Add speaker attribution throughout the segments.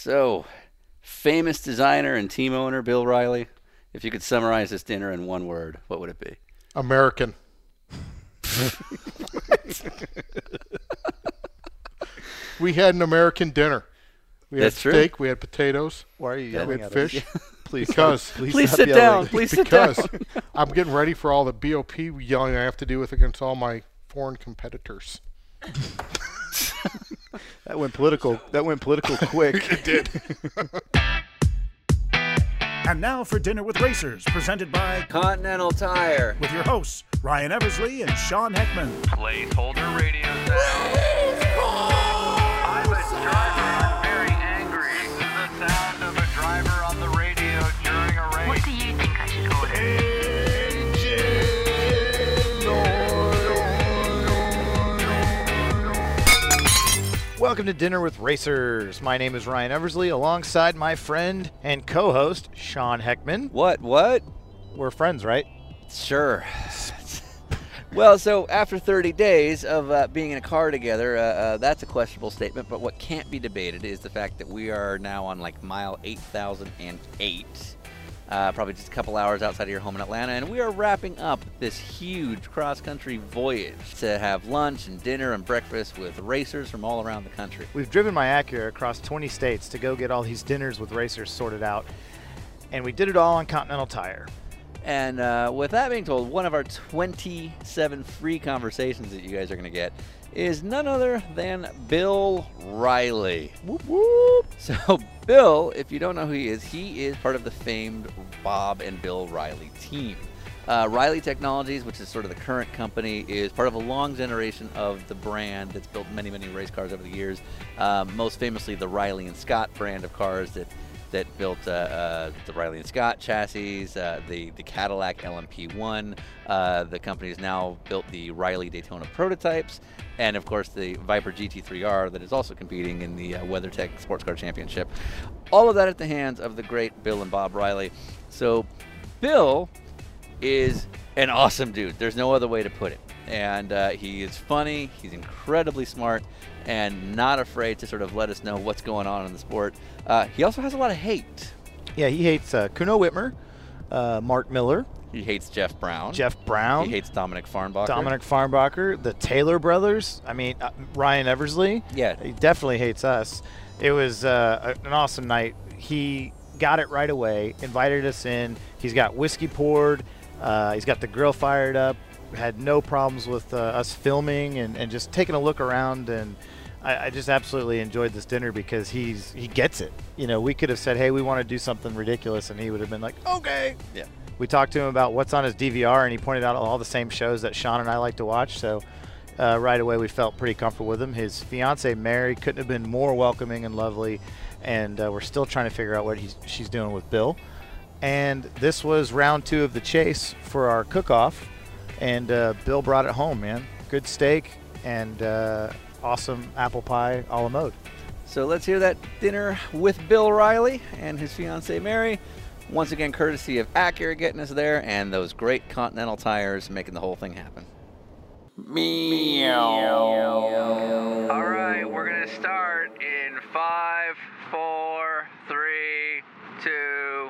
Speaker 1: So, famous designer and team owner Bill Riley. If you could summarize this dinner in one word, what would it be?
Speaker 2: American. we had an American dinner. We had
Speaker 1: That's true.
Speaker 2: steak. We had potatoes.
Speaker 3: Why are you
Speaker 2: We
Speaker 3: yelling
Speaker 2: had
Speaker 3: at
Speaker 2: fish.
Speaker 3: us? Please,
Speaker 2: Because-
Speaker 1: Please
Speaker 3: stop
Speaker 1: sit
Speaker 3: yelling.
Speaker 1: down. Please sit down.
Speaker 2: because I'm getting ready for all the BOP yelling I have to do with against all my foreign competitors.
Speaker 3: That went political. That went political quick.
Speaker 4: And now for Dinner with Racers, presented by
Speaker 5: Continental Tire.
Speaker 4: with your hosts Ryan Eversley and Sean Heckman.
Speaker 6: Placeholder radio sound. I'm a driver. I'm very angry. This is the sound of a driver on the radio during a race.
Speaker 7: What do you think I should order?
Speaker 3: Welcome to Dinner with Racers. My name is Ryan Eversley, alongside my friend and co-host Sean Heckman.
Speaker 1: What? What?
Speaker 3: We're friends, right?
Speaker 1: Sure. well, so after 30 days of uh, being in a car together, uh, uh, that's a questionable statement. But what can't be debated is the fact that we are now on like mile 8,008, uh, probably just a couple hours outside of your home in Atlanta, and we are wrapping up this huge cross-country voyage to have lunch and dinner and breakfast with racers from all around the country.
Speaker 3: We've driven my Acura across 20 states to go get all these dinners with racers sorted out, and we did it all on Continental Tire.
Speaker 1: And uh, with that being told, one of our 27 free conversations that you guys are going to get is none other than Bill Riley. Whoop, whoop. So, Bill, if you don't know who he is, he is part of the famed Bob and Bill Riley team. Uh, Riley Technologies, which is sort of the current company, is part of a long generation of the brand that's built many, many race cars over the years. Uh, most famously, the Riley and Scott brand of cars that that built uh, uh, the Riley and Scott chassis, uh, the the Cadillac LMP1. Uh, the company has now built the Riley Daytona prototypes, and of course the Viper GT3R that is also competing in the uh, WeatherTech Sports Car Championship. All of that at the hands of the great Bill and Bob Riley. So, Bill is an awesome dude. There's no other way to put it. And uh, he is funny, he's incredibly smart, and not afraid to sort of let us know what's going on in the sport. Uh, he also has a lot of hate.
Speaker 3: Yeah, he hates uh, Kuno Whitmer, uh, Mark Miller,
Speaker 1: He hates Jeff Brown.
Speaker 3: Jeff Brown,
Speaker 1: He hates Dominic Farnbacher.
Speaker 3: Dominic Farnbacher, the Taylor brothers. I mean, uh, Ryan Eversley.
Speaker 1: Yeah.
Speaker 3: He definitely hates us. It was uh, a- an awesome night. He got it right away, invited us in. He's got whiskey poured, uh, he's got the grill fired up, had no problems with uh, us filming and, and just taking a look around. And I, I just absolutely enjoyed this dinner because he's he gets it. You know, we could have said, hey, we want to do something ridiculous, and he would have been like, okay.
Speaker 1: Yeah.
Speaker 3: We talked to him about what's on his DVR, and he pointed out all the same shows that Sean and I like to watch. So uh, right away, we felt pretty comfortable with him. His fiance Mary couldn't have been more welcoming and lovely, and uh, we're still trying to figure out what he's, she's doing with Bill. And this was round two of the chase for our cook-off, and uh, Bill brought it home, man. Good steak and uh, awesome apple pie a la mode.
Speaker 1: So let's hear that dinner with Bill Riley and his fiancee Mary. Once again, courtesy of Acura getting us there and those great Continental tires making the whole thing happen.
Speaker 6: All right, we're gonna start in five, four, three, two.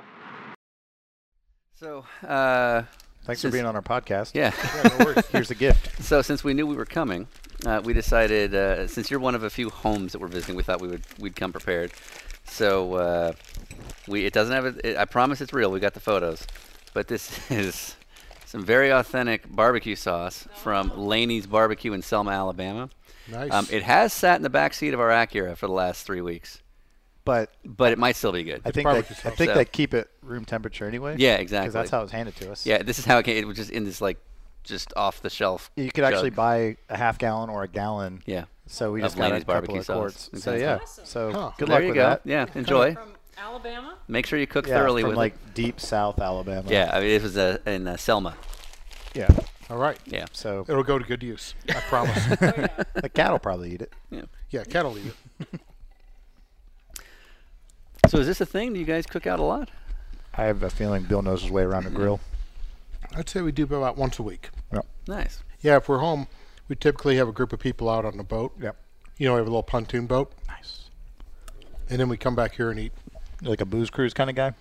Speaker 1: So, uh, This
Speaker 3: Thanks for
Speaker 1: is-
Speaker 3: being on our podcast.
Speaker 1: yeah.
Speaker 3: Here's a gift.
Speaker 1: So since we knew we were coming, uh, we decided uh, since you're one of a few homes that we're visiting, we thought we would we'd come prepared. So uh, we it doesn't have a, it, I promise it's real. We got the photos, but this is some very authentic barbecue sauce from Laney's Barbecue in Selma, Alabama.
Speaker 2: Nice.
Speaker 1: Um, it has sat in the back seat of our Acura for the last three weeks,
Speaker 3: But
Speaker 1: but it might still be good.
Speaker 3: I think
Speaker 2: probably
Speaker 3: they,
Speaker 2: just
Speaker 3: I
Speaker 2: helps
Speaker 3: think
Speaker 1: out.
Speaker 3: they keep it room temperature anyway.
Speaker 1: yeah,
Speaker 3: because
Speaker 1: exactly.
Speaker 3: that's how it was handed to us.
Speaker 1: yeah, this is how it came. It was just in this like just off the shelf.
Speaker 3: you could actually
Speaker 1: jug.
Speaker 3: buy a half gallon or a gallon.
Speaker 1: Yeah.
Speaker 3: So we
Speaker 1: Of
Speaker 3: just got a
Speaker 1: Laney's
Speaker 3: couple
Speaker 1: barbecue
Speaker 3: of
Speaker 1: sauce.
Speaker 3: quarts. So
Speaker 1: Exactly.
Speaker 3: yeah.
Speaker 8: Awesome.
Speaker 3: So
Speaker 2: Huh.
Speaker 3: good
Speaker 1: there
Speaker 3: luck
Speaker 1: you
Speaker 3: with
Speaker 1: go.
Speaker 3: that.
Speaker 1: Yeah, enjoy.
Speaker 8: From Alabama?
Speaker 1: Make sure you cook
Speaker 3: Yeah,
Speaker 1: thoroughly
Speaker 3: from
Speaker 1: with
Speaker 3: like
Speaker 1: it.
Speaker 3: deep South Alabama.
Speaker 1: Yeah, I mean, it was uh, in uh, Selma.
Speaker 3: Yeah.
Speaker 2: all right.
Speaker 1: Yeah.
Speaker 3: So
Speaker 2: It'll go to good use. I promise.
Speaker 3: the cattle probably eat it.
Speaker 2: yeah, cattle eat it.
Speaker 1: So is this a thing? Do you guys cook out a lot?
Speaker 3: I have a feeling Bill knows his way around a grill.
Speaker 2: I'd say we do about once a week.
Speaker 1: Nice.
Speaker 2: Yeah, if we're home, we typically have a group of people out on the boat.
Speaker 3: Yep.
Speaker 2: You know, we have a little pontoon boat.
Speaker 3: Nice.
Speaker 2: and then we come back here and eat.
Speaker 3: Like a booze cruise kind of guy.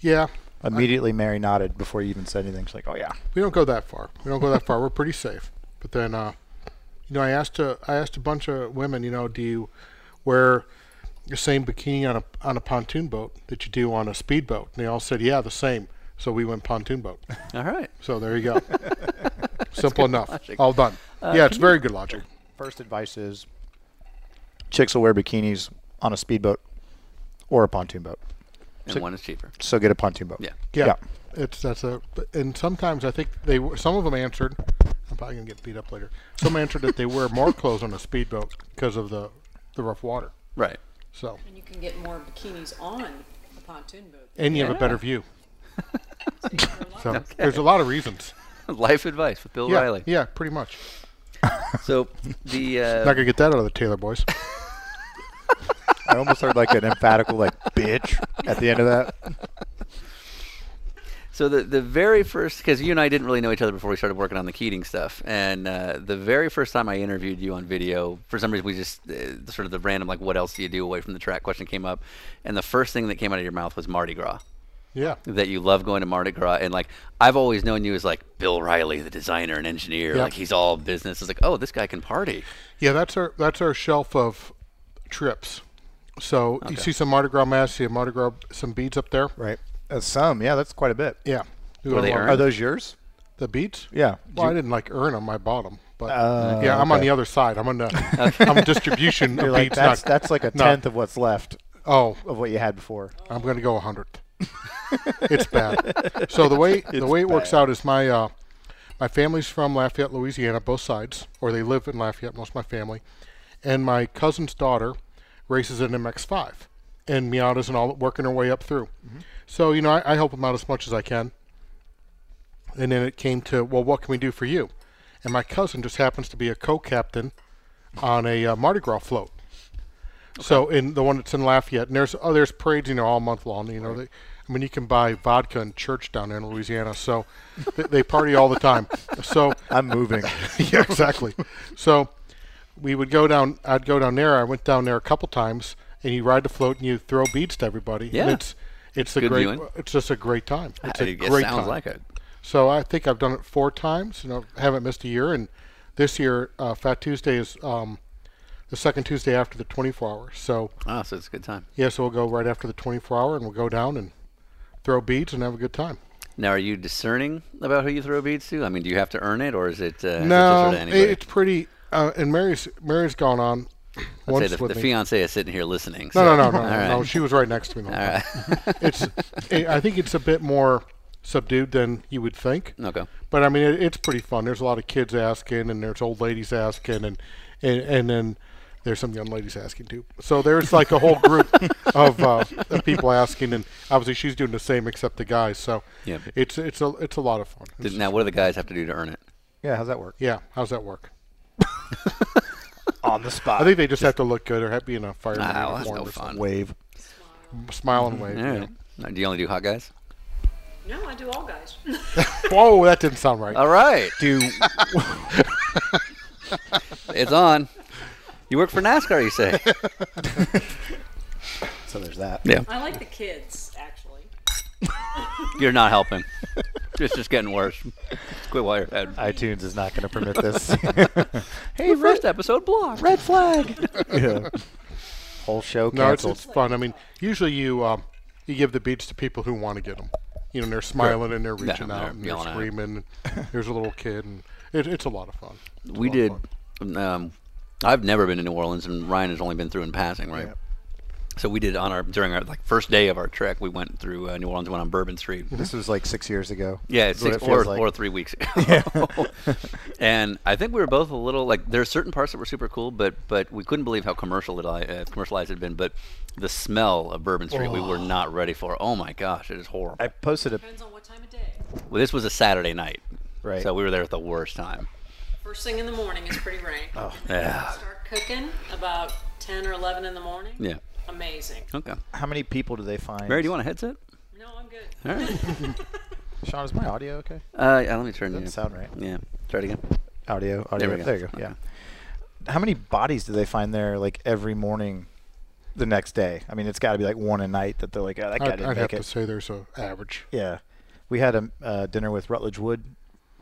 Speaker 2: Yeah,
Speaker 3: Immediately, Mary nodded before you even said anything. She's like, "Oh yeah."
Speaker 2: we don't go that far. We don't go that far. We're pretty safe. But then, uh, you know, I asked a, I asked a bunch of women, you know, do you wear the same bikini on a on a pontoon boat that you do on a speedboat? And they all said, yeah, the same. So we went pontoon boat.
Speaker 1: All right.
Speaker 2: So there you go. Simple enough. All done. yeah, it's very good logic.
Speaker 3: First advice is, chicks will wear bikinis on a speedboat or a pontoon boat.
Speaker 1: And one is cheaper.
Speaker 3: So get a pontoon boat.
Speaker 1: Yeah.
Speaker 2: Yeah. It's that's a and sometimes I think they were- some of them answered. I'm probably gonna get beat up later. Some answered that they wear more clothes on a speedboat because of the the rough water.
Speaker 1: Right.
Speaker 2: So
Speaker 5: And you can get more bikinis on a pontoon boat.
Speaker 2: and you have a better view.
Speaker 5: than you can on
Speaker 2: So
Speaker 5: land.
Speaker 2: there's a lot of reasons.
Speaker 1: Life advice with Bill
Speaker 2: Yeah,
Speaker 1: Riley.
Speaker 2: yeah, pretty much.
Speaker 1: So the uh,
Speaker 2: Not gonna get that out of the Taylor boys.
Speaker 3: I almost heard like an emphatical like bitch at the end of that.
Speaker 1: So the the very first, because you and I didn't really know each other before we started working on the Keating stuff, and uh, the very first time I interviewed you on video, for some reason we just uh, sort of the random like, what else do you do away from the track question came up, and the first thing that came out of your mouth was Mardi Gras.
Speaker 2: Yeah.
Speaker 1: That you love going to Mardi Gras, and like I've always known you as like Bill Riley, the designer and engineer.
Speaker 2: Yeah.
Speaker 1: Like he's all business. It's like, oh, this guy can party.
Speaker 2: Yeah, that's our that's our shelf of trips. So you see some Mardi Gras masks, you have Mardi Gras some beads up there.
Speaker 3: Right. Uh, some, yeah, that's quite a bit.
Speaker 2: Yeah.
Speaker 1: Were they
Speaker 3: Are
Speaker 1: earned?
Speaker 3: those yours?
Speaker 2: The beads?
Speaker 3: Yeah. Uh,
Speaker 2: Well, I didn't like earn them. I bought them. But yeah, I'm on the other side. I'm on the I'm distribution
Speaker 3: You're
Speaker 2: of
Speaker 3: like
Speaker 2: beads.
Speaker 3: that's
Speaker 2: not-
Speaker 3: that's like a
Speaker 2: no.
Speaker 3: tenth of what's left
Speaker 2: oh,
Speaker 3: of what you had before.
Speaker 2: I'm gonna go a hundredth. it's bad. So the way the way it works out is my uh, my family's from Lafayette, Louisiana, both sides, or they live in Lafayette, most of my family, and my cousin's daughter races an MX-5 and Miatas and all, working her way up through. So you know, I, I help them out as much as I can. And then it came to, well, what can we do for you? And my cousin just happens to be a co-captain on a uh, Mardi Gras float. So in the one that's in Lafayette, and there's oh, there's parades, you know, all month long. You know, they, I mean, you can buy vodka in church down there in Louisiana, so they, they party all the time. So
Speaker 3: I'm moving.
Speaker 2: yeah, exactly. So we would go down. I'd go down there. I went down there a couple times, and you ride the float and you throw beads to everybody.
Speaker 1: Yeah.
Speaker 2: and it's it's a
Speaker 1: Good
Speaker 2: great.
Speaker 1: viewing.
Speaker 2: It's just a great time. It's a
Speaker 1: it
Speaker 2: great
Speaker 1: sounds
Speaker 2: time.
Speaker 1: like it.
Speaker 2: So I think I've done it four times. You know, haven't missed a year. And this year, uh, Fat Tuesday is um, the second Tuesday after the 24 hour. So
Speaker 1: Oh, so it's a good time.
Speaker 2: yeah, so we'll go right after the 24 hour, and we'll go down and throw beads and have a good time.
Speaker 1: Now, are you discerning about who you throw beads to? I mean, do you have to earn it, or is it uh, is it just
Speaker 2: no,
Speaker 1: sort of anybody?
Speaker 2: it's pretty. Uh, and Mary's Mary's gone on.
Speaker 1: Say
Speaker 2: once
Speaker 1: the,
Speaker 2: with
Speaker 1: the
Speaker 2: me.
Speaker 1: fiance is sitting here listening.
Speaker 2: No,
Speaker 1: so-
Speaker 2: no, no, no,
Speaker 1: All
Speaker 2: no,
Speaker 1: right.
Speaker 2: no. She was right next to me. All right. it's, I I think it's a bit more subdued than you would think.
Speaker 1: Okay.
Speaker 2: But I mean, it, it's pretty fun. There's a lot of kids asking, and there's old ladies asking, and and, and then there's some young ladies asking too. So there's like a whole group of, uh, of people asking, and obviously she's doing the same except the guys. So
Speaker 1: Yeah.
Speaker 2: it's it's a it's a lot of fun.
Speaker 1: Did- Now, what do the guys have to do to earn it?
Speaker 3: Yeah, how's that work?
Speaker 2: yeah, how's that work?
Speaker 3: On the
Speaker 2: I
Speaker 3: spot.
Speaker 2: think they just have to look good or have be in a fireman
Speaker 1: Oh, that's
Speaker 2: uniform
Speaker 1: no
Speaker 2: or
Speaker 1: fun. Mm-hmm.
Speaker 3: Wave.
Speaker 2: something. smile and wave.
Speaker 1: All right. Now, Do you only do hot guys?
Speaker 5: No, I do all guys.
Speaker 2: Whoa, that didn't sound right.
Speaker 1: All right.
Speaker 3: Do
Speaker 1: It's on. You work for NASCAR, you say?
Speaker 3: so there's that.
Speaker 1: Yeah.
Speaker 5: I like the kids, actually.
Speaker 1: You're not helping. It's just getting worse. Quit while you're ahead.
Speaker 3: iTunes is not going to permit this.
Speaker 1: Hey, first episode block. Red flag.
Speaker 3: Yeah. Whole show
Speaker 2: No, it's,
Speaker 3: canceled.
Speaker 2: it's fun. I mean, usually you um, you give the beats to people who want to get them. You know, and they're smiling and they're reaching
Speaker 1: they're
Speaker 2: out and they're
Speaker 1: yelling at 'em.
Speaker 2: screaming. And there's a little kid, and it, it's a lot of fun. It's a
Speaker 1: We
Speaker 2: lot of
Speaker 1: did.
Speaker 2: fun.
Speaker 1: Um, I've never been to New Orleans, and Ryan has only been through in passing, right? So we did on our during our like first day of our trek, we went through uh, New Orleans, went on Bourbon Street.
Speaker 3: this was like six years ago.
Speaker 1: Yeah,
Speaker 3: Is what
Speaker 1: six,
Speaker 3: it feels
Speaker 1: or,
Speaker 3: like.
Speaker 1: or three weeks ago. and I think we were both a little like there are certain parts that were super cool, but but we couldn't believe how commercial it li- uh, commercialized it had been. But the smell of Bourbon Street we were not ready for. Oh my gosh, it is horrible.
Speaker 3: I posted a
Speaker 5: Depends on what time of day.
Speaker 1: well, this was a Saturday night,
Speaker 3: Right.
Speaker 1: So we were there at the worst time.
Speaker 5: First thing in the morning is pretty rank. Oh,
Speaker 1: Yeah.
Speaker 5: Start cooking about 10 or 11 in the morning.
Speaker 1: Yeah. Oh.
Speaker 5: Amazing.
Speaker 1: Okay.
Speaker 3: How many people do they find?
Speaker 1: Mary, do you want a headset?
Speaker 5: No, I'm good.
Speaker 1: All right.
Speaker 3: Sean, is my audio okay?
Speaker 1: Uh, yeah, let me turn
Speaker 3: Doesn't
Speaker 1: you.
Speaker 3: sound right.
Speaker 1: Yeah. Try it again.
Speaker 3: Audio, audio.
Speaker 1: There we go.
Speaker 3: There you go. Yeah. How many bodies do they find there like every morning the next day. I mean, it's got to be like one a night that they're like, oh, that guy
Speaker 2: I'd,
Speaker 3: didn't
Speaker 2: I'd have
Speaker 3: make
Speaker 2: to
Speaker 3: it.
Speaker 2: say there's a average.
Speaker 3: Yeah, we had a uh, dinner with Rutledge Wood,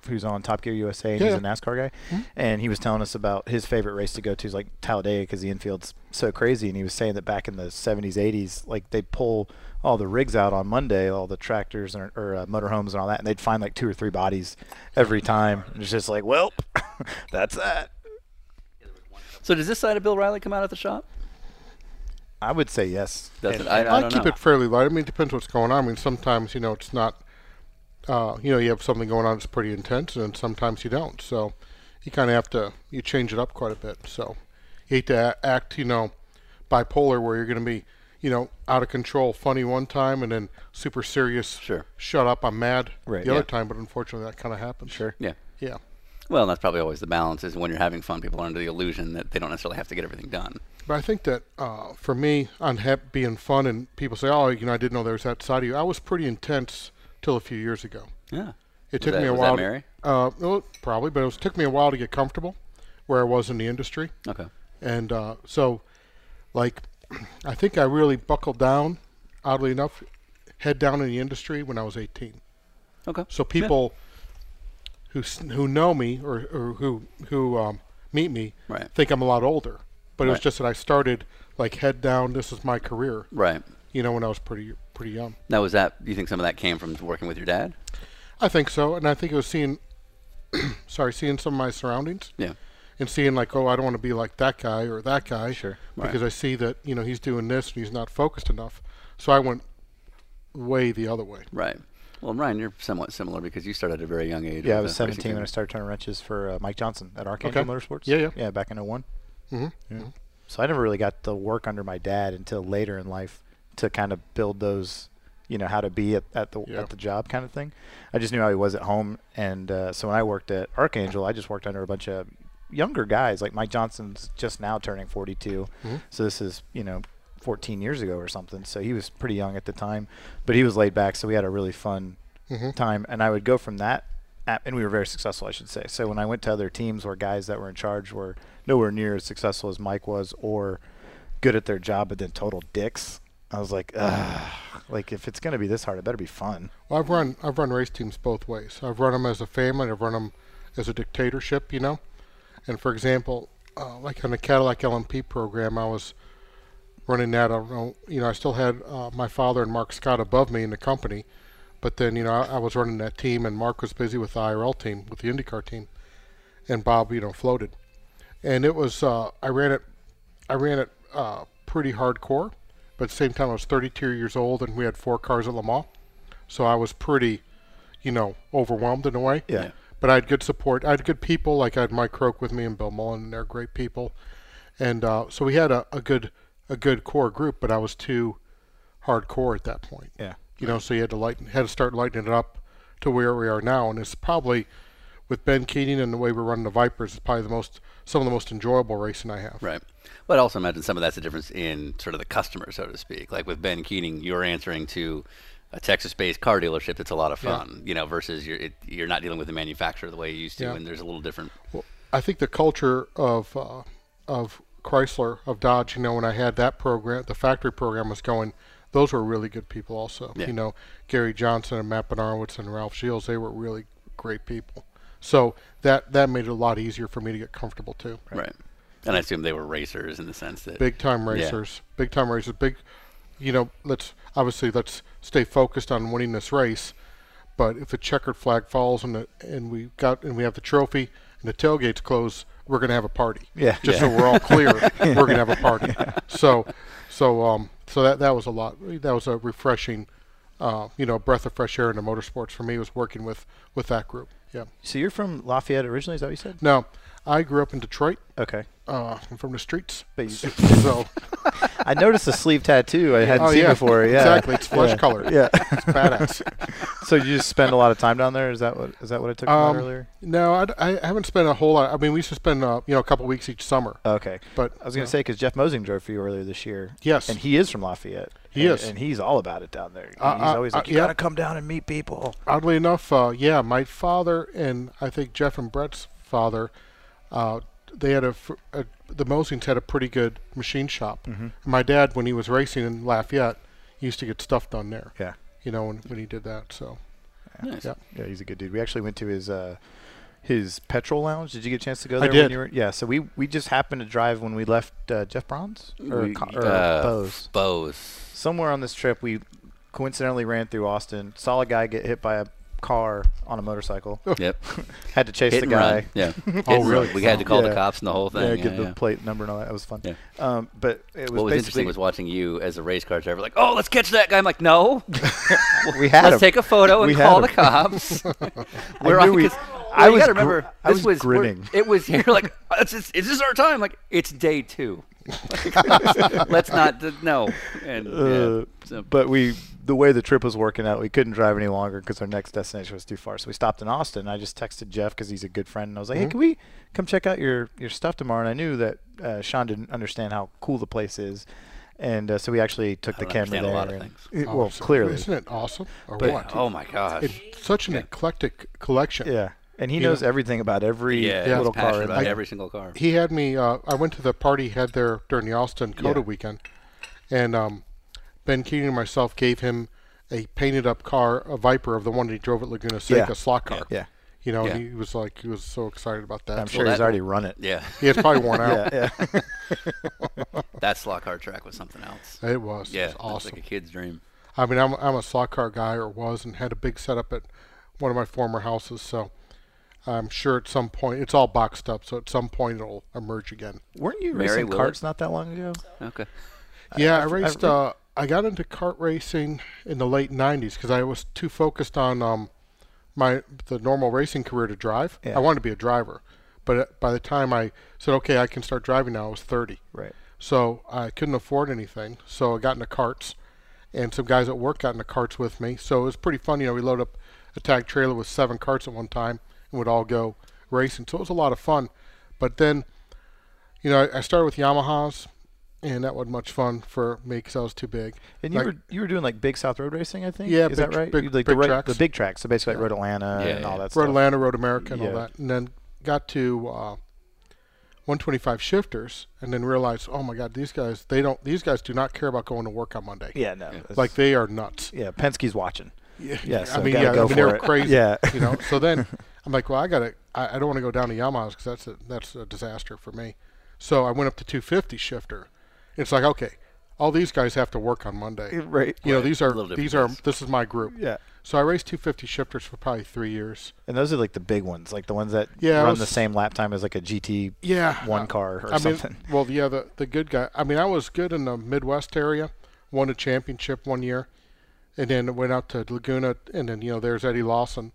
Speaker 3: who's on Top Gear USA, and he's
Speaker 2: Yeah.
Speaker 3: a NASCAR guy, and he was telling us about his favorite race to go to is like Talladega because the infield's so crazy, and he was saying that back in the 70s, 80s, like they pull all the rigs out on Monday, all the tractors and, or uh, motorhomes and all that, and they'd find like two or three bodies every time. And it's just like, well, that's that.
Speaker 1: So does this side of Bill Riley come out at the shop?
Speaker 3: I would say yes.
Speaker 1: Doesn't
Speaker 3: And-
Speaker 1: I, I
Speaker 2: I,
Speaker 1: don't
Speaker 2: keep
Speaker 1: know.
Speaker 2: it fairly light. I mean, it depends what's going on. I mean, sometimes you know it's not. Uh, you know, you have something going on that's pretty intense, and sometimes you don't. So, you kind of have to you change it up quite a bit. So, you hate to a- act, you know, bipolar where you're going to be, you know, out of control, funny one time, and then super serious.
Speaker 1: Sure.
Speaker 2: Shut up, I'm mad.
Speaker 3: Right,
Speaker 2: The other
Speaker 1: yeah.
Speaker 2: time, but unfortunately, that kind of happens. Sure.
Speaker 1: Yeah.
Speaker 2: Yeah.
Speaker 1: Well, that's probably always the balance is when you're having fun, people are under the illusion that they don't necessarily have to get everything done.
Speaker 2: But I think that uh, for me, on hep being fun, and people say, "Oh, you know, I didn't know there was that side of you." I was pretty intense till a few years ago.
Speaker 1: Yeah. Was
Speaker 2: It took
Speaker 1: that-
Speaker 2: me a
Speaker 1: was that
Speaker 2: while.
Speaker 1: Mary?
Speaker 2: To, uh, well, probably, but it was, took me a while to get comfortable where I was in the industry,
Speaker 1: Okay.
Speaker 2: and uh, so, like, I think I really buckled down. Oddly enough, head down in the industry when I was 18.
Speaker 1: Okay.
Speaker 2: So people who s- who know me or, or who who um, meet me
Speaker 1: Right.
Speaker 2: think I'm a lot older, but it was
Speaker 1: Right.
Speaker 2: just that I started like head down. This is my career.
Speaker 1: Right.
Speaker 2: You know, when I was pretty pretty young.
Speaker 1: Now, was that? Do you think some of that came from working with your dad?
Speaker 2: I think so, and I think it was seeing, sorry, seeing some of my surroundings.
Speaker 1: Yeah.
Speaker 2: and seeing like, oh, I don't want to be like that guy or that guy,
Speaker 3: Sure.
Speaker 1: Right.
Speaker 2: because I see that you know he's doing this and he's not focused enough. So I went way the other way.
Speaker 1: Right. Well, Ryan, you're somewhat similar because you started at a very young age.
Speaker 3: Yeah, I
Speaker 1: with
Speaker 3: was
Speaker 1: the racing
Speaker 3: 17 when
Speaker 1: team.
Speaker 3: I started turning wrenches for uh, Mike Johnson at Archangel
Speaker 2: Okay.
Speaker 3: Motorsports.
Speaker 2: Yeah, yeah.
Speaker 3: Yeah, back in '01. Mm-hmm. Yeah. So I never really got the work under my dad until later in life to kind of build those, you know, how to be at, at the
Speaker 2: Yeah.
Speaker 3: at the job kind of thing. I just knew how he was at home, and uh, so when I worked at Archangel, I just worked under a bunch of younger guys. Like Mike Johnson's just now turning 42, so this is you know 14 years ago or something. So he was pretty young at the time, but he was laid back. So we had a really fun time, and I would go from that, at, and we were very successful, I should say. So when I went to other teams where guys that were in charge were nowhere near as successful as Mike was, or good at their job, but then total dicks. I was like, Ugh. like if it's gonna be this hard, it better be fun.
Speaker 2: Well, I've run I've run race teams both ways. I've run them as a family. I've run them as a dictatorship. You know, and for example, uh, like on the Cadillac LMP program, I was running that. I don't know. You know, I still had uh, my father and Mark Scott above me in the company, but then you know I, I was running that team, and Mark was busy with the IRL team, with the IndyCar team, and Bob, you know, floated. And it was uh, I ran it, I ran it uh, pretty hardcore, but at the same time I was 32 years old, and we had four cars at Le Mans, so I was pretty, you know, overwhelmed in a way.
Speaker 3: Yeah. Yeah.
Speaker 2: But I had good support. I had good people. Like I had Mike Croak with me and Bill Mullen, and they're great people. And uh, so we had a, a good a good core group, but I was too hardcore at that point.
Speaker 3: Yeah.
Speaker 2: You know, so you had to lighten, had to start lightening it up to where we are now, and it's probably with Ben Keating and the way we're running the Vipers, it's probably the most some of the most enjoyable racing I have.
Speaker 1: Right. But I also imagine some of that's a difference in sort of the customer, so to speak. Like with Ben Keating, you're answering to a Texas-based car dealership that's a lot of fun, you know, versus you're it, you're not dealing with the manufacturer the way you used to,
Speaker 2: Yeah.
Speaker 1: and there's a little different.
Speaker 2: Well, I think the culture of uh, of Chrysler of Dodge, you know, when I had that program, the factory program was going. Those were really good people, also.
Speaker 1: Yeah.
Speaker 2: You know, Gary Johnson and Matt Benarowitz and Ralph Shields, they were really great people. So that that made it a lot easier for me to get comfortable too.
Speaker 1: Right. And I assume they were racers in the sense that
Speaker 2: big time racers, big time racers, big. You know, let's obviously let's stay focused on winning this race, but if the checkered flag falls and the, and we got and we have the trophy and the tailgates close, we're gonna have a party.
Speaker 3: Yeah.
Speaker 2: just so we're all clear, we're gonna have a party. So, so um, so that that was a lot. That was a refreshing, uh, you know, breath of fresh air into motorsports for me was working with with that group. Yeah.
Speaker 3: So you're from Lafayette originally, is that what you said?
Speaker 2: Now, I grew up in Detroit.
Speaker 3: Okay.
Speaker 2: Uh, I'm from the streets.
Speaker 3: But you-
Speaker 2: so.
Speaker 3: I noticed the sleeve tattoo I hadn't
Speaker 2: Oh,
Speaker 3: seen
Speaker 2: yeah.
Speaker 3: before. Yeah.
Speaker 2: Exactly. It's flesh colored.
Speaker 3: Yeah.
Speaker 2: It's badass.
Speaker 3: so you just spend a lot of time down there. Is that what is that what I took from
Speaker 2: Um,
Speaker 3: that earlier?
Speaker 2: No, I, d- I haven't spent a whole lot. I mean, we used to spend uh, you know a couple weeks each summer.
Speaker 3: Okay.
Speaker 2: but
Speaker 3: I was
Speaker 2: yeah.
Speaker 3: going to 'cause say because Jeff Mosing drove for you earlier this year.
Speaker 2: Yes.
Speaker 3: And he is from Lafayette.
Speaker 2: He
Speaker 3: and,
Speaker 2: is.
Speaker 3: and he's all about it down there.
Speaker 2: Uh,
Speaker 3: he's
Speaker 2: uh,
Speaker 3: always
Speaker 2: uh,
Speaker 3: like, you
Speaker 2: yeah.
Speaker 3: gotta come down and meet people.
Speaker 2: Oddly enough, uh, yeah, my father and I think Jeff and Brett's father uh, they had a, fr- a the Mosings had a pretty good machine shop.
Speaker 3: Mm-hmm.
Speaker 2: My dad, when he was racing in Lafayette, used to get stuff done there.
Speaker 3: Yeah.
Speaker 2: You know, when, when he did that, so yeah.
Speaker 3: Yeah, he's a good dude. We actually went to his uh, his petrol lounge. Did you get a chance to go
Speaker 2: I
Speaker 3: there? When
Speaker 2: did.
Speaker 3: you were, yeah. So we, we just happened to drive when we left uh, Jeff Brown's or,
Speaker 1: We-
Speaker 3: Co- or
Speaker 1: uh,
Speaker 3: Bose.
Speaker 1: Bose.
Speaker 3: Somewhere on this trip, we coincidentally ran through Austin. Saw a guy get hit by a car on a motorcycle.
Speaker 1: Yep.
Speaker 3: Had to chase
Speaker 1: Hit
Speaker 3: the
Speaker 1: and
Speaker 3: guy.
Speaker 1: run. Yeah. Hit
Speaker 2: Oh,
Speaker 1: and
Speaker 2: really?
Speaker 1: run. We had to call the
Speaker 3: Yeah.
Speaker 1: cops and the whole thing.
Speaker 3: yeah, get
Speaker 1: yeah,
Speaker 3: the
Speaker 1: yeah.
Speaker 3: plate number and all that. It was fun.
Speaker 1: Yeah.
Speaker 3: Um, but it was
Speaker 1: What was
Speaker 3: basically
Speaker 1: interesting was watching you as a race car driver, like, oh, let's catch that guy. I'm like, no,
Speaker 3: we had
Speaker 1: let's
Speaker 3: him.
Speaker 1: take a photo
Speaker 3: We
Speaker 1: and
Speaker 3: had
Speaker 1: call
Speaker 3: him.
Speaker 1: the cops. We're
Speaker 3: I
Speaker 1: on.
Speaker 3: knew we-
Speaker 1: 'cause- well,
Speaker 3: I
Speaker 1: you
Speaker 3: was
Speaker 1: gotta
Speaker 3: gr-
Speaker 1: remember,
Speaker 3: I
Speaker 1: this
Speaker 3: was
Speaker 1: was we're-
Speaker 3: grinning.
Speaker 1: It was here like, it's, it's, is this our time? Like, it's day two. let's not d- no. And yeah,
Speaker 3: Uh,
Speaker 1: so-
Speaker 3: but we the way the trip was working out, we couldn't drive any longer because our next destination was too far. So we stopped in Austin. I just texted Jeff because he's a good friend, and I was like,
Speaker 2: Mm-hmm.
Speaker 3: "Hey, can we come check out your your stuff tomorrow?" And I knew that uh, Sean didn't understand how cool the place is, and uh, so we actually took the
Speaker 1: don't
Speaker 3: camera
Speaker 1: understand a
Speaker 3: there.
Speaker 1: lot of
Speaker 3: and-
Speaker 1: things.
Speaker 3: it-
Speaker 2: Oh,
Speaker 3: well,
Speaker 2: so-
Speaker 3: clearly,
Speaker 2: isn't it awesome or what?
Speaker 1: oh my gosh.
Speaker 2: It's such an eclectic collection.
Speaker 3: yeah. And he
Speaker 2: You
Speaker 3: knows
Speaker 2: know-
Speaker 3: everything about every
Speaker 1: yeah,
Speaker 2: Yeah.
Speaker 1: he's
Speaker 3: little car.
Speaker 1: passionate
Speaker 3: in
Speaker 1: about
Speaker 3: there.
Speaker 1: every single car.
Speaker 2: he had me. Uh, I went to the party he had there during the Austin Coda
Speaker 3: Yeah.
Speaker 2: weekend, and um, Ben Keating and myself gave him a painted up car, a Viper of the one that he drove at Laguna Seca,
Speaker 3: Yeah.
Speaker 2: slot car.
Speaker 3: Yeah.
Speaker 2: You know,
Speaker 1: Yeah.
Speaker 2: and he was like, he was so excited about that.
Speaker 3: I'm sure he's
Speaker 1: that-
Speaker 3: already run it.
Speaker 1: Yeah,
Speaker 2: He had probably worn out.
Speaker 3: Yeah, yeah.
Speaker 1: that slot car track was something else.
Speaker 2: It was.
Speaker 1: Yeah,
Speaker 2: it was
Speaker 1: it's
Speaker 2: awesome.
Speaker 1: like a kid's dream.
Speaker 2: I mean, I'm, I'm a slot car guy or was and had a big setup at one of my former houses. So I'm sure at some point, it's all boxed up. So at some point, it'll emerge again.
Speaker 3: Weren't you
Speaker 1: Mary
Speaker 3: racing
Speaker 1: Willett.
Speaker 3: carts not that long ago?
Speaker 1: Okay.
Speaker 2: Yeah, I, raced. uh, I got into kart racing in the late '90s because I was too focused on um, my the normal racing career to drive.
Speaker 3: Yeah.
Speaker 2: I wanted to be a driver, but uh, by the time I said, "Okay, I can start driving now," I was 30.
Speaker 3: Right.
Speaker 2: So I couldn't afford anything, so I got into carts, and some guys at work got into carts with me. So it was pretty fun. You know, we load up a tag trailer with seven carts at one time and would all go racing. So it was a lot of fun. But then, you know, I, I started with Yamahas, and that wasn't much fun for me because I was too big.
Speaker 3: And you
Speaker 2: Like,
Speaker 3: were you were doing like big South Road racing, I think.
Speaker 2: Yeah,
Speaker 3: is
Speaker 2: big
Speaker 3: that right?
Speaker 2: tr- big-
Speaker 3: You- like the,
Speaker 2: big
Speaker 3: ra-
Speaker 2: tracks.
Speaker 3: the big tracks. So basically, like Road Atlanta
Speaker 1: Yeah,
Speaker 3: and all
Speaker 1: yeah.
Speaker 3: that
Speaker 2: Road
Speaker 3: stuff.
Speaker 2: Atlanta, Road America, and all
Speaker 3: Yeah.
Speaker 2: that. And then got to uh, 125 shifters, and then realized, oh my God, these guys, they don't, these guys do not care about going to work on Monday.
Speaker 3: Yeah, no.
Speaker 2: Like they are nuts.
Speaker 3: yeah, Penske's watching. Yeah, so
Speaker 2: I mean,
Speaker 3: gotta
Speaker 2: yeah,
Speaker 3: go
Speaker 2: I mean,
Speaker 3: for
Speaker 2: they were
Speaker 3: it.
Speaker 2: crazy.
Speaker 3: Yeah,
Speaker 2: you know. So then I'm like, well, I gotta, I, I don't want to go down to Yamaha's because that's a, that's a disaster for me. So I went up to 250 shifter. It's like, okay, all these guys have to work on Monday.
Speaker 3: right.
Speaker 2: You know, these are
Speaker 1: Little different
Speaker 2: these are
Speaker 1: guys.
Speaker 2: this is my group.
Speaker 3: Yeah.
Speaker 2: So I raced 250 shifters for probably three years.
Speaker 3: And those are like the big ones, like the ones that
Speaker 2: Yeah, I
Speaker 3: run
Speaker 2: was-
Speaker 3: the same lap time as like a GT.
Speaker 2: Yeah.
Speaker 3: one car or
Speaker 2: I
Speaker 3: something.
Speaker 2: Mean, well, yeah, the the good guy. I mean, I was good in the Midwest area. Won a championship one year, and then went out to Laguna, and then you know there's Eddie Lawson,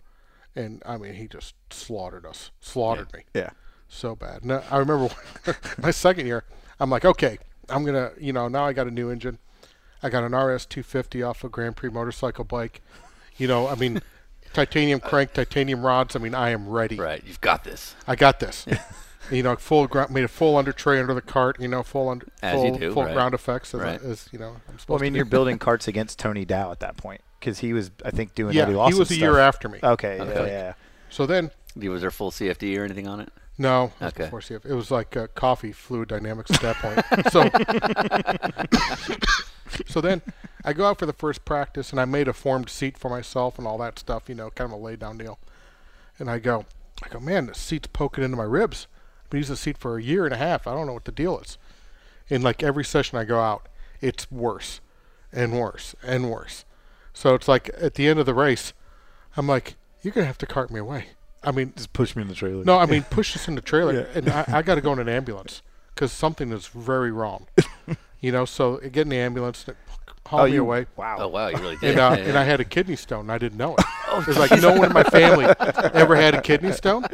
Speaker 2: and I mean he just slaughtered us, slaughtered me.
Speaker 3: Yeah,
Speaker 2: so bad. And I I remember my second year, I'm like, okay, I'm gonna, you know, now I got a new engine. I got an RS250 off a Grand Prix motorcycle bike. You know, I mean, titanium crank, titanium rods. I mean, I am ready.
Speaker 1: Right, you've got this.
Speaker 2: I got this. you know, full ground, made a full under tray under the cart. You know, full under,
Speaker 1: As
Speaker 2: full,
Speaker 1: you do,
Speaker 2: full
Speaker 1: right.
Speaker 2: ground effects. As, I-
Speaker 1: Right.
Speaker 2: as you know, I'm supposed
Speaker 3: well, I mean,
Speaker 2: to
Speaker 3: you're
Speaker 2: do.
Speaker 3: building carts against Tony Dow at that point because he was, I think, doing
Speaker 2: Yeah,
Speaker 3: Eddie
Speaker 2: he
Speaker 3: Lawson
Speaker 2: was a year
Speaker 3: stuff.
Speaker 2: after me.
Speaker 3: Okay,
Speaker 1: Okay.
Speaker 3: yeah,
Speaker 2: So then,
Speaker 1: Was there full CFD or anything on it?
Speaker 2: no, it was
Speaker 1: Okay.
Speaker 2: before CF. It was like uh, coffee fluid dynamics at that point. so So then I go out for the first practice and I made a formed seat for myself and all that stuff, you know, kind of a lay down deal. And I go, I go, man, this seat's poking into my ribs. I've been using the seat for a year and a half. I don't know what the deal is. And like every session I go out, it's worse and worse and worse. So it's like at the end of the race, I'm like, you're going to have to cart me away. I mean,
Speaker 3: Just push me in the trailer.
Speaker 2: no, I mean, push us in the trailer,
Speaker 3: Yeah.
Speaker 2: and I, I got to go in an ambulance because something is very wrong. you know, so I get in the ambulance, and it hauled me away.
Speaker 3: Wow.
Speaker 1: Oh wow, you really did.
Speaker 2: And, uh,
Speaker 1: Yeah, Oh,
Speaker 2: and
Speaker 1: yeah.
Speaker 2: I had a kidney stone. and I didn't know it. It's like no one in my family ever had a kidney stone.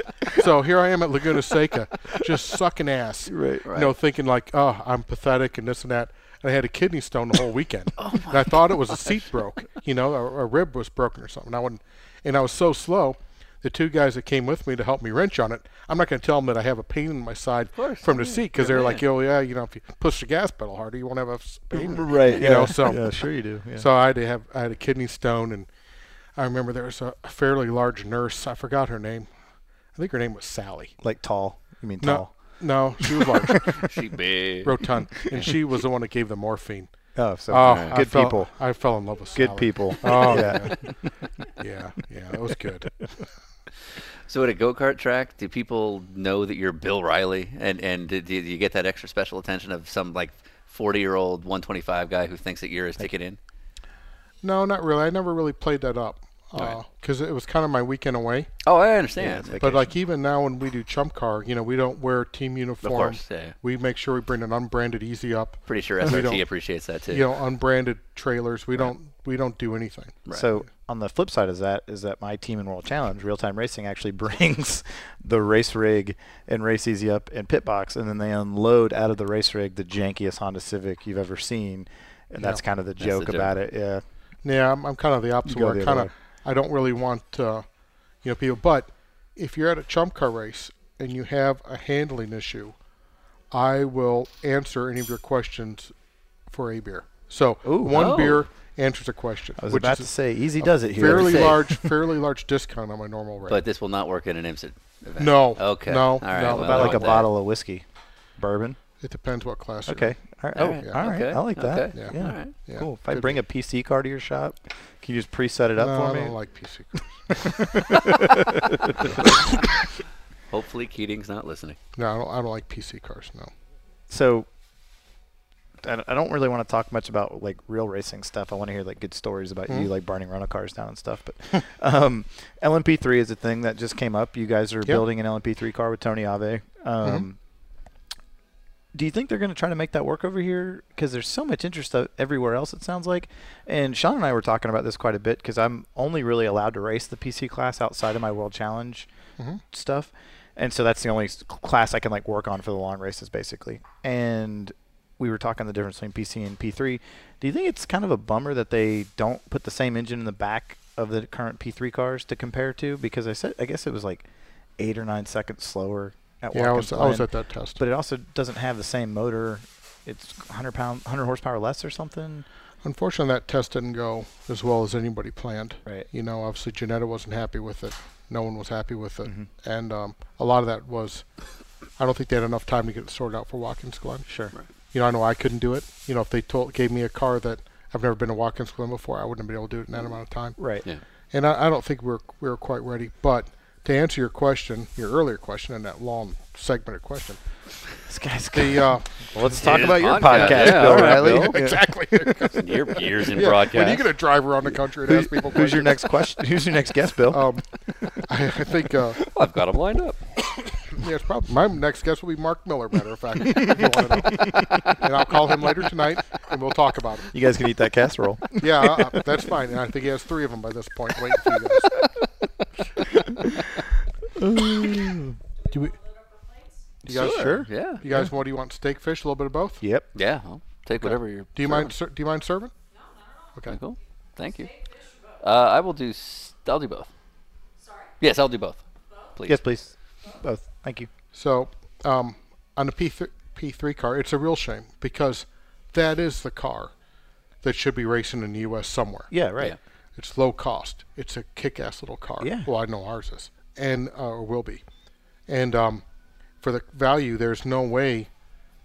Speaker 2: So here I am at Laguna Seca, just sucking ass.
Speaker 3: Right.
Speaker 2: You know, thinking like, oh, I'm pathetic and this and that. And I had a kidney stone the whole weekend.
Speaker 1: Oh
Speaker 2: and I thought it was a seat broke, you know, or a rib was broken or something. I wouldn't, and I was so slow. The two guys that came with me to help me wrench on it, I'm not going to tell them that I have a pain in my side
Speaker 1: course.
Speaker 2: from the seat because
Speaker 1: you're
Speaker 2: they're
Speaker 1: a
Speaker 2: like, oh yeah, you know, if you push the gas pedal harder, you won't have a s- pain.
Speaker 3: Right.
Speaker 2: You
Speaker 3: yeah.
Speaker 2: know, so
Speaker 3: yeah, sure you do. Yeah.
Speaker 2: so I had to have I had a kidney stone, and I remember there was a fairly large nurse. I forgot her name. I think her name was Sally.
Speaker 3: like tall. You mean
Speaker 2: No,
Speaker 3: tall?
Speaker 2: No, she was large,
Speaker 1: she big.
Speaker 2: rotund, and she was the one that gave the morphine.
Speaker 3: Oh, so
Speaker 2: Oh,
Speaker 3: good
Speaker 2: I fell,
Speaker 3: people.
Speaker 2: I fell in love with
Speaker 3: Good
Speaker 2: salad.
Speaker 3: people.
Speaker 2: Oh yeah, yeah, yeah. That was good.
Speaker 1: So at a go kart track, do people know that you're Bill Riley, and and do, do you get that extra special attention of some like 40 year old 125 guy who thinks that you're his ticket in?
Speaker 2: No, not really. I never really played that up
Speaker 1: right.
Speaker 2: because it was kind of my weekend away.
Speaker 1: Oh, I understand.
Speaker 2: But like even now when we do chump car, you know, we don't wear team uniforms.
Speaker 1: course, yeah.
Speaker 2: We make sure we bring an unbranded easy up.
Speaker 1: Pretty sure
Speaker 2: we don't-
Speaker 1: SRT appreciates that too.
Speaker 2: You know, unbranded trailers. We don't we don't do anything.
Speaker 3: So on the flip side of that is that my team in World Challenge, Real Time Racing, actually brings the race rig and race easy up and pit box, and then they unload out of the race rig the jankiest Honda Civic you've ever seen, and that's kind of the
Speaker 1: the
Speaker 3: joke
Speaker 1: joke.
Speaker 3: about it. Yeah,
Speaker 2: Yeah, I'm, I'm kind of the opposite.
Speaker 3: go
Speaker 2: Where
Speaker 3: the
Speaker 2: I
Speaker 3: other
Speaker 2: kind of
Speaker 3: way.
Speaker 2: I don't really want uh, you know people. But if you're at a chump car race and you have a handling issue, I will answer any of your questions for a beer. So one
Speaker 1: Oh.
Speaker 2: beer answers a question,
Speaker 3: I was
Speaker 2: which
Speaker 3: about to
Speaker 2: is
Speaker 3: say easy does it
Speaker 2: a
Speaker 3: here.
Speaker 2: fairly
Speaker 1: Say.
Speaker 2: large, fairly large discount on my normal rate.
Speaker 1: but this will not work in an IMSA event.
Speaker 2: No,
Speaker 1: Okay.
Speaker 2: no,
Speaker 1: All right.
Speaker 2: no.
Speaker 1: well,
Speaker 3: about
Speaker 1: I
Speaker 3: like
Speaker 1: want
Speaker 3: a
Speaker 1: that.
Speaker 3: bottle of whiskey, bourbon.
Speaker 2: It depends what class. you're in.
Speaker 3: Okay. All right. Oh,
Speaker 1: right.
Speaker 3: all right.
Speaker 1: Okay.
Speaker 3: I like that.
Speaker 1: Okay.
Speaker 3: Yeah.
Speaker 1: Yeah. All right.
Speaker 2: Yeah.
Speaker 3: Cool. If I
Speaker 2: Good.
Speaker 3: bring a PC car to your shop, can you just preset it up
Speaker 2: No,
Speaker 3: for
Speaker 2: I
Speaker 3: me?
Speaker 2: don't like PC.
Speaker 1: Hopefully Keating's not listening.
Speaker 2: No, I don't, I don't like PC cars. No.
Speaker 3: so I don't- I don't really want to talk much about like real racing stuff. I want to hear like good stories about you like burning rental cars down and stuff. But um, LMP3 is a thing that just came up. You guys are building an LMP3 car with Tony Ave. Um, Do you think they're going to try to make that work over here? Because there's so much interest o- everywhere else. It sounds like. And Sean and I were talking about this quite a bit because I'm only really allowed to race the PC class outside of my World Challenge
Speaker 2: Mm-hmm.
Speaker 3: stuff, and so that's the only s- class I can like work on for the long races basically. And we were talking the difference between PC and P3. Do you think it's kind of a bummer that they don't put the same engine in the back of the current P3 cars to compare to? Because I said I guess it was like eight or nine seconds slower at
Speaker 2: Yeah, I
Speaker 3: Watkins
Speaker 2: was I was
Speaker 3: Glen,
Speaker 2: at that test.
Speaker 3: But it also doesn't have the same motor. It's 100 pound, 100 horsepower less or something.
Speaker 2: Unfortunately, that test didn't go as well as anybody planned.
Speaker 3: Right.
Speaker 2: You know, obviously, Janetta wasn't happy with it. No one was happy with it,
Speaker 3: Mm-hmm.
Speaker 2: and um, a lot of that was, I don't think they had enough time to get it sorted out for Watkins Glen.
Speaker 3: Sure.
Speaker 2: You know, I know I couldn't do it. You know, if they told gave me a car that I've never been to Watkins Glen before, I wouldn't have been able to do it in that amount of time.
Speaker 3: Right.
Speaker 1: Yeah.
Speaker 2: And I, I don't think we're we're quite ready. But to answer your question, your earlier question, and that long segmented question,
Speaker 3: This guy's
Speaker 2: the uh,
Speaker 3: Well, let's talk about your
Speaker 1: podcast.
Speaker 3: podcast,
Speaker 1: Yeah,
Speaker 3: Bill
Speaker 1: all right,
Speaker 3: Riley.
Speaker 1: Bill.
Speaker 2: exactly.
Speaker 1: Your years in
Speaker 2: yeah. When you
Speaker 1: broadcast.
Speaker 2: get a driver around the country and ask people,
Speaker 3: Who's your
Speaker 2: questions,
Speaker 3: next question? Who's your next guest, Bill?
Speaker 2: Um, I, I think uh,
Speaker 1: I've got him lined up.
Speaker 2: yeah, it's probably my next guest will be Mark Miller. Matter of fact, if you want to know. and I'll call him later tonight, and we'll talk about him.
Speaker 3: you guys can eat that casserole.
Speaker 2: Yeah, uh, that's fine. And I think he has three of them by this point. Wait for you guys. Do we? You guys
Speaker 1: Sure, yeah.
Speaker 2: You guys, what do you want? Steak, fish, a little bit of both.
Speaker 3: Yep.
Speaker 1: Yeah. I'll take whatever you're.
Speaker 2: Do you mind? Ser- do you mind serving? Okay.
Speaker 1: Cool. Thank you. Uh, I will do. s- I'll do both. Sorry. Yes, I'll do both. Please.
Speaker 3: Yes, please. Both. Thank you.
Speaker 2: So, um, on the P3, P3 car, it's a real shame because that is the car that should be racing in the U.S. somewhere.
Speaker 3: Yeah. Right.
Speaker 1: Yeah.
Speaker 2: It's low cost. It's a kick-ass little car.
Speaker 3: Yeah.
Speaker 2: Well, I know ours is, and uh, or will be, and um, for the value, there's no way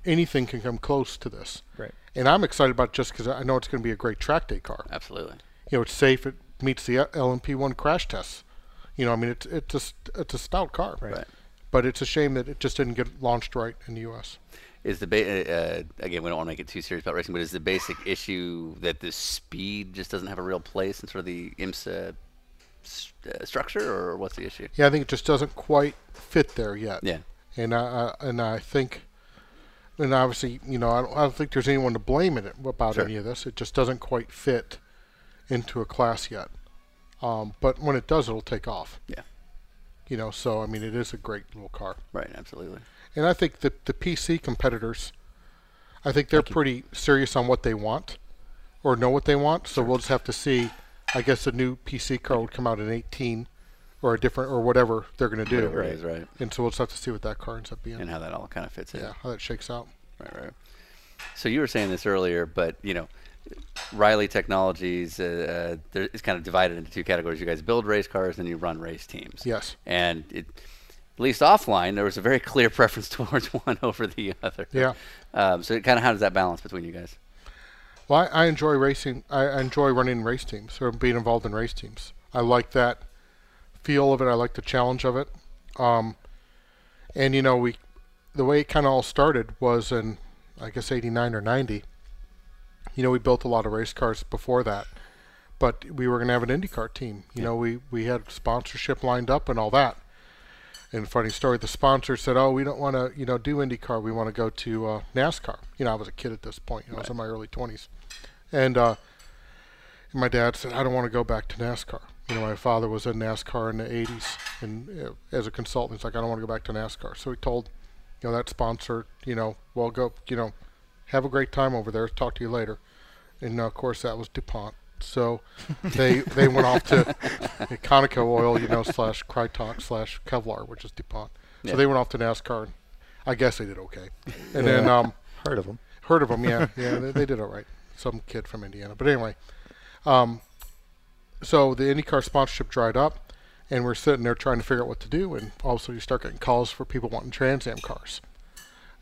Speaker 2: anything can come close to this.
Speaker 3: Right.
Speaker 2: And I'm excited about it just because I know it's going to be a great track day car.
Speaker 1: Absolutely.
Speaker 2: You know, it's safe. It meets the uh, LMP1 crash tests. You know, I mean, it's it's a st- it's a stout car.
Speaker 1: Right.
Speaker 2: But it's a shame that it just didn't get launched right in the U.S.
Speaker 1: Is the ba- uh, uh, again? We don't want to make it too serious about racing, but is the basic issue that the speed just doesn't have a real place in sort of the IMSA s- uh, structure, or what's the issue?
Speaker 2: Yeah, I think it just doesn't quite fit there yet.
Speaker 1: Yeah.
Speaker 2: And I, I and I think, and obviously, you know, I don't, I don't think there's anyone to blame in it about
Speaker 1: Sure.
Speaker 2: any of this. It just doesn't quite fit into a class yet. Um, but when it does, it'll take off.
Speaker 1: Yeah.
Speaker 2: You know, so I mean, it is a great little car.
Speaker 1: Right. Absolutely.
Speaker 2: And I think the the PC competitors, I think they're pretty serious on what they want, or know what they want. So we'll just have to see. I guess the new PC car would come out in 18, or a different, or whatever they're going to do.
Speaker 1: Whatever it is, right.
Speaker 2: And so we'll just have to see what that car ends up being.
Speaker 1: And how that all kind of fits in.
Speaker 2: yeah, how that shakes out.
Speaker 1: Right, right. So you were saying this earlier, but you know, Riley Technologies uh, uh, there, it's kind of divided into two categories. You guys build race cars and you run race teams.
Speaker 2: Yes.
Speaker 1: And it, at least offline, there was a very clear preference towards one over the other.
Speaker 2: Yeah.
Speaker 1: Um, so, kind of, how does that balance between you guys?
Speaker 2: Well, I, I enjoy racing. I, I enjoy running race teams or being involved in race teams. I like that feel of it. I like the challenge of it. Um, and you know, we the way it kind of all started was in, I guess, '89 or '90. You know, we built a lot of race cars before that, but we were going to have an IndyCar team. You know, we we had sponsorship lined up and all that. And funny story, the sponsor said, "Oh, we don't want to, you know, do IndyCar. We want to go to uh, NASCAR." You know, I was a kid at this point. You know, I was in my early 20s, and uh, and my dad said, "I don't want to go back to NASCAR." You know, my father was in NASCAR in the 80s, and uh, as a consultant, he's like, "I don't want to go back to NASCAR." So he told, you know, that sponsor, you know, well, go, you know, have a great time over there. Talk to you later. And uh, of course, that was Dupont. So they they went off to Conoco Oil, you know, slash Krytox slash Kevlar, which is Dupont. So
Speaker 1: Yeah.
Speaker 2: they went off to NASCAR. And I guess they did okay. And then um,
Speaker 3: Heard of them.
Speaker 2: Heard of them, yeah, yeah. They, they did all right. Some kid from Indiana, but anyway. Um, so the IndyCar sponsorship dried up, and we're sitting there trying to figure out what to do, and also you start getting calls for people wanting Trans Am cars,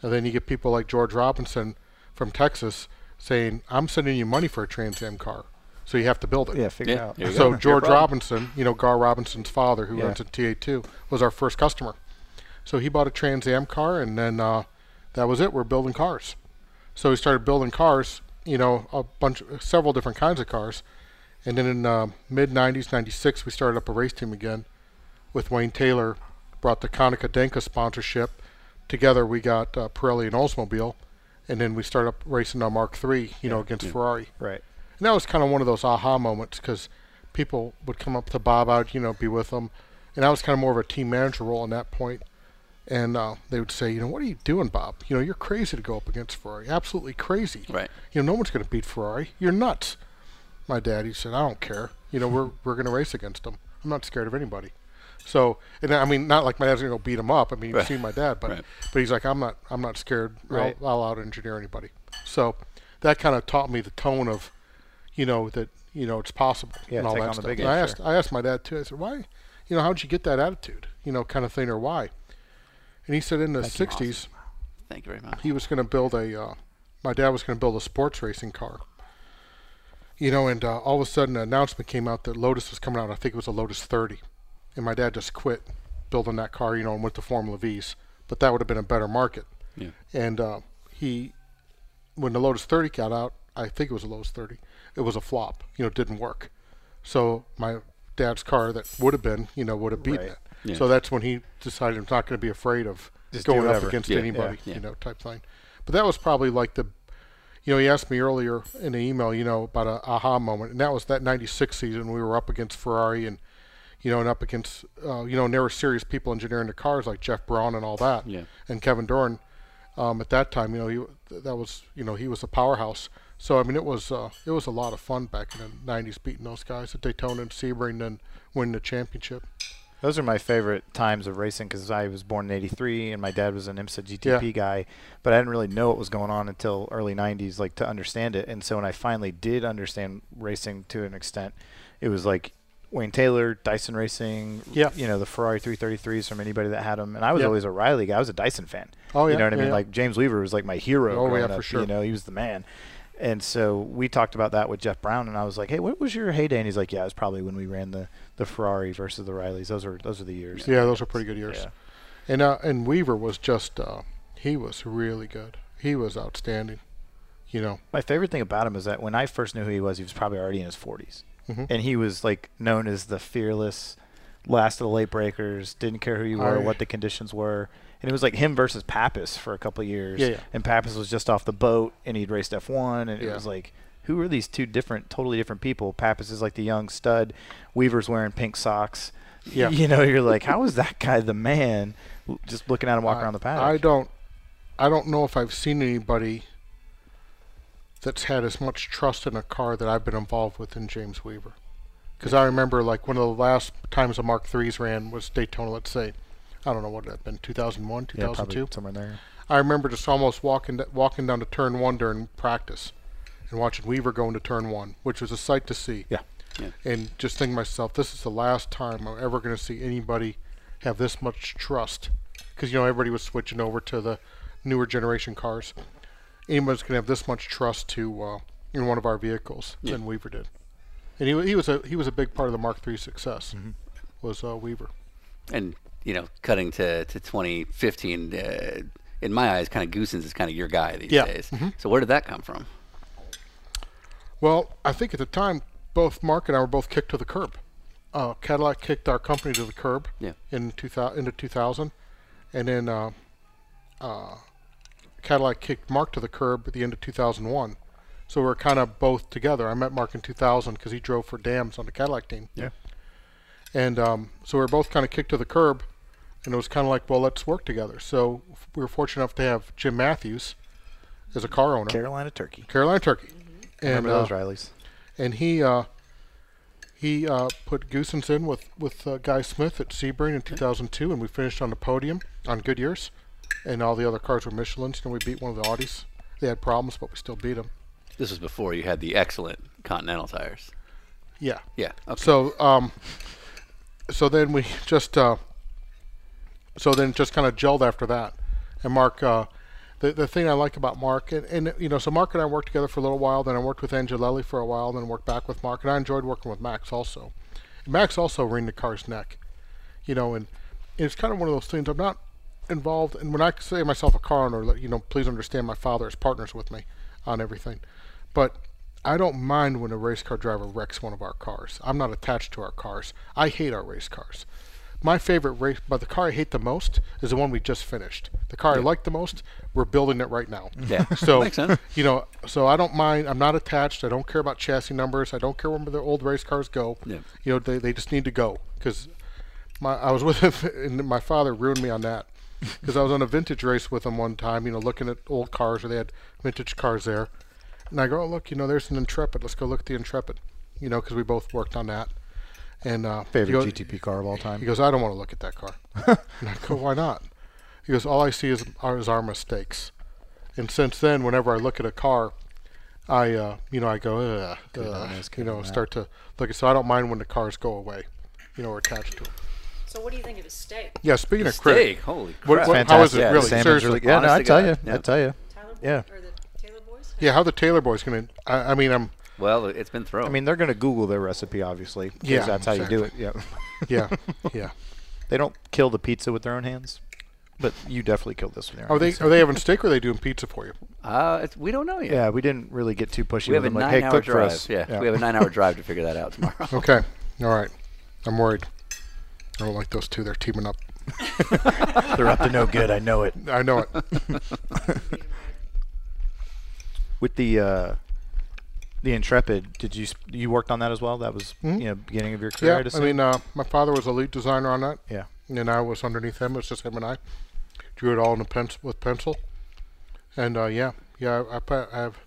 Speaker 2: and then you get people like George Robinson from Texas saying, "I'm sending you money for a Trans Am car, so you have to build it."
Speaker 3: Yeah, figure
Speaker 1: Yeah.
Speaker 3: out.
Speaker 1: Here we go.
Speaker 2: So
Speaker 1: Your
Speaker 2: George
Speaker 1: problem.
Speaker 2: Robinson, you know Gar Robinson's father, who
Speaker 3: Yeah.
Speaker 2: runs a TA2, was our first customer. So he bought a Trans Am car, and then uh, that was it. We're building cars. So we started building cars, you know, a bunch, several different kinds of cars, and then in uh, mid '90s, '96, we started up a race team again with Wayne Taylor. Brought the Konica Denka sponsorship. Together, we got uh, Pirelli and Oldsmobile, and then we started up racing on Mark III, you know, against Ferrari.
Speaker 3: Right.
Speaker 2: And that was kind of one of those aha moments because people would come up to Bob out, you know, be with them. And I was kind of more of a team manager role in that point. And uh, they would say, you know, what are you doing, Bob? You know, you're crazy to go up against Ferrari. Absolutely crazy.
Speaker 1: Right.
Speaker 2: You know, no one's going to beat Ferrari. You're nuts. My dad, he said, I don't care. You know, we're, we're going to race against them. I'm not scared of anybody. So, and I mean, not like my dad's going to go beat him up. I mean, you've
Speaker 1: Right.
Speaker 2: seen my dad, but
Speaker 1: Right.
Speaker 2: but he's like, I'm not I'm not scared.
Speaker 3: Right.
Speaker 2: I'll, I'll out engineer anybody. So that kind of taught me the tone of, you know, that you know it's possible
Speaker 3: Yeah,
Speaker 2: and all
Speaker 3: take
Speaker 2: that
Speaker 3: on the
Speaker 2: stuff.
Speaker 3: big
Speaker 2: And I
Speaker 3: end,
Speaker 2: asked I asked my dad too. I said, why, you know, how'd you get that attitude, you know, kind of thing, or why? And he said in the '60s
Speaker 1: Thank you very much.
Speaker 2: he was going to build a uh, my dad was going to build a sports racing car you know and uh, all of a sudden an announcement came out that lotus was coming out i think it was a lotus 30 and my dad just quit building that car you know and went to formula v's but that would have been a better market
Speaker 1: Yeah.
Speaker 2: and uh, he when the lotus 30 got out i think it was a lotus 30 it was a flop you know it didn't work so my dad's car that would have been you know would have beaten
Speaker 3: Right.
Speaker 2: it
Speaker 1: Yeah.
Speaker 2: so that's when he decided i'm not going to be afraid of
Speaker 3: Just do
Speaker 2: going up
Speaker 3: whatever.
Speaker 2: against
Speaker 1: Yeah.
Speaker 2: anybody
Speaker 1: Yeah.
Speaker 2: you know type thing but that was probably like the you know, he asked me earlier in the email, you know, about a aha moment, and that was that '96 season. We were up against Ferrari, and you know, and up against, uh, you know, and there were serious people engineering the cars like Jeff Braun and all that,
Speaker 1: Yeah.
Speaker 2: and Kevin Doran. Um, at that time, you know, he that was, you know, he was a powerhouse. So I mean, it was uh, it was a lot of fun back in the '90s beating those guys at Daytona and Sebring and winning the championship.
Speaker 3: Those are my favorite times of racing because I was born in '83 and my dad was an IMSA GTP
Speaker 2: Yeah.
Speaker 3: guy, but I didn't really know what was going on until early '90s, like to understand it. And so when I finally did understand racing to an extent, it was like Wayne Taylor, Dyson Racing,
Speaker 2: Yeah.
Speaker 3: you know the Ferrari 333s from anybody that had them. And I was
Speaker 2: Yeah.
Speaker 3: always a Riley guy. I was a Dyson fan.
Speaker 2: Oh, yeah,
Speaker 3: you know what I
Speaker 2: yeah,
Speaker 3: mean?
Speaker 2: yeah.
Speaker 3: Like James Weaver was like my hero.
Speaker 2: Oh, yeah,
Speaker 3: growing
Speaker 2: for
Speaker 3: up,
Speaker 2: sure.
Speaker 3: You know, he was the man. And so we talked about that with Jeff Brown, and I was like, "Hey, what was your heyday?" And he's like, "Yeah, it was probably when we ran the, the Ferrari versus the Rileys. Those are those are the years."
Speaker 2: Yeah, those are pretty good years.
Speaker 3: Yeah.
Speaker 2: And uh, and Weaver was just uh, he was really good. He was outstanding. You know,
Speaker 3: My favorite thing about him is that when I first knew who he was, he was probably already in his 40s,
Speaker 2: Mm-hmm.
Speaker 3: and he was like known as the fearless, last of the late breakers. Didn't care who you were,
Speaker 2: I-
Speaker 3: what the conditions were, and it was like him versus Pappas for a couple of years.
Speaker 2: Yeah, yeah.
Speaker 3: And Pappas was just off the boat, and he'd raced F1, and
Speaker 2: Yeah.
Speaker 3: it was like, who are these two different, totally different people? Pappas is like the young stud. Weaver's wearing pink socks.
Speaker 2: Yeah.
Speaker 3: You know, you're like, how is that guy the man? Just looking at him walking around the paddock.
Speaker 2: I don't I don't know if I've seen anybody that's had as much trust in a car that I've been involved with in James Weaver. Because I remember like one of the last times a Mark Threes ran was Daytona, let's say. I don't know what that been, 2001,
Speaker 3: yeah, probably
Speaker 2: 2002.
Speaker 3: somewhere in there.
Speaker 2: I remember just almost walking walking down to turn one during practice, and watching Weaver go into turn one, which was a sight to see.
Speaker 3: Yeah.
Speaker 2: And just thinking to myself, this is the last time I'm ever going to see anybody have this much trust because you know everybody was switching over to the newer generation cars. Anybody's gonna have this much trust to uh, in one of our vehicles than Weaver did, and he, wa- he was a he was a big part of the Mark III success. Was uh, Weaver?
Speaker 1: and you know, cutting to, to 2015, uh, in my eyes, kind of Goosens is kind of your guy these
Speaker 2: Yeah. Mm-hmm.
Speaker 1: days. So where did that come from?
Speaker 2: Well, I think at the time, both Mark and I were both kicked to the curb. Uh, Cadillac kicked our company to the curb
Speaker 1: Yeah.
Speaker 2: in 2000, into 2000, and then uh, uh, Cadillac kicked Mark to the curb at the end of 2001. So we were kind of both together. I met Mark in 2000 because he drove for Dams on the Cadillac team.
Speaker 3: Yeah.
Speaker 2: And um, so we were both kind of kicked to the curb, and it was kind of like, well, let's work together. So f- we were fortunate enough to have Jim Matthews as a car owner,
Speaker 3: Carolina Turkey.
Speaker 2: Carolina Turkey. And,
Speaker 3: Remember
Speaker 2: uh,
Speaker 3: those Rileys?
Speaker 2: and he uh, he uh, put Goosens in with with uh, Guy Smith at Sebring in 2002, and we finished on the podium on Goodyear's, and all the other cars were Michelin's. And we beat one of the Audis. They had problems, but we still beat them.
Speaker 1: This was before you had the excellent Continental tires.
Speaker 2: Yeah.
Speaker 1: Yeah. Okay.
Speaker 2: So um, so then we just uh, so then just kind of gelled after that, and Mark. Uh, the, the thing I like about Mark and, and you know so Mark and I worked together for a little while then I worked with Angelelli for a while then worked back with Mark and I enjoyed working with Max also Max also wringed the car's neck you know and it's kind of one of those things I'm not involved and when I say myself a car owner like, you know please understand my father is partners with me on everything but I don't mind when a race car driver wrecks one of our cars I'm not attached to our cars I hate our race cars my favorite race, but the car I hate the most is the one we just finished. The car I like the most, we're building it right now.
Speaker 1: Yeah.
Speaker 2: So
Speaker 1: Makes sense.
Speaker 2: you know, so I don't mind. I'm not attached. I don't care about chassis numbers. I don't care where the old race cars go.
Speaker 1: Yeah.
Speaker 2: You know, they, they just need to go because my I was with him and my father ruined me on that because I was on a vintage race with him one time. You know, looking at old cars where they had vintage cars there, and I go, oh look, you know, there's an Intrepid. Let's go look at the Intrepid. You know, because we both worked on that. And uh,
Speaker 3: Favorite
Speaker 2: you know,
Speaker 3: GTP car of all
Speaker 2: he
Speaker 3: time.
Speaker 2: goes, I don't want to look at that car. and I go, why not? He goes, all I see is, are, is our mistakes. And since then, whenever I look at a car, I, uh, you know, I go, ugh, ugh," you
Speaker 3: this, could've
Speaker 2: know,
Speaker 3: done that.
Speaker 2: start to look. at- So I don't mind when the cars go away, you know, or attached to them.
Speaker 5: So what do you think of his steak?
Speaker 2: Yeah, speaking of
Speaker 1: Steak.
Speaker 2: critic,
Speaker 1: Holy crap.
Speaker 2: what, what, how is it
Speaker 1: Yeah,
Speaker 2: really?
Speaker 1: Sam is
Speaker 2: Seriously.
Speaker 3: yeah, no,
Speaker 1: honest
Speaker 3: I
Speaker 1: to
Speaker 3: tell
Speaker 1: God,
Speaker 3: you,
Speaker 1: yeah.
Speaker 3: I tell you.
Speaker 5: Tyler
Speaker 3: Yeah.
Speaker 5: Or the Taylor boys?
Speaker 2: Yeah, how the Taylor boys going to, I I mean, I'm,
Speaker 1: Well, it's been thrown.
Speaker 3: I mean, they're going to Google their recipe, obviously. 'cause
Speaker 2: Yeah,
Speaker 3: that's how you do it. Yeah.
Speaker 2: yeah, yeah.
Speaker 3: they don't kill the pizza with their own hands, but you definitely killed this with your own
Speaker 2: Are they
Speaker 3: hands.
Speaker 2: are they having steak or are they doing pizza for you?
Speaker 1: uh, it's, we don't know yet.
Speaker 3: Yeah, we didn't really get too pushy
Speaker 1: We have
Speaker 3: with
Speaker 1: a
Speaker 3: them. Like,
Speaker 1: nine
Speaker 3: hey,
Speaker 1: hour
Speaker 3: cook
Speaker 1: drive.
Speaker 3: for us.
Speaker 1: Yeah. We have a nine hour drive to figure that out tomorrow.
Speaker 2: Okay, all right. I'm worried. I don't like those two. They're teaming up.
Speaker 3: They're up to no good. I know it.
Speaker 2: I know it.
Speaker 3: With the uh, the Intrepid, did you sp- you worked on that as well? That was you know beginning of your career.
Speaker 2: Yeah,
Speaker 3: I'd
Speaker 2: I
Speaker 3: assume?
Speaker 2: mean, uh, my father was a lead designer on that,
Speaker 3: yeah.
Speaker 2: and I was underneath him. It was just him and I. Drew it all in a pencil with pencil, and uh, yeah, yeah, I, I, put- I have,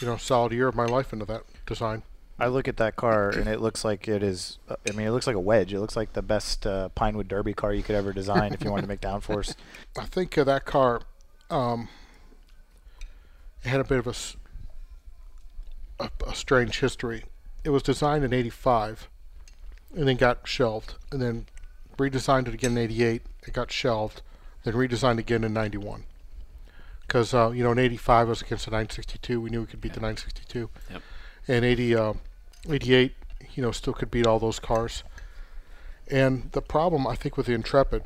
Speaker 2: you know, a solid year of my life into that design.
Speaker 3: I look at that car and it looks like it is. uh, I mean, it looks like a wedge. It looks like the best uh, Pinewood Derby car you could ever design if you wanted to make downforce.
Speaker 2: I think uh, that car, um, it had a bit of a, s- a- a strange history. It was designed in '85, and then got shelved, and then redesigned it again in '88. It got shelved, then redesigned again in '91. Because uh, you know, in '85 was against the 962. We knew we could beat the 962.
Speaker 1: Yep.
Speaker 2: And 80, uh, 88, you know, still could beat all those cars. And the problem I think with the Intrepid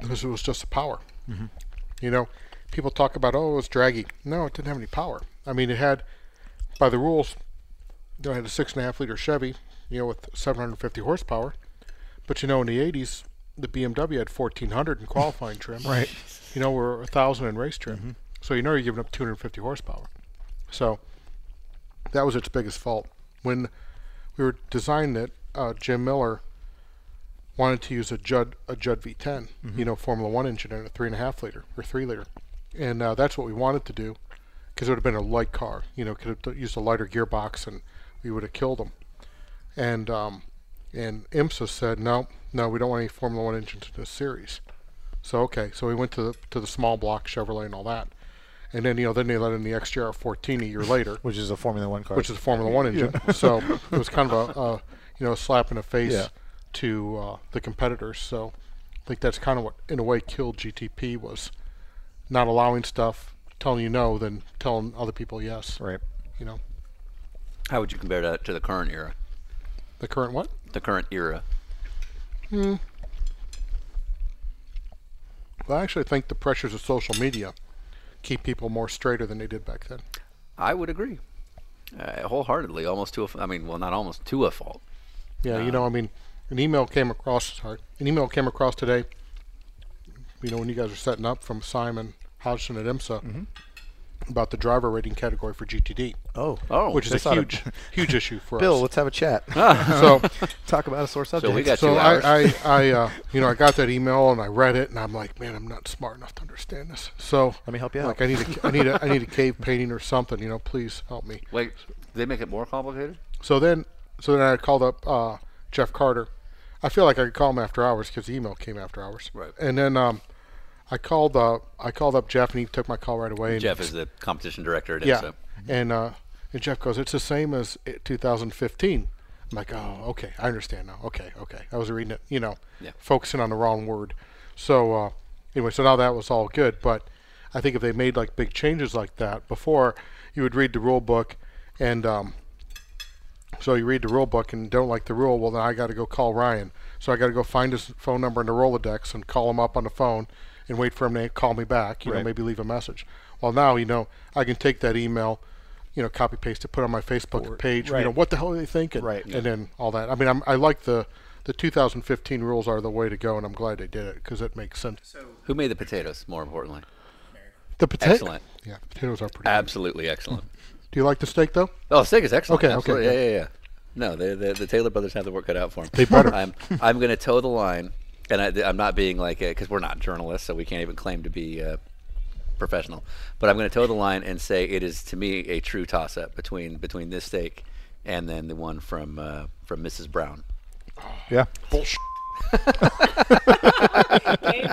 Speaker 2: because it was just the power. You know, people talk about oh it was draggy. No, it didn't have any power. I mean, it had by the rules, you know, it had a six and a half liter Chevy, you know, with 750 horsepower. But you know, in the 80s, the BMW had 1400 in qualifying trim. Right. You know, we're a thousand in race trim. So you know you're giving up 250 horsepower. So that was its biggest fault. When we were designing it, uh, Jim Miller wanted to use a Judd a Judd V10, you know, Formula One engine and a three and a half liter or three liter, and uh, that's what we wanted to do, because it would have been a light car, you know, could have used a lighter gearbox and we would have killed them, and um, and IMSA said no, no, we don't want any Formula One engines in this series, so okay, so we went to the to the small block Chevrolet and all that, and then you know then they let in the XJR 14 a year later,
Speaker 3: which is a Formula One car.
Speaker 2: which is a Formula One engine. So it was kind of a, a you know a slap in the face
Speaker 3: Yeah.
Speaker 2: to uh, the competitors. So I think that's kind of what, in a way, killed GTP was not allowing stuff, telling you no, then telling other people yes.
Speaker 3: Right.
Speaker 2: You know,
Speaker 1: How would you compare that to the current era?
Speaker 2: the current what?
Speaker 1: The current era.
Speaker 2: Well, I actually think the pressures of social media keep people more straighter than they did back then.
Speaker 1: I would agree. Uh, wholeheartedly, almost to a, f- I mean, well, not almost to a fault.
Speaker 2: Yeah, you know, I mean, an email came across. Sorry, an email came across today. You know, when you guys are setting up from Simon Hodgson at IMSA about the driver rating category for GTD,
Speaker 3: Oh.
Speaker 1: Oh,
Speaker 2: which is a
Speaker 3: that's not a-
Speaker 2: huge, huge issue for
Speaker 3: Bill,
Speaker 2: us.
Speaker 3: let's have a chat.
Speaker 2: So,
Speaker 3: Talk about a sore subject.
Speaker 1: we got-
Speaker 2: so
Speaker 1: Two hours.
Speaker 2: I, I, I, uh, you know, I got that email and I read it and I'm like, man, I'm not smart enough to understand this. So
Speaker 3: Let me help you out.
Speaker 2: Like, I need a, I need a, I need a cave painting or something. You know, please help me.
Speaker 1: Wait, they make it more complicated?
Speaker 2: So then, so then I called up uh, Jeff Carter. I feel like I could call him after hours because the email came after hours.
Speaker 1: Right.
Speaker 2: And then um, I called uh, I called up Jeff and he took my call right away. And
Speaker 1: Jeff is Mm-hmm. the competition director at
Speaker 2: yeah.
Speaker 1: IMSA.
Speaker 2: And uh, and Jeff goes, it's the same as it- 2015. I'm like, oh, okay, I understand now. Okay, okay. I was reading it, you know,
Speaker 1: Yeah.
Speaker 2: focusing on the wrong word. So uh, anyway, so now that was all good, but I think if they made like big changes like that before, you would read the rule book, and um, so you read the rule book and don't like the rule, well then I got to go call Ryan. So I got to go find his phone number in the Rolodex and call him up on the phone and wait for him to call me back. You know,
Speaker 3: Right.
Speaker 2: maybe leave a message. Well now you know I can take that email, you know, copy paste it, put it on my Facebook page. You know
Speaker 3: right.
Speaker 2: what the hell are they thinking?
Speaker 3: Right.
Speaker 2: And then all that. I mean, I'm, I like the the 2015 rules are the way to go, and I'm glad they did it because it makes sense.
Speaker 1: Who made the potatoes, more importantly?
Speaker 2: The potato.
Speaker 1: Excellent.
Speaker 2: Yeah, potatoes are pretty. good.
Speaker 1: Absolutely excellent.
Speaker 2: Do you like the steak though?
Speaker 1: Oh, steak is excellent.
Speaker 2: Okay, okay,
Speaker 1: Absolutely.
Speaker 2: good.
Speaker 1: Yeah, yeah, yeah. No, they, they, the Taylor brothers have the work cut out for them.
Speaker 2: They better.
Speaker 1: I'm, I'm going to toe the line, and I, am not being like, because we're not journalists, so we can't even claim to be uh, professional. But I'm going to toe the line and say it is, to me, a true toss up between between this steak and then the one from uh, from Mrs. Brown.
Speaker 3: yeah.
Speaker 5: Game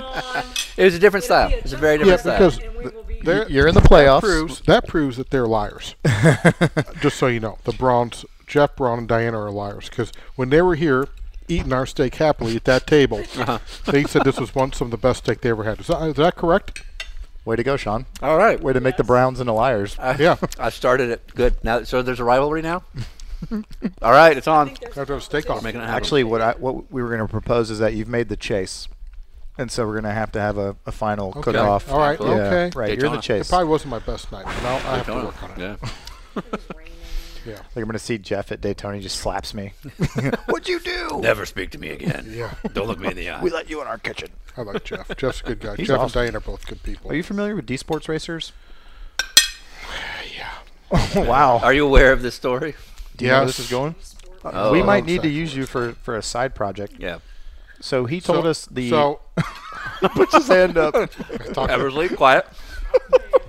Speaker 5: on.
Speaker 1: It was a different
Speaker 5: It'll
Speaker 1: style.
Speaker 5: be a
Speaker 1: It's a very
Speaker 2: Yeah,
Speaker 1: different style.
Speaker 2: because
Speaker 5: And we will be.
Speaker 2: they're-
Speaker 3: You're in the playoffs.
Speaker 2: proves that proves that they're liars. Just so you know, the Browns, Jeff Brown and Diana are liars because when they were here eating our steak happily at that table,
Speaker 1: Uh-huh.
Speaker 2: they said this was one some of the best steak they ever had. Is that, is that correct?
Speaker 3: Way to go, Sean.
Speaker 1: All right.
Speaker 3: Way to make the Browns into liars.
Speaker 2: yeah.
Speaker 1: I started it. Good. Now, so there's a rivalry now? All right, it's on.
Speaker 5: there's
Speaker 2: Have to have steak on.
Speaker 1: Making it happen.
Speaker 3: Actually, what I what we were going to propose is that you've made the chase, and so we're going to have to have a, a final
Speaker 2: Okay.
Speaker 3: cook off.
Speaker 2: All right.
Speaker 3: Yeah,
Speaker 2: Okay.
Speaker 3: Right. You're
Speaker 1: Daytona.
Speaker 3: the chase.
Speaker 2: It probably wasn't my best night. But I'll, I have to
Speaker 1: Daytona.
Speaker 2: work on it.
Speaker 1: Yeah.
Speaker 5: raining.
Speaker 2: Yeah.
Speaker 3: Like I'm going to see Jeff at Daytona. He just slaps me. What'd you do?
Speaker 1: Never speak to me again.
Speaker 2: Yeah.
Speaker 1: Don't look me in the eye.
Speaker 3: We let you in our kitchen.
Speaker 2: I like Jeff. Jeff's a good guy.
Speaker 3: He's
Speaker 2: Jeff
Speaker 3: awesome.
Speaker 2: and Diane are both good people.
Speaker 3: Are you familiar with D Sports Racers?
Speaker 2: yeah.
Speaker 3: wow.
Speaker 1: Are you aware of this story?
Speaker 3: Uh, Do you know where
Speaker 2: Yes.
Speaker 3: this is going?
Speaker 2: Uh,
Speaker 1: Oh,
Speaker 3: we
Speaker 1: I
Speaker 3: might
Speaker 2: know
Speaker 3: need to
Speaker 2: exactly
Speaker 3: use you for, for a side project.
Speaker 1: Yeah.
Speaker 3: So he told
Speaker 2: So-
Speaker 3: us the
Speaker 2: so
Speaker 3: put his hand up.
Speaker 1: Eversley, quiet.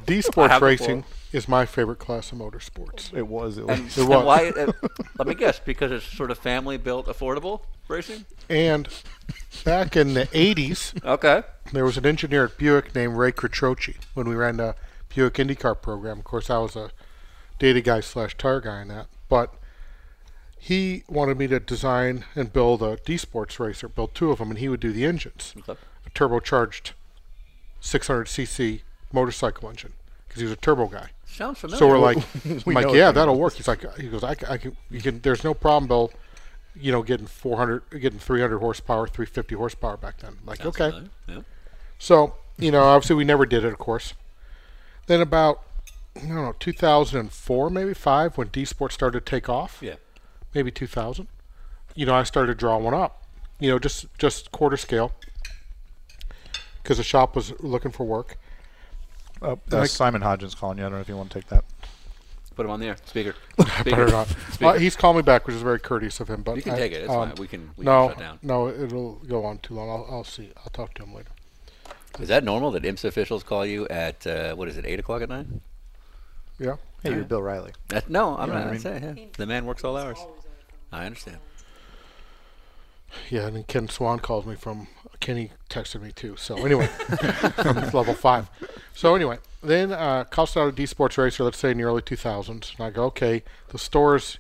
Speaker 2: D
Speaker 1: I
Speaker 2: Sports
Speaker 1: have the
Speaker 2: Racing is my favorite class of motorsports.
Speaker 3: It was. It
Speaker 1: And,
Speaker 3: was. Oh,
Speaker 1: and
Speaker 2: was.
Speaker 1: why? Uh, let me guess. Because it's sort of family built, affordable racing.
Speaker 2: And back in the
Speaker 1: Oh.
Speaker 2: 80s,
Speaker 1: Okay.
Speaker 2: there was an engineer at Buick named Ray Critroci when we ran the Buick IndyCar program. Of course, I was a data guy slash tire guy in that. But he wanted me to design and build a D Sports racer, build two of them, and he would do the engines.
Speaker 1: Okay.
Speaker 2: A turbocharged 600cc motorcycle engine because he was a turbo guy.
Speaker 1: Sounds familiar.
Speaker 2: So we're like, I'm
Speaker 3: know
Speaker 2: like,
Speaker 3: it
Speaker 2: yeah,
Speaker 3: now."
Speaker 2: that'll work. He's like, uh, he goes, I, c- I can, you can. There's no problem, Bill. You know, getting 400, getting 300 horsepower, 350 horsepower back then. I'm like, okay.
Speaker 1: Familiar, yeah.
Speaker 2: So you know, obviously we never did it, of course. Then about, I don't know, 2004, maybe five, when D Sports started to take off.
Speaker 1: Yeah.
Speaker 2: Maybe 2000. You know, I started to draw one up. You know, just just quarter scale. Because the shop was looking for work.
Speaker 3: Uh, uh,
Speaker 2: like-
Speaker 3: Simon Hodgins calling you. I don't know if you want to take that.
Speaker 1: Put him on the air. Speaker.
Speaker 2: Better
Speaker 1: Speaker.
Speaker 2: not. Uh, he's calling me back, which is very courteous of him. But
Speaker 1: You can
Speaker 2: I-
Speaker 1: take it. It's
Speaker 2: um,
Speaker 1: fine. We can. We
Speaker 2: no,
Speaker 1: can shut down.
Speaker 2: no, it'll go on too long. I'll, I'll see. I'll talk to him later.
Speaker 1: Is that normal that IMSA officials call you at uh, what is it, eight o'clock at night?
Speaker 2: Yeah.
Speaker 3: Hey, you're Bill Riley.
Speaker 1: That, no, I'm not.
Speaker 3: I
Speaker 1: I
Speaker 3: mean-
Speaker 1: say, yeah. The man works all hours.
Speaker 5: Always on the phone.
Speaker 1: I understand.
Speaker 2: Yeah, and then Ken Swan calls me from Kenny texted me too. So anyway, from level five. So anyway, then uh, cost out a D Sports Racer, let's say in the early 2000s, and I go, okay, the stores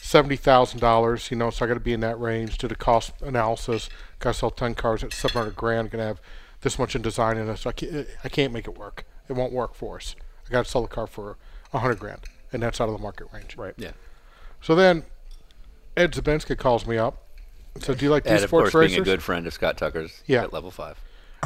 Speaker 2: seventy thousand dollars. You know, so I got to be in that range. Did a cost analysis. Got to sell ten cars at seven hundred grand. Gonna have this much in design in it. So I can't, I can't make it work. It won't work for us. I got to sell the car for a hundred grand, and that's out of the market range. Right.
Speaker 1: Yeah.
Speaker 2: So then, Ed Zabinska calls me up. So do you like these
Speaker 1: And of
Speaker 2: sports
Speaker 1: course,
Speaker 2: racers?
Speaker 1: being a good friend of Scott Tucker's
Speaker 2: Yeah.
Speaker 1: at level five.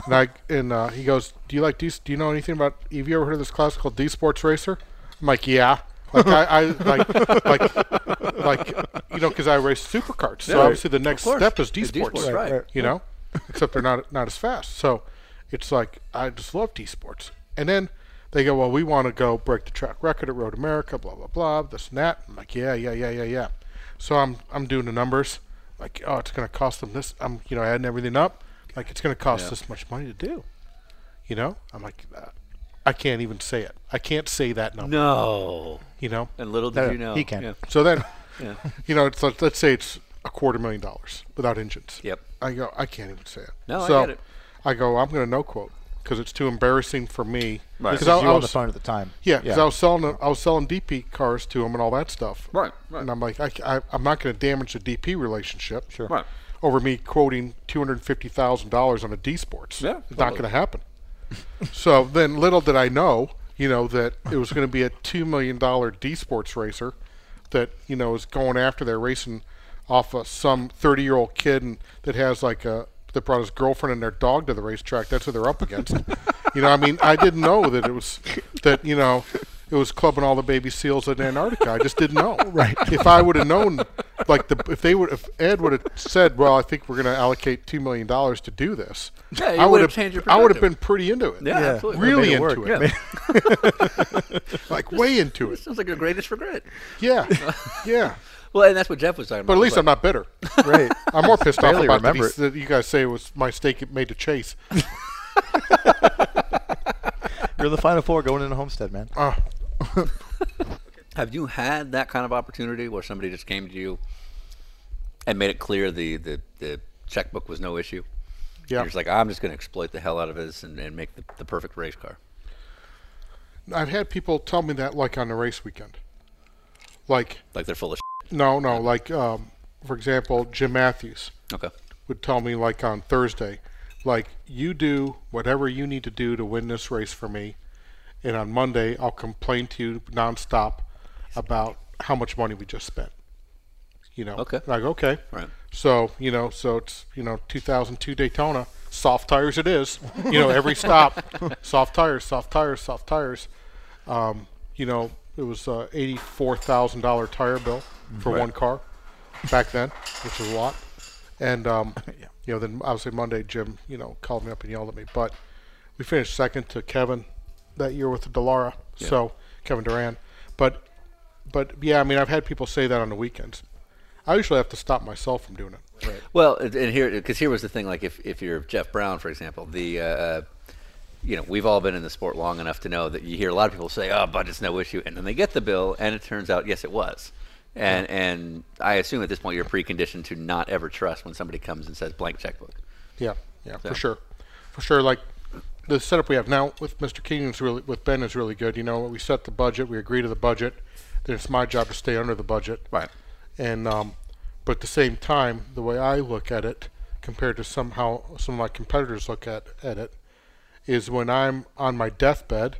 Speaker 2: And I and uh, he goes, "Do you like these? Do you know anything about? Have you ever heard of this class called D Sports Racer?" I'm like, "Yeah." Like I, I like like like you know because I race supercars, so
Speaker 1: Yeah.
Speaker 2: obviously the next
Speaker 1: course.
Speaker 2: step is D
Speaker 1: It's
Speaker 2: Sports,
Speaker 1: D-Sports, right. Right.
Speaker 2: You know, except they're not not as fast. So it's like I just love D Sports, and then. They go, well, we want to go break the track record at Road America, blah blah blah, this and that. I'm like, yeah, yeah, yeah, yeah, yeah. So I'm I'm doing the numbers, like, oh, it's going to cost them this. I'm you know adding everything up, like it's going to cost this much money to do. You know, I'm like, uh, I can't even say it. I can't say that number.
Speaker 1: No.
Speaker 2: You know.
Speaker 1: And little did
Speaker 3: No,
Speaker 1: you know.
Speaker 3: he can.
Speaker 1: Yeah.
Speaker 2: So then,
Speaker 1: Yeah.
Speaker 2: you know, it's like, let's say it's a quarter million dollars without engines.
Speaker 1: Yep.
Speaker 2: I go, I can't even say it.
Speaker 1: No, I
Speaker 2: so
Speaker 1: get it.
Speaker 2: I go, I'm going to no quote because it's too embarrassing for me.
Speaker 1: Right.
Speaker 2: Because
Speaker 1: This
Speaker 2: I,
Speaker 3: you
Speaker 2: I
Speaker 3: on the
Speaker 2: was-
Speaker 3: phone at the time.
Speaker 2: Yeah, because I was selling I was selling DP cars to him and all that stuff.
Speaker 1: Right, right.
Speaker 2: And I'm like, I, I, I'm not going to damage the DP relationship. Sure.
Speaker 1: Right.
Speaker 2: Over me quoting two hundred fifty thousand dollars on a D Sports.
Speaker 1: Yeah,
Speaker 2: It's not going to happen. so then, little did I know, you know, that it was going to be a two million dollar D Sports racer that you know is going after their racing off of some thirty year old kid and that has like a that brought his girlfriend and their dog to the racetrack. That's who they're up against. you know, I mean, I didn't know that it was that you know it was clubbing all the baby seals in Antarctica. I just didn't know. Right. If I would have known, like the if they would if Ed would have said, well, I think we're going to allocate two million dollars to do this.
Speaker 1: Yeah, you
Speaker 2: I
Speaker 1: would've
Speaker 2: would have
Speaker 1: changed your
Speaker 2: I would have
Speaker 1: perspective.
Speaker 2: been pretty into it.
Speaker 1: Yeah, absolutely.
Speaker 2: Really
Speaker 1: Made
Speaker 2: into
Speaker 1: it work.
Speaker 2: it.
Speaker 1: Yeah.
Speaker 2: Like way into it.
Speaker 1: Sounds like your greatest regret.
Speaker 2: Yeah. Yeah.
Speaker 1: Well, and that's what Jeff was talking about.
Speaker 2: But at
Speaker 1: It was
Speaker 2: least
Speaker 1: like-
Speaker 2: I'm not bitter.
Speaker 3: Right.
Speaker 2: I'm more pissed off
Speaker 3: Barely
Speaker 2: about that,
Speaker 3: remember
Speaker 2: he- that you guys say it was my mistake it made to chase.
Speaker 3: You're in the final four going into Homestead, man.
Speaker 2: Uh,
Speaker 1: Have you had that kind of opportunity where somebody just came to you and made it clear the, the, the checkbook was no issue?
Speaker 2: yeah.
Speaker 1: You're just like, I'm just going to exploit the hell out of this and, and make the, the perfect race car.
Speaker 2: I've had people tell me that like on the race weekend. Like
Speaker 1: Like they're full of
Speaker 2: no, no, like um, for example, Jim Matthews
Speaker 1: shit. Okay.
Speaker 2: would tell me like on Thursday, like you do whatever you need to do to win this race for me, and on Monday I'll complain to you nonstop about how much money we just spent. You know.
Speaker 1: Okay.
Speaker 2: Like okay.
Speaker 1: Right.
Speaker 2: So you know, so it's you know, 2002 Daytona, soft tires it is. You know, every stop, soft tires, soft tires, soft tires. Um, you know, it was a eighty-four thousand dollar tire bill for one car back then, which was a lot. And um, you know, then obviously Monday, Jim, you know, called me up and yelled at me. But we finished second to Kevin that year with the Delara. So Kevin Duran, but but yeah, I mean, I've had people say that on the weekends. I usually have to stop myself from doing it.
Speaker 1: Well, and and here because here was the thing. Like if, if you're Jeff Brown, for example, the uh, you know we've all been in the sport long enough to know that you hear a lot of people say, "Oh, budget's no issue," and then they get the bill, and it turns out, yes, it was. And and I assume at this point you're preconditioned to not ever trust when somebody comes and says blank checkbook.
Speaker 2: Yeah, yeah,
Speaker 1: Yeah.
Speaker 2: for sure, for sure. Like the setup we have now with Mr. Keenan's really with Ben is really good. You know, we set the budget, we agree to the budget. Then it's my job to stay under the budget.
Speaker 1: Right.
Speaker 2: And um, but at the same time, the way I look at it compared to somehow some of my competitors look at at it is when I'm on my deathbed,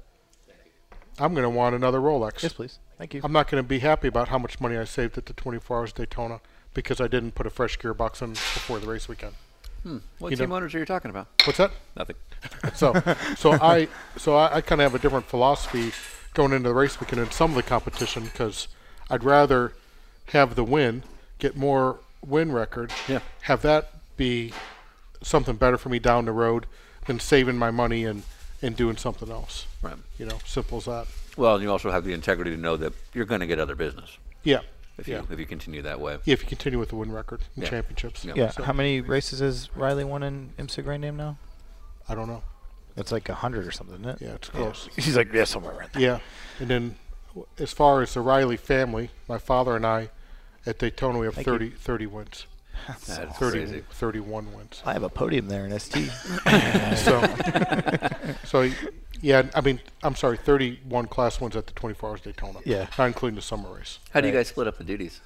Speaker 2: I'm going to want another Rolex.
Speaker 3: Yes, please. Thank you.
Speaker 2: I'm not going to be happy about how much money I saved at the 24 Hours Daytona because I didn't put a fresh gearbox in before the race weekend.
Speaker 1: What
Speaker 2: You
Speaker 1: team
Speaker 2: know-
Speaker 1: owners are you talking about?
Speaker 2: What's that?
Speaker 1: Nothing.
Speaker 2: So, so I, so I, I kind of have a different philosophy going into the race weekend and some of the competition because I'd rather have the win, get more win record,
Speaker 1: Yeah.
Speaker 2: have that be something better for me down the road than saving my money and and doing something else.
Speaker 1: Right.
Speaker 2: You know, simple as that.
Speaker 1: Well, and you also have the integrity to know that you're going to get other business
Speaker 2: Yeah.
Speaker 1: if
Speaker 2: yeah.
Speaker 1: you if you continue that way.
Speaker 2: if you continue with the win record and
Speaker 1: Yeah.
Speaker 2: championships.
Speaker 1: Yeah.
Speaker 3: yeah.
Speaker 2: So,
Speaker 3: How many races has Riley won in IMSA Grand Am now?
Speaker 2: I don't know.
Speaker 3: It's like 100 or something, isn't it?
Speaker 2: Yeah, it's close.
Speaker 3: He's like, yeah, somewhere around there.
Speaker 2: Yeah, and then w- as far as the Riley family, my father and I at Daytona we have
Speaker 3: you.
Speaker 2: thirty thirty 30, 30 wins,
Speaker 1: That's
Speaker 2: 30,
Speaker 1: crazy.
Speaker 2: 31 wins.
Speaker 3: I have a podium there in ST.
Speaker 2: So, so y- yeah, I mean, I'm sorry, 31 class wins at the 24 Hours Daytona.
Speaker 3: Yeah.
Speaker 2: not including the summer race.
Speaker 1: How do you guys split up the duties?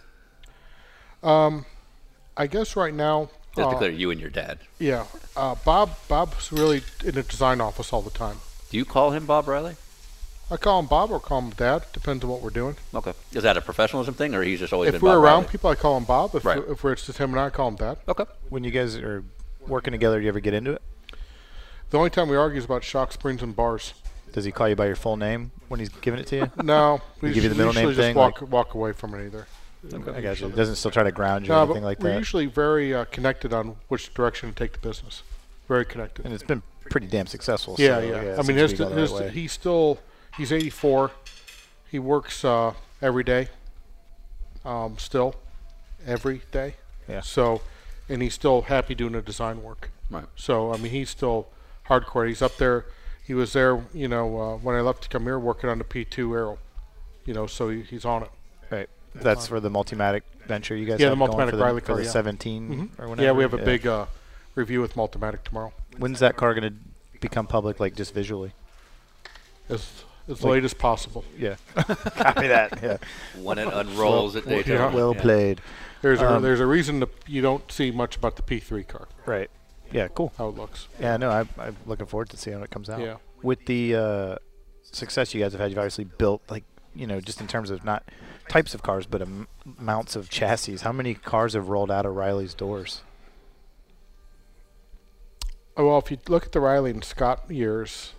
Speaker 2: I guess right now,
Speaker 1: Just to
Speaker 2: uh,
Speaker 1: clear, you and your dad.
Speaker 2: yeah, uh, Bob Bob's really in the design office all the time.
Speaker 1: Do you call him Bob Riley?
Speaker 2: I call him Bob or call him Dad, depends on what we're doing.
Speaker 1: Okay. Is that a professionalism thing, or he's just always
Speaker 2: if
Speaker 1: been
Speaker 2: we're
Speaker 1: Bob
Speaker 2: around
Speaker 1: Riley?
Speaker 2: people, I call him Bob. If,
Speaker 1: Right.
Speaker 2: if we're it's just him and I, I call him Dad.
Speaker 1: Okay.
Speaker 3: When you guys are working together, do you ever get into it?
Speaker 2: The only time we argue is about shock springs and bars.
Speaker 3: Does he call you by your full name when he's giving it to you?
Speaker 2: No, we
Speaker 3: give you the
Speaker 2: usually-
Speaker 3: middle
Speaker 2: we
Speaker 3: name
Speaker 2: usually
Speaker 3: thing,
Speaker 2: just walk walk away from it either.
Speaker 3: I got you. Doesn't still try to ground you or
Speaker 2: No, but
Speaker 3: anything like
Speaker 2: we're
Speaker 3: that.
Speaker 2: usually very uh, connected on which direction to take the business. Very connected.
Speaker 3: and it's been pretty damn successful.
Speaker 2: yeah,
Speaker 3: so,
Speaker 2: yeah.
Speaker 3: it
Speaker 2: I
Speaker 3: seems
Speaker 2: mean,
Speaker 3: to
Speaker 2: his,
Speaker 3: be going the
Speaker 2: his,
Speaker 3: right way.
Speaker 2: he's still he's 84. He works uh, every day. Um, still, every day.
Speaker 3: Yeah.
Speaker 2: So, and he's still happy doing the design work.
Speaker 1: Right.
Speaker 2: So I mean, he's still hardcore. He's up there. He was there, you know, uh, when I left to come here working on the P2 arrow. You know, so he, he's on it.
Speaker 3: right. That's for the Multimatic venture you guys
Speaker 2: Yeah,
Speaker 3: have
Speaker 2: the
Speaker 3: going for
Speaker 2: Multimatic
Speaker 3: the,
Speaker 2: Riley
Speaker 3: for
Speaker 2: car,
Speaker 3: the
Speaker 2: yeah. Mm-hmm.
Speaker 3: 17 or whatever.
Speaker 2: yeah, we have a big uh, review with Multimatic tomorrow.
Speaker 3: When's that car going to become public, like just visually?
Speaker 2: As as late as possible.
Speaker 3: Yeah. Copy that. Yeah.
Speaker 1: When it unrolls at Daytona.
Speaker 2: yeah.
Speaker 3: Well played.
Speaker 2: There's
Speaker 3: Um,
Speaker 2: a, there's a reason that you don't see much about the P3 car
Speaker 3: Right. Yeah, cool.
Speaker 2: how it looks.
Speaker 3: Yeah, no, I'm, I'm looking forward to seeing when it comes out.
Speaker 2: Yeah.
Speaker 3: With the uh, success you guys have had, you've obviously built like you know just in terms of not types of cars, but am- amounts of chassis. How many cars have rolled out of Riley's doors?
Speaker 2: Oh, well, if you look at the Riley and Scott years,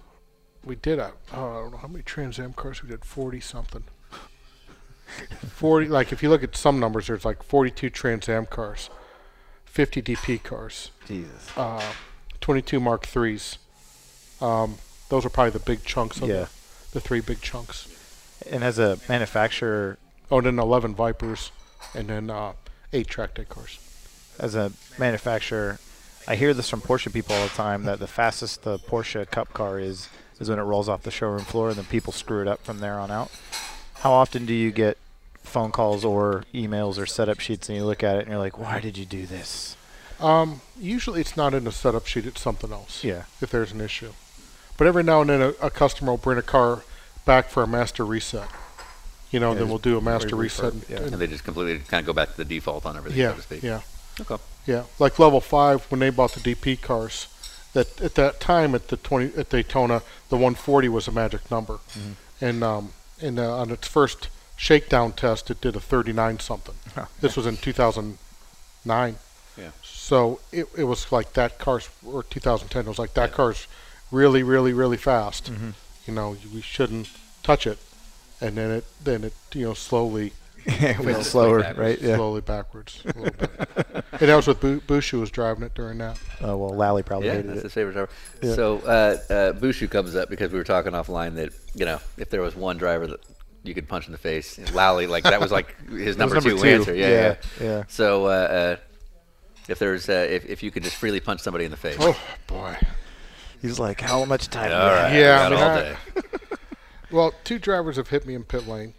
Speaker 2: we did a oh, I don't know how many Trans Am cars we did forty something. forty like if you look at some numbers, there's like forty-two Trans Am cars, fifty DP cars, uh,
Speaker 3: Jesus.
Speaker 2: twenty-two Mark threes. Um, those are probably the big chunks of
Speaker 3: Yeah.
Speaker 2: the, the three big chunks.
Speaker 3: And as a manufacturer,
Speaker 2: Oh, and then eleven Vipers, and then uh, eight track day cars.
Speaker 3: as a manufacturer, I hear this from Porsche people all the time that the fastest the Porsche Cup car is is when it rolls off the showroom floor, and then people screw it up from there on out. How often do you get phone calls or emails or setup sheets, and you look at it and you're like, "Why did you do this?"
Speaker 2: Usually it's not in the setup sheet, it's something else.
Speaker 3: Yeah.
Speaker 2: If there's an issue. But every now and then a, a customer will bring a car back for a master reset. You know, and then
Speaker 3: just
Speaker 2: we'll do a master
Speaker 3: refurb,
Speaker 2: reset.
Speaker 3: yeah.
Speaker 2: and-
Speaker 1: And they just completely kind of go back to the default on everything,
Speaker 2: yeah,
Speaker 1: so to speak.
Speaker 2: yeah,
Speaker 1: Okay.
Speaker 2: yeah. Like level five when they bought the DP cars, that at that time at the twenty at Daytona, the one forty was a magic number. And um and uh, on its first shakedown test it did a thirty nine something. This was in two thousand nine.
Speaker 1: Yeah.
Speaker 2: So it, it was like that car's or 2010 it was like that car's really really really fast. You know we shouldn't touch it, and then it then it you know slowly
Speaker 3: it went slower,
Speaker 1: backwards.
Speaker 3: right? Yeah.
Speaker 2: slowly backwards a little bit. and that was with Bu- Bush who was driving it during that.
Speaker 3: Oh well, Lally probably
Speaker 1: Yeah,
Speaker 3: hated
Speaker 1: that's the
Speaker 3: it.
Speaker 1: favorite driver. So uh, uh, Bushu comes up because we were talking offline that you know if there was one driver that you could punch in the face, Lally like that was like his number,
Speaker 3: number
Speaker 1: two,
Speaker 3: two.
Speaker 1: answer. Yeah, yeah.
Speaker 3: Yeah, yeah.
Speaker 1: So uh, uh, if there's uh, if if you could just freely punch somebody in the face,
Speaker 2: Oh boy.
Speaker 3: He's like, "How much time?" do
Speaker 1: all
Speaker 3: we
Speaker 1: right,
Speaker 3: have?"
Speaker 2: Yeah,
Speaker 1: yeah,
Speaker 2: I mean,
Speaker 1: all
Speaker 2: I-
Speaker 1: day.
Speaker 2: Well, two drivers have hit me in pit lane,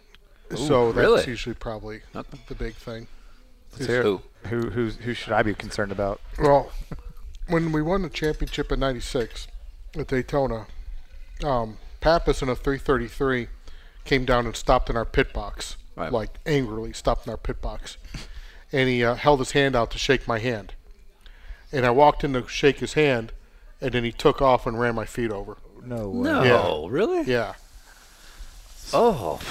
Speaker 2: so that's
Speaker 1: really?
Speaker 2: usually probably the big thing.
Speaker 3: Let's hear it.
Speaker 1: Who?
Speaker 3: Who who who should I be concerned about?
Speaker 2: Well, when we won the championship in '96 at Daytona, um, Pappas in a 333 came down and stopped in our pit box,
Speaker 1: Right.
Speaker 2: like angrily stopped in our pit box, and he uh, held his hand out to shake my hand, and I walked in to shake his hand, and then he took off and ran my feet over.
Speaker 3: No. way.
Speaker 1: No,
Speaker 2: Yeah.
Speaker 1: really?
Speaker 2: Yeah,
Speaker 1: Oh,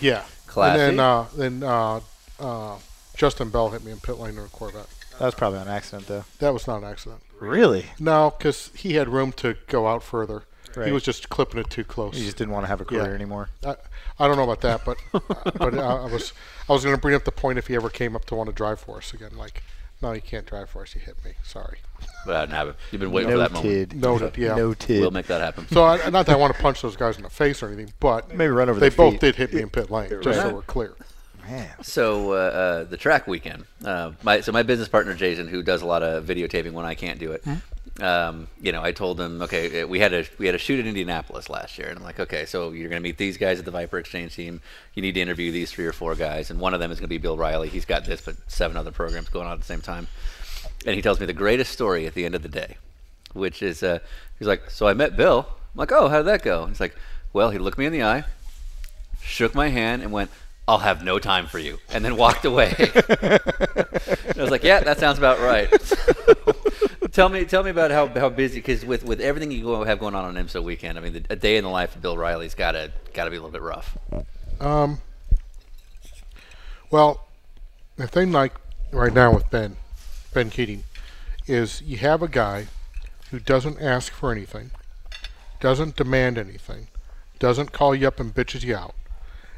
Speaker 2: yeah.
Speaker 1: Classy.
Speaker 2: And then, uh, then uh, uh, Justin Bell hit me in pit lane in a Corvette.
Speaker 3: That was probably an accident though.
Speaker 2: That was not an accident.
Speaker 3: Really?
Speaker 2: No, because he had room to go out further. He
Speaker 3: Right.
Speaker 2: was just clipping it too close.
Speaker 3: You just didn't want to have a career anymore.
Speaker 2: I, I don't know about that, but but I, I was I was going to bring up the point if he ever came up to want to drive for us again. Like, no, you can't drive for us. You hit me. Sorry.
Speaker 1: Well, that didn't happen. You've been waiting for that moment.
Speaker 2: Noted. Yeah.
Speaker 3: Noted.
Speaker 1: We'll make that happen.
Speaker 2: So I, not that I want to punch those guys in the face or anything, but
Speaker 3: Maybe run over
Speaker 2: They
Speaker 3: their
Speaker 2: both
Speaker 3: feet.
Speaker 2: did hit me in pit lane, just so
Speaker 1: Right.
Speaker 2: we're clear.
Speaker 3: Man.
Speaker 1: So uh, uh, the track weekend. Uh, my so my business partner Jason, who does a lot of videotaping when I can't do it. Um, you know, I told him, okay, uh, we had a we had a shoot in Indianapolis last year, and I'm like, okay, so you're gonna meet these guys at the Viper Exchange team. You need to interview these three or four guys, and one of them is gonna be Bill Riley. He's got this, but seven other programs going on at the same time. And he tells me the greatest story at the end of the day, which is uh, he's like, so I met Bill. I'm like, oh, how did that go? And he's like, well, he looked me in the eye, shook my hand and went, "I'll have no time for you," and then walked away. yeah, that sounds about right. tell me, tell me about how, how busy because with, with everything you go, have going on on IMSA weekend, I mean, the, a day in the life of Bill Riley's gotta gotta be a little bit rough.
Speaker 2: Well, the thing like right now with Ben, Ben Keating, is you have a guy who doesn't ask for anything, doesn't demand anything, doesn't call you up and bitches you out.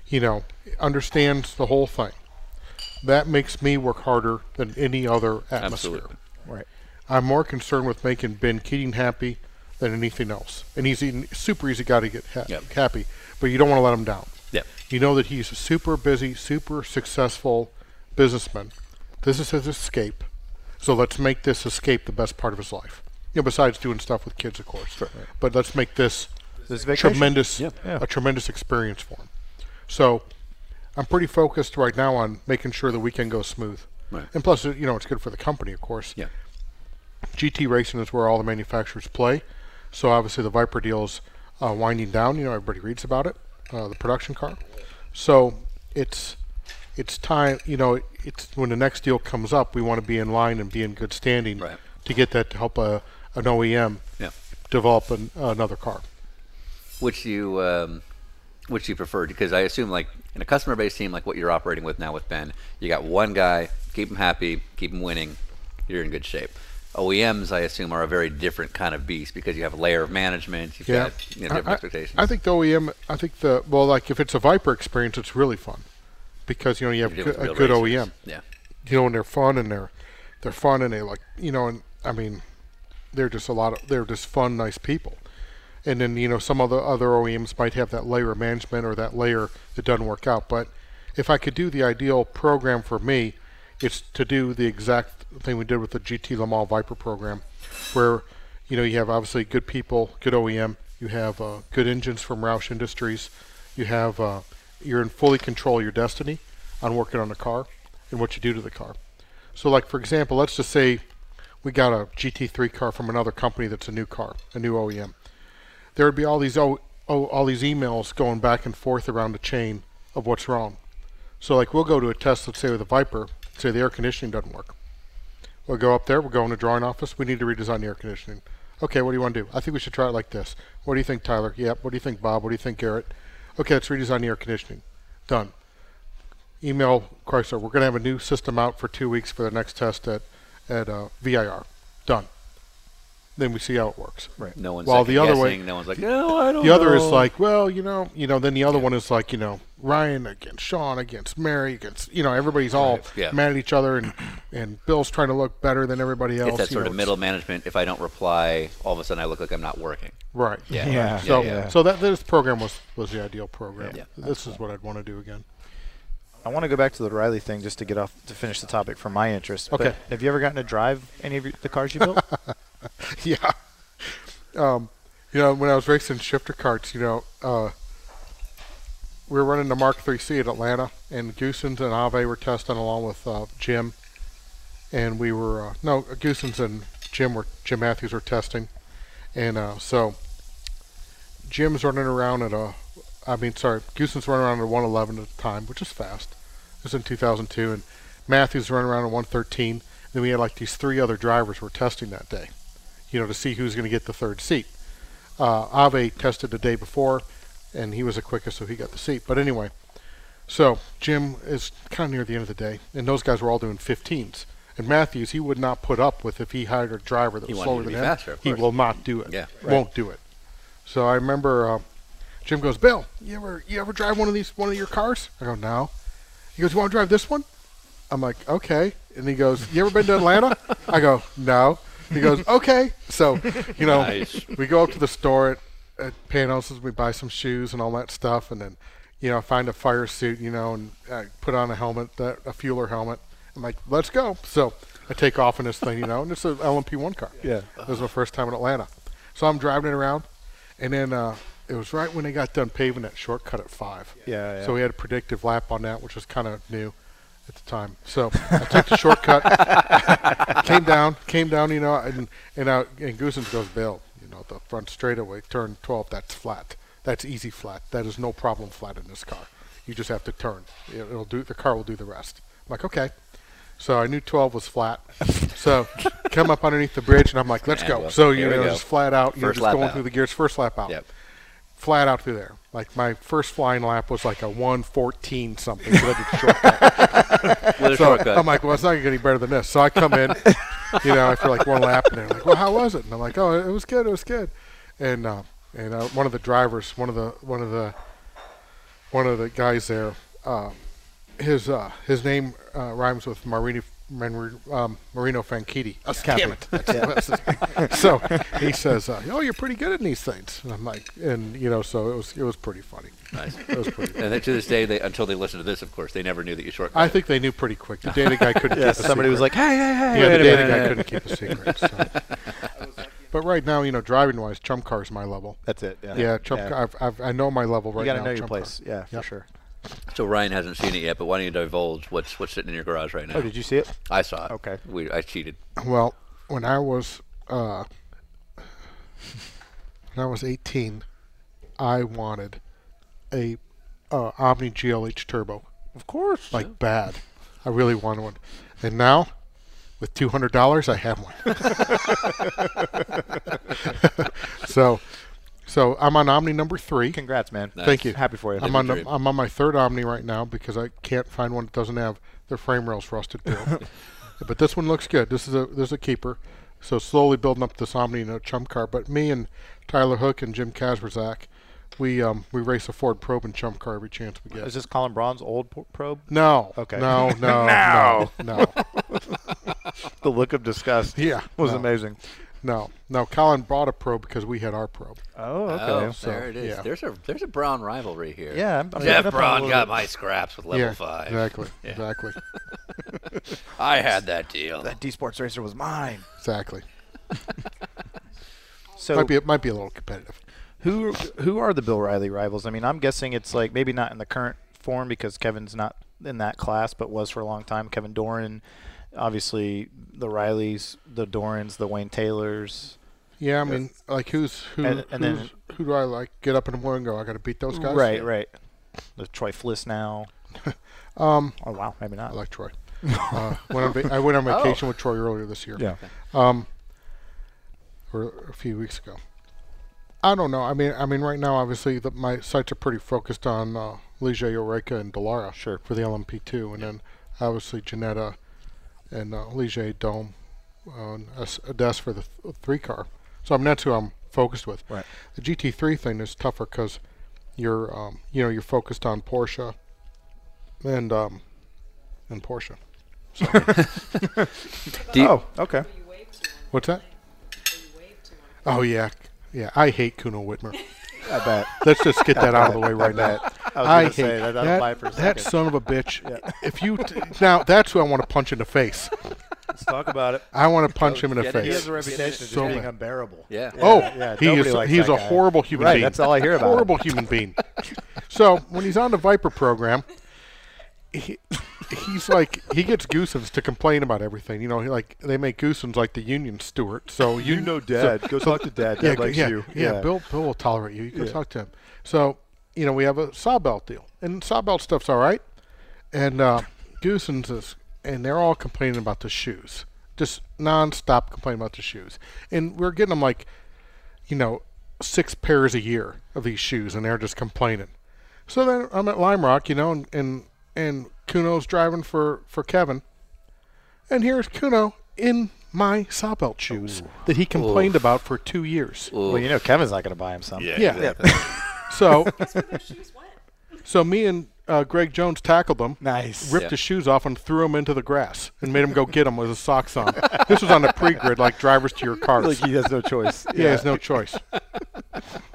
Speaker 2: You know, understands the whole thing. That makes me work harder than any other atmosphere.
Speaker 1: Absolutely.
Speaker 3: Right.
Speaker 2: I'm more concerned with making Ben Keating happy than anything else. And he's a super easy guy to get ha-
Speaker 1: Yep.
Speaker 2: happy, but you don't want to let him down.
Speaker 1: Yep.
Speaker 2: You know that he's a super busy, super successful businessman. This is his escape. So let's make this escape the best part of his life. You know, besides doing stuff with kids, of course. But let's make this
Speaker 3: This vacation.
Speaker 2: tremendous
Speaker 3: Yeah.
Speaker 2: a tremendous experience for him. So I'm pretty focused right now on making sure the weekend goes smooth.
Speaker 1: Right.
Speaker 2: And plus, you know, it's good for the company, of course.
Speaker 1: Yeah.
Speaker 2: GT racing is where all the manufacturers play. So obviously the Viper deal's uh, winding down. You know, everybody reads about it, uh, the production car. So it's it's time. You know, it's when the next deal comes up, we want to be in line and be in good standing
Speaker 1: Right.
Speaker 2: to get that to help a, an OEM
Speaker 1: Yeah.
Speaker 2: develop an, another car.
Speaker 1: Which you um, which you preferred because I assume like in a customer based team like what you're operating with now with Ben, you got one guy, keep him happy, keep him winning, you're in good shape. OEMs, I assume, are a very different kind of beast because you have a layer of management, you've
Speaker 2: Yeah,
Speaker 1: got you know, different
Speaker 2: I- I-
Speaker 1: expectations.
Speaker 2: I think the OEM. I think the well, like if it's a Viper experience, it's really fun because you know you have
Speaker 1: You're
Speaker 2: go-
Speaker 1: dealing with
Speaker 2: a
Speaker 1: real
Speaker 2: good E
Speaker 1: racers.
Speaker 2: OEM.
Speaker 1: Yeah.
Speaker 2: You know, and they're fun and they're they're fun and they like you know, and I mean, they're just a lot of they're just fun, nice people. And then you know, some other other OEMs might have that layer of management or that layer that doesn't work out. But if I could do the ideal program for me, it's to do the exact thing we did with the GT Le Mans Viper program, where you know you have obviously good people, good OEM, you have uh, good engines from Roush Industries, you have uh, you're in fully control of your destiny on working on the car and what you do to the car. So like for example, let's just say we got a GT3 car from another company that's a new car, a new OEM there would be all these oh, oh, all these emails going back and forth around the chain of what's wrong. So like we'll go to a test, let's say with a Viper, say the air conditioning doesn't work. We'll go up there, we'll go in the drawing office, we need to redesign the air conditioning. Okay, what do you want to do? I think we should try it like this. What do you think, Tyler? Yep. What do you think, Bob? What do you think, Garrett? Okay, let's redesign the air conditioning. Done. Email Chrysler. We're going to have a new system out for two weeks for the next test at at uh, VIR. Done. Then we see how it works. Right.
Speaker 1: No one's
Speaker 2: While the other
Speaker 1: second-guessing,
Speaker 2: way,
Speaker 1: no one's like, No, I don't
Speaker 2: the other is
Speaker 1: know."
Speaker 2: like, well, you know, you know. Then the other one is like, you know, Ryan against Sean against Mary against, you know, everybody's all
Speaker 1: yeah.
Speaker 2: mad at each other, and and Bill's trying to look better than everybody else.
Speaker 1: it's that
Speaker 2: you
Speaker 1: sort
Speaker 2: know,
Speaker 1: of middle management. If I don't reply, all of a sudden I look like I'm not working.
Speaker 2: right?
Speaker 1: Yeah.
Speaker 3: Yeah.
Speaker 2: So,
Speaker 1: yeah.
Speaker 2: so that this program was was the ideal program.
Speaker 1: Yeah.
Speaker 2: This is what I'd want to do again.
Speaker 3: I want to go back to the Riley thing just to get off to finish the topic for my interest. but
Speaker 2: Okay.
Speaker 3: have you ever gotten to drive any of your, the cars you built?
Speaker 2: yeah. Um, you know, when I was racing shifter carts, you know, uh, we were running the Mark 3C at Atlanta, and Goosens and Ave were testing along with uh, Jim, and we were uh, no Goosens and Jim were Jim Matthews were testing, and uh, so Jim's running around at a, I mean, sorry, Goosen's running around at 111 at the time, which is fast. This is in 2002, and Matthews running around at 113. Then we had like these three other drivers were testing that day, you know, to see who's going to get the third seat. Uh, Ave tested the day before, and he was the quickest, so he got the seat. But anyway, so Jim is kind of near the end of the day, and those guys were all doing 15s. And Matthews, he would not put up with if he hired a driver that
Speaker 1: He
Speaker 2: was
Speaker 1: wanted
Speaker 2: slower
Speaker 1: you to
Speaker 2: than
Speaker 1: be
Speaker 2: him.
Speaker 1: faster, of
Speaker 2: he
Speaker 1: course.
Speaker 2: will not do it.
Speaker 1: Yeah,
Speaker 2: won't do it. So I remember uh, Jim goes, Bill, you ever you ever drive one of these one of your cars? I go, no. He goes, you want to drive this one? I'm like, okay. And he goes, you ever been to Atlanta? I go, no. He goes, okay. So, you know,
Speaker 1: Nice.
Speaker 2: we go up to the store at, at Panos and we buy some shoes and all that stuff, and then you know, I find a fire suit, you know, and I put on a helmet, that, a fueler helmet. I'm like, let's go. So I take off in this thing, you know, and it's an LMP1 car. Yeah. It was my first time in Atlanta. So I'm driving it around, and then uh, it was right when they got done paving that shortcut at 5.
Speaker 3: Yeah, yeah.
Speaker 2: So we had a predictive lap on that, which was kind of new at the time. So I took the shortcut, came down, came down, you know, and and, uh, and Goosens goes, Bill, you know, the front straightaway, turn 12, that's flat. That's easy flat. That is no problem flat in this car. You just have to turn. It- It'll do. The car will do the rest. I'm like, okay. So I knew 12 was flat. So come up underneath the bridge, and I'm like, let's
Speaker 1: Yeah,
Speaker 2: go.
Speaker 1: well,
Speaker 2: so you
Speaker 1: here we
Speaker 2: know,
Speaker 1: go.
Speaker 2: just flat out, you're
Speaker 1: First
Speaker 2: just
Speaker 1: lap
Speaker 2: going
Speaker 1: out.
Speaker 2: through the gears, first lap out,
Speaker 1: Yep.
Speaker 2: flat out through there. Like my first flying lap was like a 114 something. So I did a shortcut.
Speaker 1: What a
Speaker 2: So
Speaker 1: shortcut.
Speaker 2: I'm like, well, it's not going to get any better than this. So I come in, you know, after like one lap, and they're like, well, how was it? And I'm like, oh, it was good, it was good. And uh, and uh, one of the drivers, one of the one of the one of the guys there, uh, his uh, his name uh, rhymes with Marini. Man- Um, Marino Fanchiti. Oh, damn it. That's- that's his- so he says, uh, "Oh, you're pretty good at these things." And I'm like, and you know, so it was it was pretty funny.
Speaker 1: Nice.
Speaker 2: It was pretty.
Speaker 1: and then to this day, they until they listened to this, of course, they never knew that you shortcut.
Speaker 2: I think they knew pretty quick. The data guy couldn't.
Speaker 3: Yeah,
Speaker 2: keep a
Speaker 3: somebody was
Speaker 2: secret.
Speaker 3: like, hey, hey, hey.
Speaker 2: Yeah,
Speaker 3: wait
Speaker 2: the
Speaker 3: a
Speaker 2: data
Speaker 3: minute.
Speaker 2: guy couldn't keep a secret. So. but right now, you know, driving wise, Trump Car's my level.
Speaker 3: That's it. Yeah,
Speaker 2: Yeah, Trump. Car, I've, I've, I know my level right
Speaker 3: you got to
Speaker 2: now.
Speaker 3: know your
Speaker 2: Trump car.
Speaker 3: place. Yeah, for
Speaker 2: Yep.
Speaker 3: sure.
Speaker 1: so Ryan hasn't seen it yet, but why don't you divulge what's what's sitting in your garage right now?
Speaker 3: Oh, did you see it?
Speaker 1: I saw it.
Speaker 3: Okay.
Speaker 1: We, I cheated.
Speaker 2: Well, when I was uh, when I was 18, I wanted a uh, Omni GLH turbo,
Speaker 3: Of course.
Speaker 2: like bad. I really wanted one, and now with two hundred dollars, I have one. so, so I'm on Omni number three.
Speaker 3: Congrats, man.
Speaker 2: Thank you.
Speaker 3: Happy for you.
Speaker 2: I'm
Speaker 1: a
Speaker 2: on the,
Speaker 1: dream.
Speaker 2: I'm on my third Omni right now because I can't find one that doesn't have their frame rails rusted through. but this one looks good. This is a this is a keeper. So slowly building up this Omni in a chump car. But me and Tyler Hook and Jim Kasperzak, we um we race a Ford Probe and chump car every chance we get.
Speaker 3: Is this Colin Braun's old p- probe?
Speaker 2: no.
Speaker 3: Okay.
Speaker 2: No. No. no. No.
Speaker 3: The look of disgust.
Speaker 2: Yeah,
Speaker 3: was
Speaker 2: no.
Speaker 3: amazing.
Speaker 2: No. No. Colin brought a probe because we had our probe.
Speaker 3: Oh, okay.
Speaker 1: Oh,
Speaker 2: so,
Speaker 1: there it is.
Speaker 2: yeah.
Speaker 1: There's a there's a Brown rivalry here.
Speaker 3: Yeah, I'm- I'm
Speaker 1: Jeff
Speaker 3: picking up on it a
Speaker 1: Brown
Speaker 3: little
Speaker 1: got
Speaker 3: bit.
Speaker 1: my scraps with level
Speaker 2: yeah.
Speaker 1: five.
Speaker 2: Exactly.
Speaker 1: Yeah.
Speaker 2: Exactly.
Speaker 1: I had that deal.
Speaker 3: that D Sports Racer was mine.
Speaker 2: Exactly.
Speaker 3: So
Speaker 2: Might be might be a little competitive.
Speaker 3: who who are the Bill Riley rivals? I mean, I'm guessing it's like maybe not in the current form because Kevin's not in that class, but was for a long time. Kevin Doran, obviously the Rileys, the Dorans, the Wayne Taylors.
Speaker 2: Yeah, I mean, like who's who?
Speaker 3: And- and then-
Speaker 2: who's, who do I like? Get up in the morning and go. I got to beat those guys.
Speaker 3: Right, right. The Troy Fliss now. um. Oh wow, maybe not.
Speaker 2: I like Troy. uh, went on va- I went on vacation with Troy earlier this year.
Speaker 3: Oh.
Speaker 2: Um,
Speaker 3: yeah.
Speaker 2: or a few weeks ago. I don't know. I mean, I mean, right now, obviously, the, my sights are pretty focused on uh, Ligia Eureka and Delara. Sure. For the LMP2, and then obviously Janetta and uh, Ligia Dome, uh, and S- Des for the th- three car. So I mean, that's who I'm focused with.
Speaker 3: Right.
Speaker 2: The GT3 thing is tougher because you're, um, you know, you're focused on Porsche and um, and Porsche.
Speaker 1: Do you-
Speaker 3: Oh, okay.
Speaker 5: You wave to him.
Speaker 2: What's that?
Speaker 5: You wave to him.
Speaker 2: Oh yeah, yeah. I hate Kuno Whitmer.
Speaker 3: I bet.
Speaker 2: Let's just get that out of the way right now.
Speaker 3: I was
Speaker 2: I
Speaker 3: gonna
Speaker 2: hate
Speaker 3: say that. That'll buy for a
Speaker 2: that
Speaker 3: second.
Speaker 2: son of a bitch. If you t- now, that's who I want to punch in the face.
Speaker 3: Let's talk about it.
Speaker 2: I want to punch him in the
Speaker 1: get it.
Speaker 2: face.
Speaker 1: He has a
Speaker 3: reputation
Speaker 2: of So just being bad.
Speaker 3: unbearable.
Speaker 1: Yeah.
Speaker 2: oh,
Speaker 3: yeah,
Speaker 2: he
Speaker 3: nobody
Speaker 2: is.
Speaker 3: likes
Speaker 2: He's
Speaker 3: that
Speaker 2: a
Speaker 3: guy.
Speaker 2: horrible human
Speaker 3: Right,
Speaker 2: being.
Speaker 3: that's all I hear about him.
Speaker 2: Horrible human being. So when he's on the Viper program, he, he's like he gets Goosens to complain about everything. You know, he like they make Goosens like the Union Stewart. So you, know,
Speaker 3: Dad, go talk to Dad. Dad
Speaker 2: go-
Speaker 3: likes
Speaker 2: yeah,
Speaker 3: you.
Speaker 2: Yeah, Bill, Bill will tolerate you. You can talk to him. So, you know, we have a sawbelt deal, and sawbelt stuff's all right. And uh, Goosen's is, and they're all complaining about the shoes, just nonstop complaining about the shoes. And we're getting them like, you know, six pairs a year of these shoes, and they're just complaining. So then I'm at Lime Rock, you know, and and, and Kuno's driving for for Kevin, and here's Kuno in my sawbelt shoes that he complained about for two years.
Speaker 3: Well, you know, Kevin's not going to buy him some. Yeah.
Speaker 2: Yeah. so,
Speaker 5: Where those shoes went.
Speaker 2: so me and uh, Greg Jones tackled him,
Speaker 3: Nice.
Speaker 2: ripped
Speaker 1: Yeah.
Speaker 2: his shoes off, and threw him into the grass, and made him go get him with his socks on. this was on the pre-grid, like drivers to your cars.
Speaker 3: Like he has no choice.
Speaker 2: yeah, he has no choice.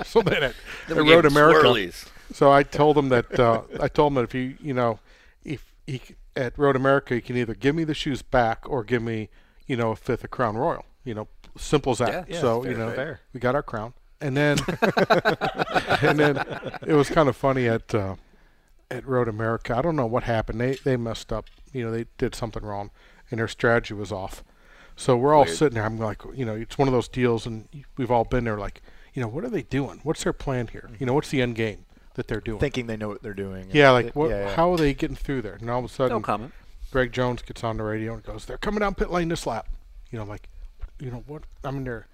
Speaker 2: so then it,
Speaker 1: Then
Speaker 2: it
Speaker 1: we gave
Speaker 2: rode
Speaker 1: him
Speaker 2: America.
Speaker 1: swirlies.
Speaker 2: So I told him that uh, I told him that if you you know if he c- at Road America you can either give me the shoes back or give me you know a fifth of Crown Royal. You know, simple as that.
Speaker 1: Yeah, yeah,
Speaker 2: so
Speaker 1: fair,
Speaker 2: you know
Speaker 1: fair.
Speaker 2: we got our crown, and then and then it was kind of funny at uh, at Road America. I don't know what happened. They they messed up. You know, they did something wrong, and their strategy was off. So we're all sitting there. I'm like, you know, it's one of those deals, and we've all been there. Like, you know, what are they doing? What's their plan here? You know, what's the end game that they're doing?
Speaker 3: Thinking they know what they're doing.
Speaker 2: Yeah, like
Speaker 3: It-
Speaker 2: what?
Speaker 3: yeah, yeah.
Speaker 2: How are they getting through there? And all of a sudden,
Speaker 1: No comment.
Speaker 2: Greg Jones gets on the radio and goes, "They're coming down pit lane this lap." You know, like, you know what? I mean, they're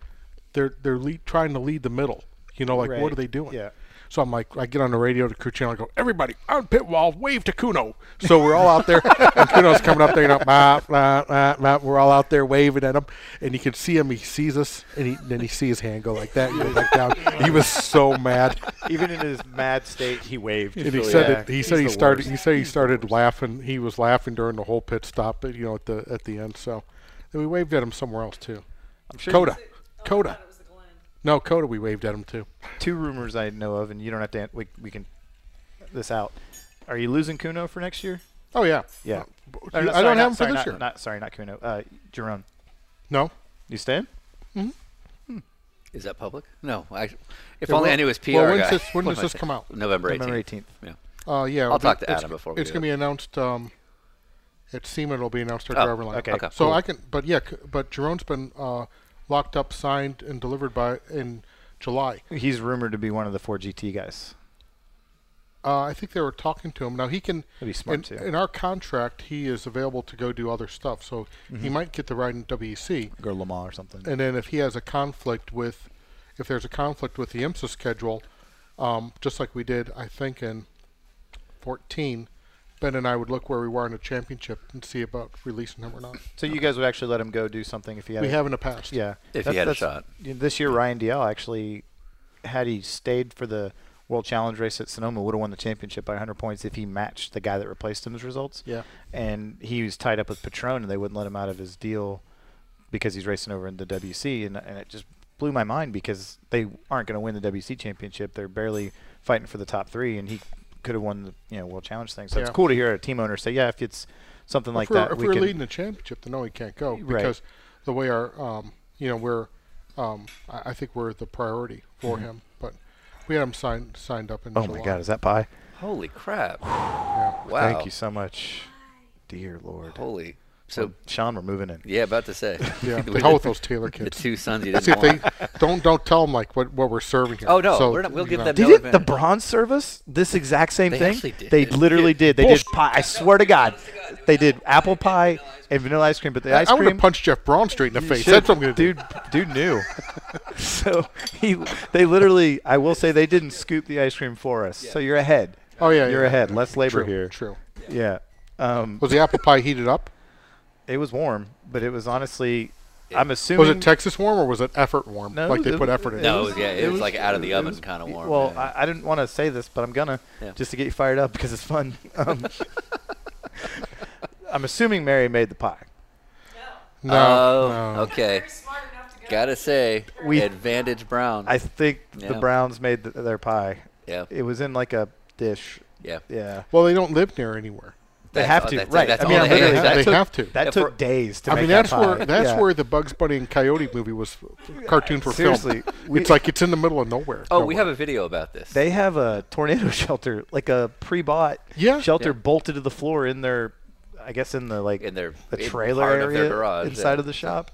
Speaker 2: they're they're lead, trying to lead the middle. You know, like what
Speaker 7: Right.
Speaker 2: are they doing?
Speaker 7: Yeah.
Speaker 2: So I'm like, I get on the radio to crew channel and go, everybody on pit wall, wave to Kuno. So we're all out there, and Kuno's coming up there, you know, blah, blah, blah, blah. we're all out there waving at him, and you can see him. He sees us, and he, then he see his hand go like that, and go back down. He was so mad,
Speaker 7: Even in his mad state, he waved.
Speaker 2: and he said
Speaker 7: Yeah.
Speaker 2: it, he
Speaker 7: He's
Speaker 2: said he
Speaker 7: the
Speaker 2: started
Speaker 7: worst.
Speaker 2: he said he started laughing. He was laughing during the whole pit stop, but you know, at the at the end. So and we waved at him somewhere else too.
Speaker 7: I'm sure
Speaker 2: Coda,
Speaker 5: Oh, I
Speaker 2: Coda,
Speaker 5: thought it was the Glen.
Speaker 2: no Coda, we waved at him too.
Speaker 7: two rumors I know of, and you don't have to. an- We, we can this out. Are you losing Kuno for next year?
Speaker 2: Oh yeah,
Speaker 7: Yeah.
Speaker 2: I
Speaker 7: Or no,
Speaker 2: don't have
Speaker 7: sorry, not-
Speaker 2: him for
Speaker 7: sorry,
Speaker 2: this
Speaker 7: not-
Speaker 2: year.
Speaker 7: Not sorry, not Kuno. Uh, Jerome,
Speaker 2: no.
Speaker 7: you staying?
Speaker 1: Is that public? No. I, if
Speaker 2: Yeah,
Speaker 1: only
Speaker 2: well-
Speaker 1: I knew his PR
Speaker 2: well, when's
Speaker 1: guy.
Speaker 2: this- when
Speaker 1: What
Speaker 2: does
Speaker 1: am I
Speaker 2: this
Speaker 1: saying?
Speaker 2: come out?
Speaker 1: November 18th.
Speaker 7: November 18th.
Speaker 1: Yeah.
Speaker 2: Uh, yeah.
Speaker 1: I'll
Speaker 2: it'll be-
Speaker 1: talk to
Speaker 2: it's-
Speaker 1: Adam before we
Speaker 2: It's
Speaker 1: do
Speaker 2: gonna be announced. Um, at Seaman, it'll be announced our
Speaker 1: Oh,
Speaker 2: driver line.
Speaker 7: okay, Okay.
Speaker 2: So
Speaker 1: cool.
Speaker 2: I can, but yeah, c- but Jerome's been uh, locked up, signed, and delivered by in July.
Speaker 7: He's rumored to be one of the four GT guys.
Speaker 2: Uh, I think they were talking to him. Now he can.
Speaker 7: That'd be smart,
Speaker 2: in,
Speaker 7: too.
Speaker 2: in our contract, he is available to go do other stuff. So
Speaker 7: Mm-hmm.
Speaker 2: he might get the ride in WEC,
Speaker 7: Go Lamar or something.
Speaker 2: and then if he has a conflict with, if there's a conflict with the IMSA schedule, um, just like we did, I think in 14, Ben and I would look where we were in the championship and see about releasing him or not.
Speaker 7: So you guys would actually let him go do something if he had.
Speaker 2: We
Speaker 7: a-
Speaker 2: have in the past.
Speaker 7: Yeah.
Speaker 1: If he had a shot.
Speaker 7: y- This year, Ryan DL actually, had he stayed for the World Challenge race at Sonoma, would have won the championship by 100 points if he matched the guy that replaced him's results.
Speaker 2: Yeah.
Speaker 7: And he was tied up with Patron, and they wouldn't let him out of his deal because he's racing over in the WC, and and it just blew my mind because they aren't going to win the WC championship. They're barely fighting for the top three, and he could have won the you know World Challenge thing. So it's
Speaker 2: Yeah.
Speaker 7: cool to hear a team owner say, yeah, if it's something like
Speaker 2: if we're,
Speaker 7: that,
Speaker 2: if
Speaker 7: we
Speaker 2: we're
Speaker 7: can.
Speaker 2: leading the championship, then no, he can't go
Speaker 7: Right.
Speaker 2: because the way our, um, you know, we're, um, I, I think we're the priority for him. But we had him signed signed up in
Speaker 7: Mm-hmm. oh
Speaker 2: July.
Speaker 7: my God, is that pie?
Speaker 1: Holy crap.
Speaker 2: Yeah.
Speaker 1: Wow.
Speaker 7: Thank you so much, dear Lord.
Speaker 1: Holy. So,
Speaker 2: Um,
Speaker 7: Sean, we're moving in.
Speaker 1: yeah, about to say.
Speaker 2: Yeah,
Speaker 1: We
Speaker 2: the hell with those Taylor
Speaker 1: The
Speaker 2: kids.
Speaker 1: two sons you
Speaker 2: See if
Speaker 1: didn't
Speaker 2: they
Speaker 1: want.
Speaker 2: don't don't tell them like what, what we're serving here.
Speaker 1: Oh, no,
Speaker 2: So,
Speaker 1: we're not- we'll
Speaker 2: you
Speaker 1: give
Speaker 2: know,
Speaker 1: them
Speaker 7: Did
Speaker 1: No
Speaker 7: it the
Speaker 1: advantage.
Speaker 7: bronze service? This exact same
Speaker 1: They
Speaker 7: thing?
Speaker 1: actually did.
Speaker 7: They
Speaker 1: They
Speaker 7: literally did. They
Speaker 2: Bullshit.
Speaker 7: did pie. I swear to God, they did apple pie and vanilla ice cream. But the
Speaker 2: I,
Speaker 7: ice
Speaker 2: I would
Speaker 7: cream,
Speaker 2: have punched Jeff Braun straight in the face.
Speaker 7: Shit,
Speaker 2: That's what I'm gonna do.
Speaker 7: dude, dude knew. so he, they literally. I will say they didn't scoop the ice cream for us. So you're ahead.
Speaker 2: Oh yeah,
Speaker 7: you're
Speaker 2: yeah.
Speaker 7: ahead. Less
Speaker 2: True,
Speaker 7: labor here.
Speaker 2: True.
Speaker 7: Yeah. Um,
Speaker 2: Was the apple pie heated up?
Speaker 7: it was warm, but it was honestly. I'm assuming.
Speaker 2: Was it Texas warm or was it effort warm?
Speaker 7: No,
Speaker 2: like they
Speaker 7: it
Speaker 2: put
Speaker 7: was-
Speaker 2: effort in.
Speaker 1: No,
Speaker 7: It
Speaker 1: it
Speaker 7: was-
Speaker 1: was, yeah, it,
Speaker 7: it
Speaker 1: was,
Speaker 7: was-
Speaker 1: like out of the
Speaker 7: it
Speaker 1: oven
Speaker 7: was-
Speaker 1: kind of warm.
Speaker 7: Well,
Speaker 1: yeah.
Speaker 7: I, I didn't want to say this, but I'm gonna
Speaker 1: Yeah.
Speaker 7: just to get you fired up because it's fun. Um, I'm assuming Mary made the pie.
Speaker 1: oh,
Speaker 2: No. no.
Speaker 1: okay.
Speaker 5: They're smart enough to go.
Speaker 1: Gotta say,
Speaker 7: We-
Speaker 1: advantage Brown.
Speaker 7: I think the
Speaker 1: Yeah.
Speaker 7: Browns made th their pie.
Speaker 1: yeah,
Speaker 7: It was in like a dish.
Speaker 1: yeah.
Speaker 7: Yeah,
Speaker 2: Well, they don't live near anywhere.
Speaker 7: they
Speaker 1: That's
Speaker 7: have
Speaker 1: all-
Speaker 7: to.
Speaker 1: uh, that's it.
Speaker 7: right.
Speaker 1: That's
Speaker 7: I mean,
Speaker 1: all
Speaker 7: I'm
Speaker 1: they
Speaker 7: literally-
Speaker 1: have.
Speaker 7: that
Speaker 2: They
Speaker 7: took,
Speaker 2: have to.
Speaker 7: That
Speaker 1: Yeah,
Speaker 7: took
Speaker 1: for-
Speaker 7: days to
Speaker 2: I
Speaker 7: make
Speaker 2: mean,
Speaker 7: that
Speaker 2: that's where
Speaker 7: pie.
Speaker 2: that's
Speaker 7: Yeah.
Speaker 2: where the Bugs Bunny and Coyote movie was f- cartoon for
Speaker 7: Seriously,
Speaker 2: film. it's like it's in the middle of nowhere.
Speaker 1: Oh, we
Speaker 2: nowhere.
Speaker 1: have a video about this.
Speaker 7: They have a tornado shelter, like a pre-bought
Speaker 2: Yeah.
Speaker 7: shelter
Speaker 1: Yeah.
Speaker 7: bolted to the floor in their, I guess in the like
Speaker 1: In their-
Speaker 7: the
Speaker 1: in
Speaker 7: trailer
Speaker 1: part
Speaker 7: area
Speaker 1: of their garage,
Speaker 7: inside
Speaker 1: yeah.
Speaker 7: of the shop.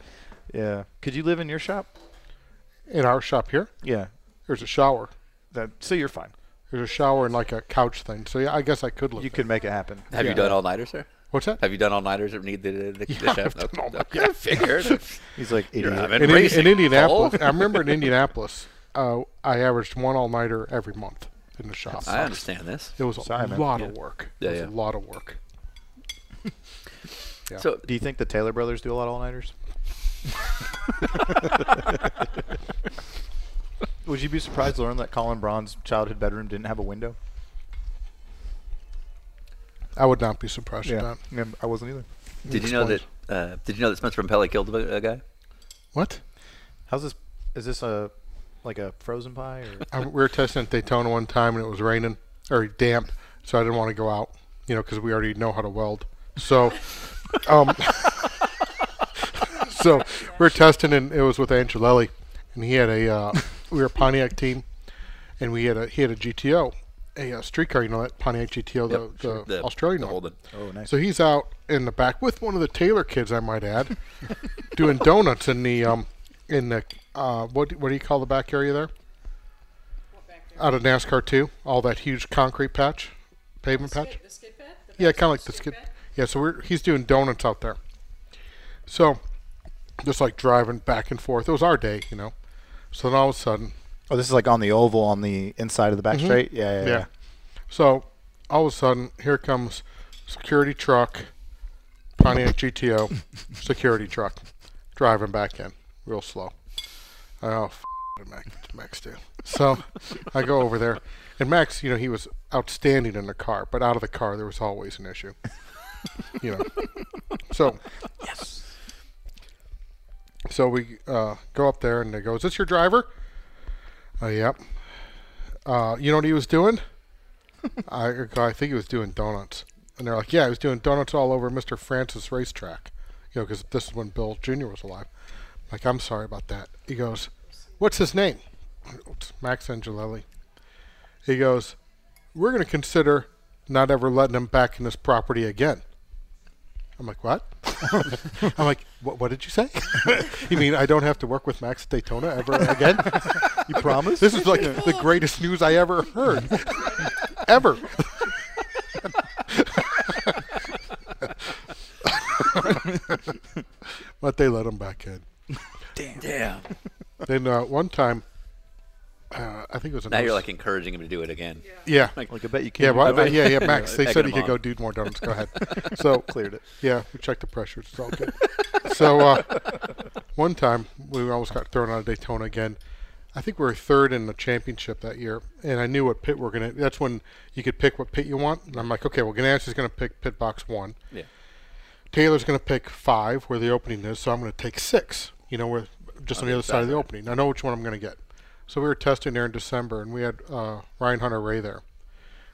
Speaker 7: Yeah. Could you live in your shop?
Speaker 2: in our shop here.
Speaker 7: Yeah.
Speaker 2: There's a shower.
Speaker 7: That, so you're fine.
Speaker 2: There's a shower and like a couch thing. So yeah, I guess I could live.
Speaker 7: You
Speaker 2: there.
Speaker 7: could make it happen.
Speaker 1: have you
Speaker 2: yeah.
Speaker 1: done all nighters, sir?
Speaker 2: What's that?
Speaker 1: Have you done all nighters or need the the, the, the
Speaker 2: I've
Speaker 1: chef?
Speaker 2: done
Speaker 1: Okay,
Speaker 2: all-nighters.
Speaker 1: okay, I figured.
Speaker 7: He's like
Speaker 1: You're
Speaker 7: idiot.
Speaker 1: having
Speaker 2: in, Indi-
Speaker 1: racing,
Speaker 2: in Indianapolis,
Speaker 1: fool.
Speaker 2: I remember in Indianapolis, uh, I averaged one all nighter every month in the shop.
Speaker 1: I understand this.
Speaker 2: It was a
Speaker 7: Sorry, man.
Speaker 2: lot of work.
Speaker 1: Yeah,
Speaker 2: it was
Speaker 1: yeah.
Speaker 2: a lot of work. Yeah.
Speaker 1: So,
Speaker 7: Do you think the Taylor brothers do a lot of all nighters? Would you be surprised to learn that Colin Braun's childhood bedroom didn't have a window?
Speaker 2: I would not be surprised at that.
Speaker 7: yeah I wasn't either.
Speaker 1: did you know that? Uh, did you know that Spencer Impelli killed a, a guy?
Speaker 2: What?
Speaker 7: How's this? Is this a like a frozen pie? Or?
Speaker 2: I, we were testing at Daytona one time and it was raining or damp, so I didn't want to go out, you know, because we already know how to weld. So, um, so we were testing and it was with Angelelli, and he had a uh, we were a Pontiac team, and we had a he had a GTO, a, uh streetcar, you know that Pontiac
Speaker 1: Yep,
Speaker 2: GTO, the,
Speaker 1: sure.
Speaker 2: the,
Speaker 1: The-
Speaker 2: Australian
Speaker 1: the
Speaker 2: one.
Speaker 1: Holden.
Speaker 7: Oh, nice.
Speaker 2: So he's out in the back with one of the Taylor kids, I might add, doing donuts in the um in the uh what what do you call the back area there?
Speaker 5: What back there?
Speaker 2: out of NASCAR too. All that huge concrete patch, pavement patch.
Speaker 5: Skate- the skate pad? The
Speaker 2: Yeah,
Speaker 5: back
Speaker 2: kind of like the skid.
Speaker 5: skate pad?
Speaker 2: Yeah, so we're, he's doing donuts out there. So, just like driving back and forth. It was our day, you know. So then all of a sudden,
Speaker 3: Oh, this is like on the oval on the inside of the back straight. Yeah, yeah, yeah.
Speaker 2: Mm-hmm. yeah. So all of a sudden, here comes security truck, Pontiac GTO, security truck, driving back in real slow. Oh, f- it, Max, Max do. So I go over there, and Max, you know, he was outstanding in the car, but out of the car there was always an issue. You know, so yes. So we uh, go up there, and they go, "Is this your driver?" Uh, yep. Uh, you know what he was doing? I, I think he was doing donuts. And they're like, yeah, he was doing donuts all over Mr. Francis Racetrack. You know, because this is when Bill Jr. was alive. Like, I'm sorry about that. He goes, what's his name? It's Max Angelelli. He goes, we're going to consider not ever letting him back in this property again. I'm like, what? I'm like, what, what did you say? you mean I don't have to work with Max at Daytona ever again? you promise? This is like the greatest news I ever heard. ever. but they let him back in.
Speaker 1: Damn.
Speaker 2: Then uh, one time, uh, I think it was
Speaker 1: Now
Speaker 2: another
Speaker 1: you're
Speaker 2: s-
Speaker 1: like encouraging him to do it again.
Speaker 2: yeah,
Speaker 3: Like I bet you can.
Speaker 2: yeah,
Speaker 3: do
Speaker 2: well,
Speaker 3: it.
Speaker 2: yeah, yeah, Max. They
Speaker 1: Egging
Speaker 2: said he
Speaker 1: him
Speaker 2: could go
Speaker 1: on.
Speaker 2: do more donuts. Go ahead. So
Speaker 3: cleared it.
Speaker 2: yeah, we checked the pressures. It's all good. so uh, one time we almost got thrown out of Daytona again. I think we were third in the championship that year, and I knew what pit we're gonna. That's when you could pick what pit you want, and I'm like, okay, well, Ganassi is gonna pick pit box one.
Speaker 1: Yeah.
Speaker 2: Taylor's gonna pick five where the opening is, so I'm gonna take six. You know, where just on the other side of the opening. I know which one I'm gonna get. So we were testing there in December, and we had uh, Ryan Hunter Ray there.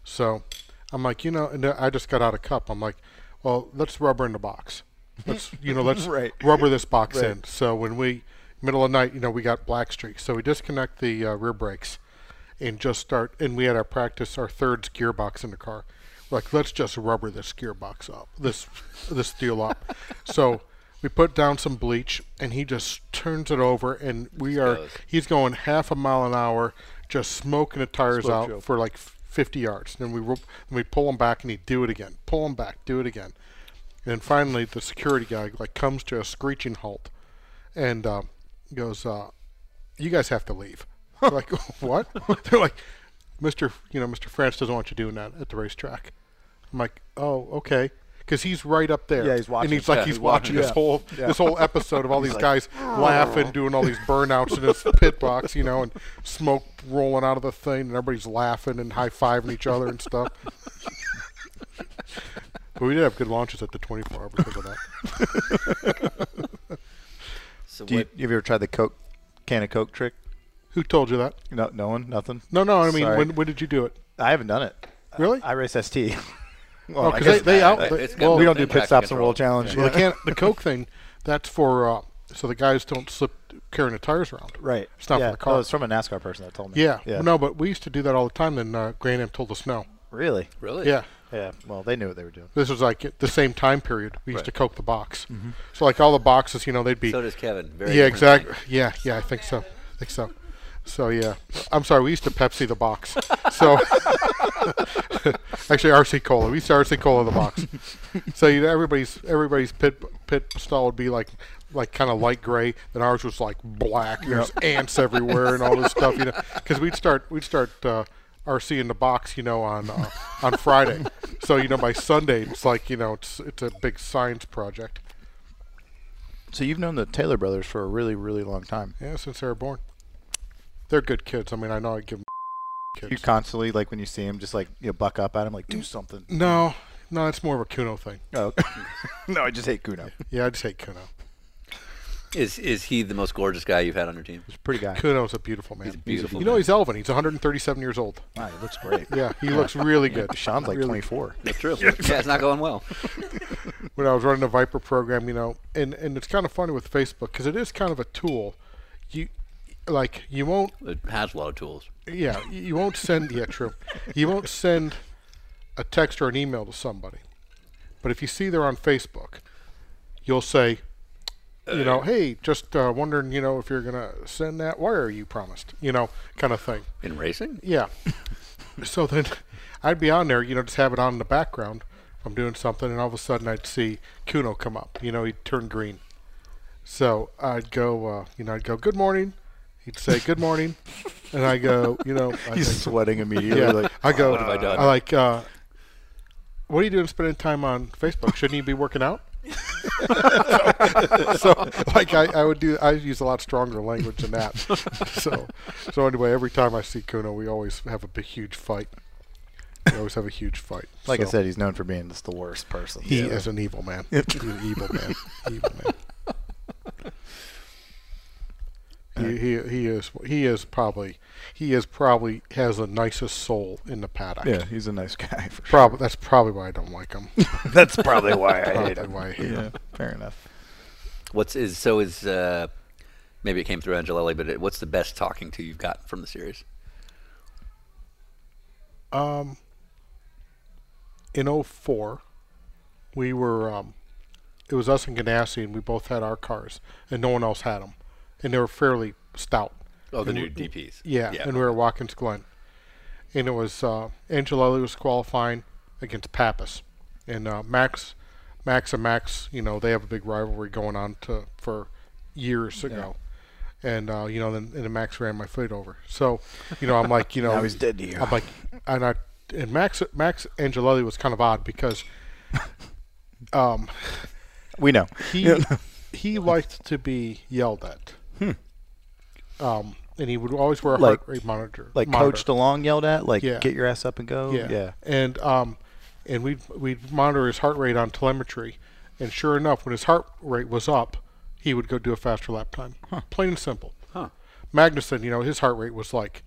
Speaker 2: So I'm like, you know, and I just got out of cup. I'm like, well, let's rubber in the box. Let's, you know, let's
Speaker 3: Right.
Speaker 2: rubber this box in. So when we, middle of the night, you know, we got black streaks. So we disconnect the uh, rear brakes and just start. And we had our practice, our third gearbox in the car. Like, let's just rubber this gearbox up, this, this steel up. so we put down some bleach and he just turns it over and we are,
Speaker 1: goes.
Speaker 2: he's going half a mile an hour, just smoking the tires
Speaker 3: Smoke
Speaker 2: out
Speaker 3: show.
Speaker 2: for like f- 50 yards. Then we ro- then we pull him back, and he do it again. Pull him back, do it again. And then finally, the security guy like comes to a screeching halt, and uh, goes, uh, "You guys have to leave." We're like what? They're like, "Mr. F- You know, Mr. France doesn't want you doing that at the racetrack." I'm like, "Oh, okay." Because he's right up there.
Speaker 3: Yeah, he's watching.
Speaker 2: And he's like,
Speaker 1: Yeah,
Speaker 2: he's,
Speaker 1: he's watching.
Speaker 2: watching, this
Speaker 1: Yeah.
Speaker 2: whole this whole episode of all these guys laughing, doing all these burnouts in this pit box, you know, and smoke rolling out of the thing, and everybody's laughing and high fiving each other and stuff. but we did have good launches at the 24 hour because of that.
Speaker 1: So
Speaker 3: Do you,
Speaker 1: what?
Speaker 3: have you ever tried the Coke can of Coke trick?
Speaker 2: Who told you that?
Speaker 3: No, no one, nothing.
Speaker 2: No, no. I mean,
Speaker 3: Sorry.
Speaker 2: when, when did you do it?
Speaker 3: I haven't done it.
Speaker 2: Really?
Speaker 3: I race ST.
Speaker 2: Oh,
Speaker 3: well, I
Speaker 2: 'cause
Speaker 3: guess
Speaker 2: they, they out.
Speaker 1: It's
Speaker 2: they-
Speaker 1: got
Speaker 2: well,
Speaker 3: we don't do
Speaker 1: Impact
Speaker 3: pit stops in
Speaker 1: control.
Speaker 3: World Challenge.
Speaker 2: well, they can't. The Coke thing, that's for uh, so the guys don't slip carrying the tires around.
Speaker 3: Right.
Speaker 2: It's not
Speaker 3: yeah.
Speaker 2: for the car.
Speaker 3: Oh, it's from a NASCAR person that told me.
Speaker 2: yeah.
Speaker 3: Yeah.
Speaker 2: No, but we used to do that all the time. Then uh, Grand Am told us no.
Speaker 3: Really?
Speaker 1: Really?
Speaker 2: Yeah.
Speaker 3: Yeah. Well, they knew what they were doing.
Speaker 2: This was like at the same time period. We used
Speaker 1: Right.
Speaker 2: to coke the box.
Speaker 3: Mm-hmm.
Speaker 2: So like all the boxes, you know, they'd be
Speaker 1: So does Kevin. Very
Speaker 2: yeah,
Speaker 1: different
Speaker 2: exactly. Yeah, yeah, I think so. I think so. So yeah, I'm sorry. We used to Pepsi the box. So actually, RC Cola. We used to RC Cola the box. so you know, everybody's everybody's pit pit stall would be like like kind of light gray, and ours was like black. and There's ants everywhere and all this stuff, you know. Because we'd start we'd start uh, RC in the box, you know, on uh, on Friday. So you know, by Sunday, it's like you know, it's it's a big science project.
Speaker 3: So you've known the Taylor brothers for a really, really long time.
Speaker 2: Yeah, since they were born. They're good kids. I mean, I know I give them kids.
Speaker 3: You constantly like when you see him, just like you know, buck up at him, like do something.
Speaker 2: no, no, it's more of a Kuno thing.
Speaker 3: Oh, no, I just hate Kuno.
Speaker 2: Yeah, I just hate Kuno.
Speaker 1: thing. Is is he the most gorgeous guy you've had on your team?
Speaker 3: He's a pretty guy.
Speaker 2: Kuno's a beautiful man.
Speaker 1: He's a beautiful
Speaker 2: You know,
Speaker 1: man.
Speaker 2: he's Elvin. He's 137 years old.
Speaker 3: Wow, he looks great.
Speaker 2: Yeah, he looks really good.
Speaker 3: Sean's like
Speaker 2: Really
Speaker 3: 24.
Speaker 1: That's true. Yeah, it's not going well.
Speaker 2: when I was running the Viper program, you know, and and it's kind of funny with Facebook because it is kind of a tool. You like you won't
Speaker 1: It has a lot of tools.
Speaker 2: yeah y- you won't send yeah true you won't send a text or an email to somebody but if you see they're on facebook you'll say you know hey just uh, wondering you know if you're gonna send that wire you promised you know kind of thing
Speaker 1: In racing?
Speaker 2: yeah so then i'd be on there you know just have it on in the background I'm doing something, and all of a sudden I'd see Kuno come up. You know, he'd turn green. So I'd go, uh, you know, I'd go, good morning. He'd say, good morning. And I go, you know, I
Speaker 7: He's
Speaker 2: think-
Speaker 7: sweating immediately.
Speaker 2: yeah,
Speaker 7: Like,
Speaker 2: I go,
Speaker 7: what have I done?
Speaker 2: I like, uh, what are you doing spending time on Facebook? Shouldn't you be working out? so, like, I, I would do, I use a lot stronger language than that. so, so anyway, every time I see Kuno, we always have a big, huge fight. We always have a huge fight.
Speaker 3: Like I
Speaker 2: So,
Speaker 3: said, he's known for being just the worst person.
Speaker 2: he
Speaker 3: Yeah.
Speaker 2: is an evil man. He's an evil man. Evil man. He, he, he is he is probably he is probably has the nicest soul in the paddock.
Speaker 7: yeah, he's a nice guy. For sure.
Speaker 2: Probably that's probably why I don't like him.
Speaker 3: That's probably why I hate
Speaker 2: probably
Speaker 3: him.
Speaker 2: why I hate
Speaker 7: Yeah,
Speaker 2: him.
Speaker 7: fair enough.
Speaker 1: What's is so is uh, maybe it came through Angelelli, but it, what's the best talking to you've gotten from the series?
Speaker 2: Um, in 04, we were um, it was us and Ganassi, and we both had our cars, and no one else had them, and they were fairly stout.
Speaker 1: Oh, the
Speaker 2: And
Speaker 1: new
Speaker 2: we-
Speaker 1: DPS.
Speaker 2: Yeah, and we were at Watkins Glen. And it was uh, Angelelli was qualifying against Pappas, and uh, Max, Max and Max, you know, they have a big rivalry going on to for years ago. And uh, you know, then and then Max ran my foot over. So, you know, I'm like, you know,
Speaker 3: Now he's dead to you.
Speaker 2: I'm like, and I and Max Max Angelelli was kind of odd because um,
Speaker 3: We know.
Speaker 2: he he liked to be yelled at. Um, and he would always wear a
Speaker 3: Hmm. Like-
Speaker 2: heart rate monitor.
Speaker 3: Like
Speaker 2: monitor.
Speaker 3: Coach DeLong yelled at, like,
Speaker 2: Yeah.
Speaker 3: get your ass up and go.
Speaker 2: Yeah. And um, and we we monitor his heart rate on telemetry, and sure enough, when his heart rate was up, he would go do a faster lap time. Plain and simple. Huh. Magnuson, you know, his heart rate was like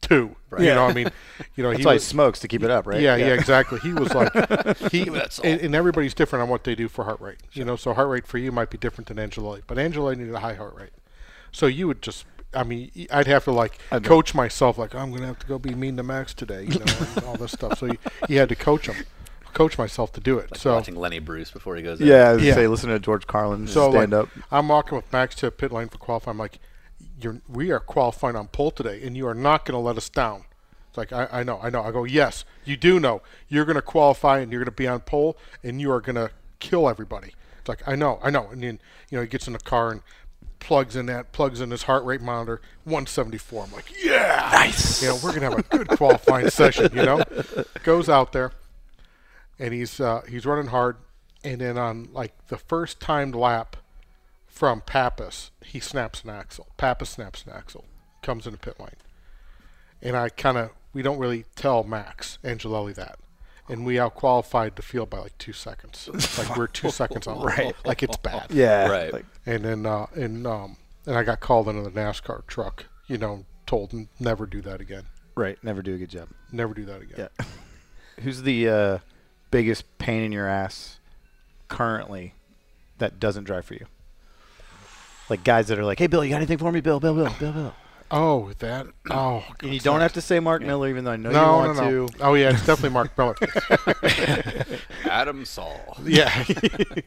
Speaker 2: two. You know, I mean, you know,
Speaker 3: That's
Speaker 2: he
Speaker 3: why he
Speaker 2: was,
Speaker 3: smokes to keep it up, right?
Speaker 2: yeah, yeah, exactly. He was like, he
Speaker 1: me that salt.
Speaker 2: and, and everybody's different on what they do for heart rate. You know, so heart rate for you might be different than Angela, but Angela needed a high heart rate. So you would just, I mean, y- I'd have to like coach myself, like I'm gonna have to go be mean to Max today, you know, and all this stuff. So you, you had to coach him, coach myself to do it.
Speaker 1: Like
Speaker 2: so
Speaker 1: watching Lenny Bruce before he goes. in.
Speaker 7: Yeah, I was gonna
Speaker 2: Yeah.
Speaker 7: say listen to George Carlin
Speaker 2: so
Speaker 7: Mm-hmm. stand
Speaker 2: like,
Speaker 7: up.
Speaker 2: I'm walking with Max to pit lane for qualifying. I'm like, you're, we are qualifying on pole today, and you are not going to let us down. It's like, I, I know, I know. I go, yes, you do know. You're going to qualify, and you're going to be on pole, and you are going to kill everybody. It's like, I know, I know. And then, you know, he gets in the car and plugs in that, plugs in his heart rate monitor, 174. I'm like, yeah. Nice. You know, we're going to have a good qualifying session, you know? Goes out there and he's uh, he's running hard. And then on like the first timed lap from Pappas, he snaps an axle. Pappas snaps an axle, comes into pit lane, and I kind of we don't really tell Max Angelelli that, and we out qualified the field by like two seconds. like we're two seconds on right. Like it's bad.
Speaker 7: Yeah,
Speaker 1: Right.
Speaker 7: Like,
Speaker 2: And then uh, and um and I got called into the NASCAR truck. You know, told n- never do that again.
Speaker 3: Right. Never do a good job.
Speaker 2: Never do that again.
Speaker 3: Yeah. Who's the uh, biggest pain in your ass currently that doesn't drive for you? Like guys that are like, "Hey, Bill, you got anything for me, Bill? Bill, Bill, Bill, Bill."
Speaker 2: Oh, that. Oh,
Speaker 3: And you
Speaker 2: God,
Speaker 3: don't have to say Mark Miller, even though I know you
Speaker 2: No, no,
Speaker 3: want
Speaker 2: no.
Speaker 3: to.
Speaker 2: Oh yeah, it's definitely Mark Miller.
Speaker 1: Adam Saul.
Speaker 2: yeah,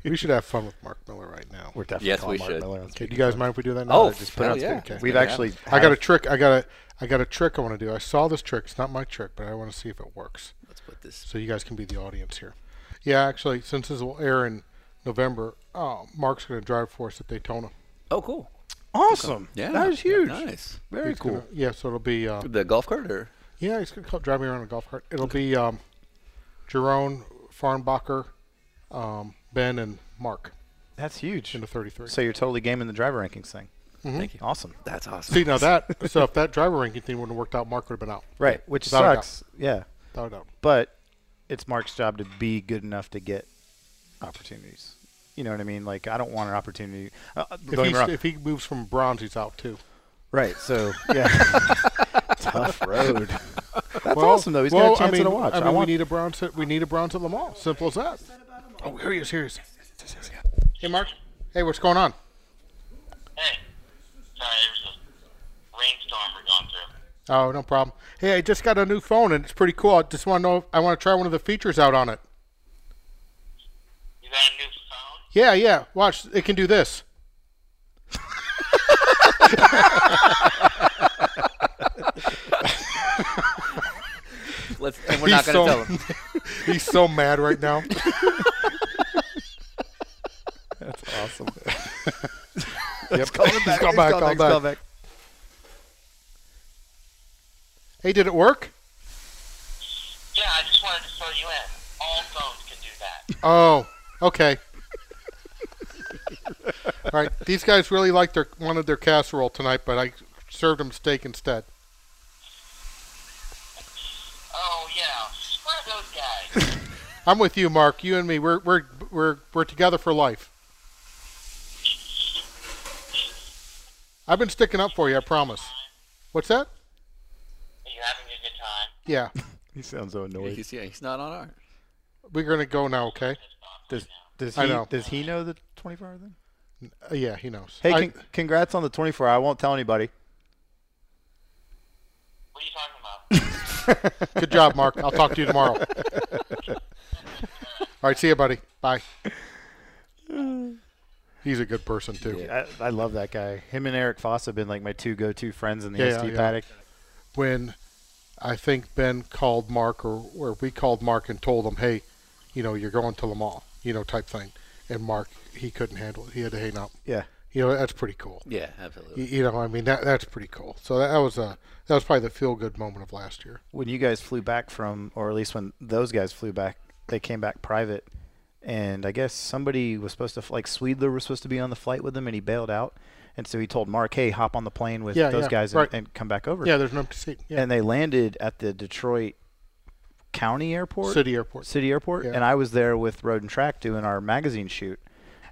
Speaker 2: we should have fun with Mark Miller right now.
Speaker 3: We're definitely
Speaker 1: Yes,
Speaker 3: calling
Speaker 1: we
Speaker 3: Mark
Speaker 1: should.
Speaker 3: Miller. on
Speaker 2: Okay,
Speaker 3: speaker.
Speaker 2: do you guys mind if we do that now?
Speaker 1: Oh,
Speaker 2: Or just put it
Speaker 1: hell
Speaker 2: on
Speaker 1: yeah.
Speaker 2: speaker? Okay.
Speaker 3: We've
Speaker 1: Yeah.
Speaker 3: actually.
Speaker 2: I got a
Speaker 3: had-
Speaker 2: trick. I got a. I got a trick I want to do. I saw this trick. It's not my trick, but I want to see if it works.
Speaker 1: Let's put this.
Speaker 2: So you guys can be the audience here. Yeah, actually, since this will air in November, uh, Mark's going to drive for us at Daytona.
Speaker 1: Oh, cool.
Speaker 3: awesome.
Speaker 1: Yeah,
Speaker 3: that was huge.
Speaker 1: Nice.
Speaker 3: Very
Speaker 2: He's
Speaker 3: cool.
Speaker 2: gonna- yeah, so it'll be. Uh,
Speaker 1: The golf cart or
Speaker 2: yeah, he's going to drive me around in a golf cart. It'll be um, Jerome Farnbacher, um, Ben, and Mark
Speaker 3: That's huge.
Speaker 2: in the Mm-hmm. 33.
Speaker 3: So you're totally gaming the driver rankings thing.
Speaker 1: thank you.
Speaker 3: Awesome.
Speaker 1: That's awesome.
Speaker 2: See now that so if that driver ranking thing wouldn't have worked out, Mark would have been out.
Speaker 3: Right, which
Speaker 2: Without a doubt.
Speaker 3: sucks. Yeah,
Speaker 2: Without a doubt.
Speaker 3: but it's Mark's job to be good enough to get opportunities. You know what I mean? Like I don't want an opportunity. Uh, uh, don't
Speaker 2: If,
Speaker 3: get me
Speaker 2: he's-
Speaker 3: wrong.
Speaker 2: if he moves from bronze, he's out too.
Speaker 3: Right. So yeah, tough road. That's
Speaker 2: well,
Speaker 3: awesome though. He's
Speaker 2: well,
Speaker 3: got a chance
Speaker 2: I mean,
Speaker 3: to watch.
Speaker 2: I
Speaker 3: I,
Speaker 2: mean,
Speaker 3: want.
Speaker 2: we need a bronze. At, we need a bronze at Le Mans. Simple as that. Oh, here he is. Here he is. Hey, Mark. Hey, what's going on?
Speaker 8: Hey. Sorry, it was a rainstorm we're going through.
Speaker 2: Oh, no problem. Hey, I just got a new phone and it's pretty cool. I just want to know. If, I want to try one of the features out on it.
Speaker 8: You got a new phone?
Speaker 2: Yeah, yeah. Watch. It can do this.
Speaker 1: Let's. And we're not
Speaker 2: He's
Speaker 1: going to tell
Speaker 2: so-
Speaker 1: him.
Speaker 2: He's so mad right now.
Speaker 3: That's awesome.
Speaker 2: yep. He's gone back, gone back. Hey, did it work?
Speaker 8: Yeah, I just wanted to fill you in. All phones can do that.
Speaker 2: Oh, okay. All right. These guys really liked their wanted their casserole tonight, but I served them steak instead.
Speaker 8: Oh yeah, screw those guys.
Speaker 2: I'm with you, Mark. You and me, we're we're we're we're together for life. I've been sticking up for you, I promise. What's that?
Speaker 8: Are you having a good time?
Speaker 2: Yeah.
Speaker 3: He sounds so annoyed.
Speaker 1: He's, yeah, he's not on ours.
Speaker 2: We're going to go now, okay?
Speaker 3: Does, does he
Speaker 2: I know.
Speaker 3: does he know the 24 hour thing?
Speaker 2: Uh, yeah, he knows.
Speaker 3: Hey,
Speaker 2: I-
Speaker 3: con- congrats on the 24 hour. I won't tell anybody.
Speaker 8: What are you talking about?
Speaker 2: good job, Mark. I'll talk to you tomorrow. All right, see you, buddy. Bye. He's a good person, too.
Speaker 3: I, I love that guy. Him and Eric Foss have been like my two go-to friends in the
Speaker 2: Yeah,
Speaker 3: SD
Speaker 2: yeah.
Speaker 3: paddock.
Speaker 2: When I think Ben called Mark, or, or we called Mark and told him, hey, you know, you're going to Le Mans, you know, type thing. And Mark, he couldn't handle it. He had to hang up.
Speaker 3: Yeah.
Speaker 2: You know, that's pretty cool.
Speaker 1: Yeah,
Speaker 2: Y-
Speaker 1: absolutely.
Speaker 2: You know, I mean, that that's pretty cool. So that, that was a that was probably the feel good moment of last year.
Speaker 3: When you guys flew back from, or at least when those guys flew back, they came back private, and I guess somebody was supposed to, like Swedler was supposed to be on the flight with them, and he bailed out, and so he told Mark, "Hey, hop on the plane with
Speaker 2: Yeah,
Speaker 3: those
Speaker 2: yeah,
Speaker 3: guys
Speaker 2: right.
Speaker 3: and, and come back over."
Speaker 2: Yeah, there's an empty seat. Yeah,
Speaker 3: and they landed at the Detroit County Airport,
Speaker 2: city airport.
Speaker 3: City Airport,
Speaker 2: Yeah.
Speaker 3: and I was there with Road and Track doing our magazine shoot,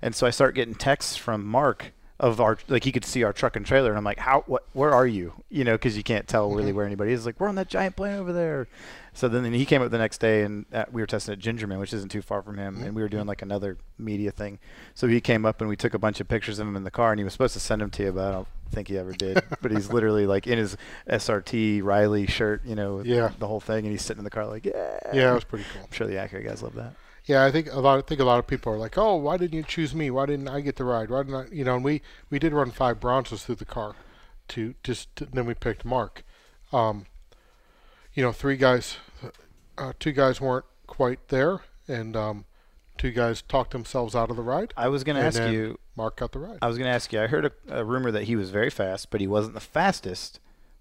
Speaker 3: and so I start getting texts from Mark of our like he could see our truck and trailer, and I'm like, how, what, where are you? You know, because you can't tell
Speaker 2: Mm-hmm.
Speaker 3: really where anybody is. Like, we're on that giant plane over there. So then, then he came up the next day, and uh we were testing at Gingerman, which isn't too far from him, and we were doing like another media thing. So he came up and we took a bunch of pictures of him in the car, and he was supposed to send them to you, but I don't think he ever did. but he's literally like in his SRT Riley shirt, you know, with
Speaker 2: Yeah.
Speaker 3: the whole thing, and he's sitting in the car like, yeah.
Speaker 2: Yeah, it was pretty cool.
Speaker 3: I'm sure the accurate guys love that.
Speaker 2: Yeah, I think a lot. I think a lot of people are like, "Oh, why didn't you choose me? Why didn't I get the ride? Why didn't I?" You know, and we we did run five bronzes through the car, to just and then we picked Mark. Um, you know, three guys, uh, two guys weren't quite there, and um, two guys talked themselves out of the ride.
Speaker 3: I was going to
Speaker 2: and
Speaker 3: ask
Speaker 2: then
Speaker 3: you. Uh,
Speaker 2: Mark got the ride.
Speaker 3: I was going to ask you. I heard a, a rumor that he was very fast, but he wasn't the fastest,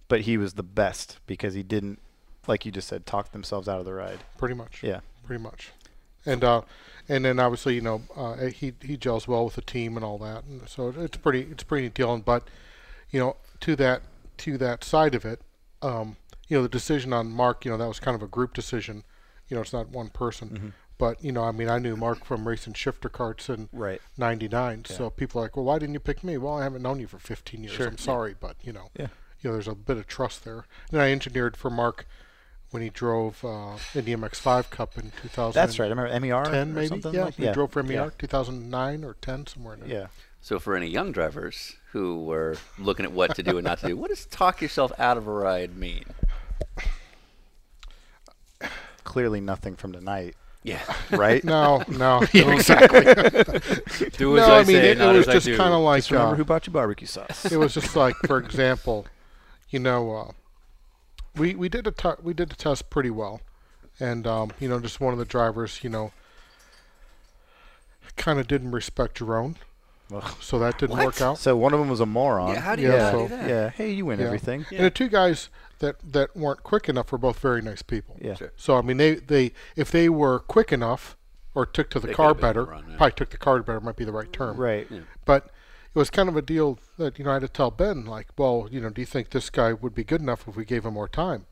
Speaker 3: but he was the best because he didn't, like you just said, talk themselves out of the ride.
Speaker 2: pretty much.
Speaker 3: Yeah.
Speaker 2: pretty much. And uh, and then obviously you know uh, he he gels well with the team and all that, and so it- it's pretty it's pretty neat dealing. But you know to that to that side of it, um, you know the decision on Mark, you know that was kind of a group decision. You know it's not one person,
Speaker 3: Mm-hmm.
Speaker 2: but you know I mean I knew Mark from racing shifter carts in
Speaker 3: Right.
Speaker 2: '99, so people are like, well, why didn't you pick me? Well, I haven't known you for 15 years. I'm sorry, but you know
Speaker 3: Yeah.
Speaker 2: you know, there's a bit of trust there. And I engineered for Mark when he drove uh, in the MX5 Cup in 2000.
Speaker 3: That's right. I remember MER
Speaker 2: 10
Speaker 3: or
Speaker 2: maybe.
Speaker 3: something
Speaker 2: Yeah,
Speaker 3: like
Speaker 2: he drove for E MER 2009 or 10 somewhere. In there.
Speaker 3: Yeah. yeah.
Speaker 1: So for any young drivers who were looking at what to do and not to do, what does talk yourself out of a ride mean?
Speaker 3: Clearly nothing from tonight,
Speaker 1: Yeah,
Speaker 3: right?
Speaker 2: No, no, yeah, exactly.
Speaker 1: do
Speaker 2: no,
Speaker 1: as
Speaker 2: I,
Speaker 1: I,
Speaker 2: mean
Speaker 1: say,
Speaker 2: it, it
Speaker 1: not
Speaker 2: was
Speaker 1: as
Speaker 2: just
Speaker 1: I do.
Speaker 2: kind of like
Speaker 3: Just remember
Speaker 2: uh,
Speaker 3: who bought you barbecue sauce.
Speaker 2: it was just like, for example, you know, uh, we we did a t- we did the test pretty well, and um, you know, just one of the drivers, you know, kind of didn't respect Jerome, so that didn't work out.
Speaker 3: so one of them was a moron.
Speaker 1: Yeah, how do you how
Speaker 2: Yeah,
Speaker 1: do you
Speaker 2: so-
Speaker 1: do that?
Speaker 3: Yeah. Hey, you win everything.
Speaker 2: And the two guys that that weren't quick enough were both very nice people.
Speaker 3: Yeah. Sure.
Speaker 2: So I mean, they they if they were quick enough or took to the
Speaker 1: They
Speaker 2: car
Speaker 1: could've been
Speaker 2: better,
Speaker 1: run, yeah.
Speaker 2: probably took the car better might be the right term.
Speaker 3: Right.
Speaker 2: But it was kind of a deal that you know I had to tell Ben like, well, you know, do you think this guy would be good enough if we gave him more time?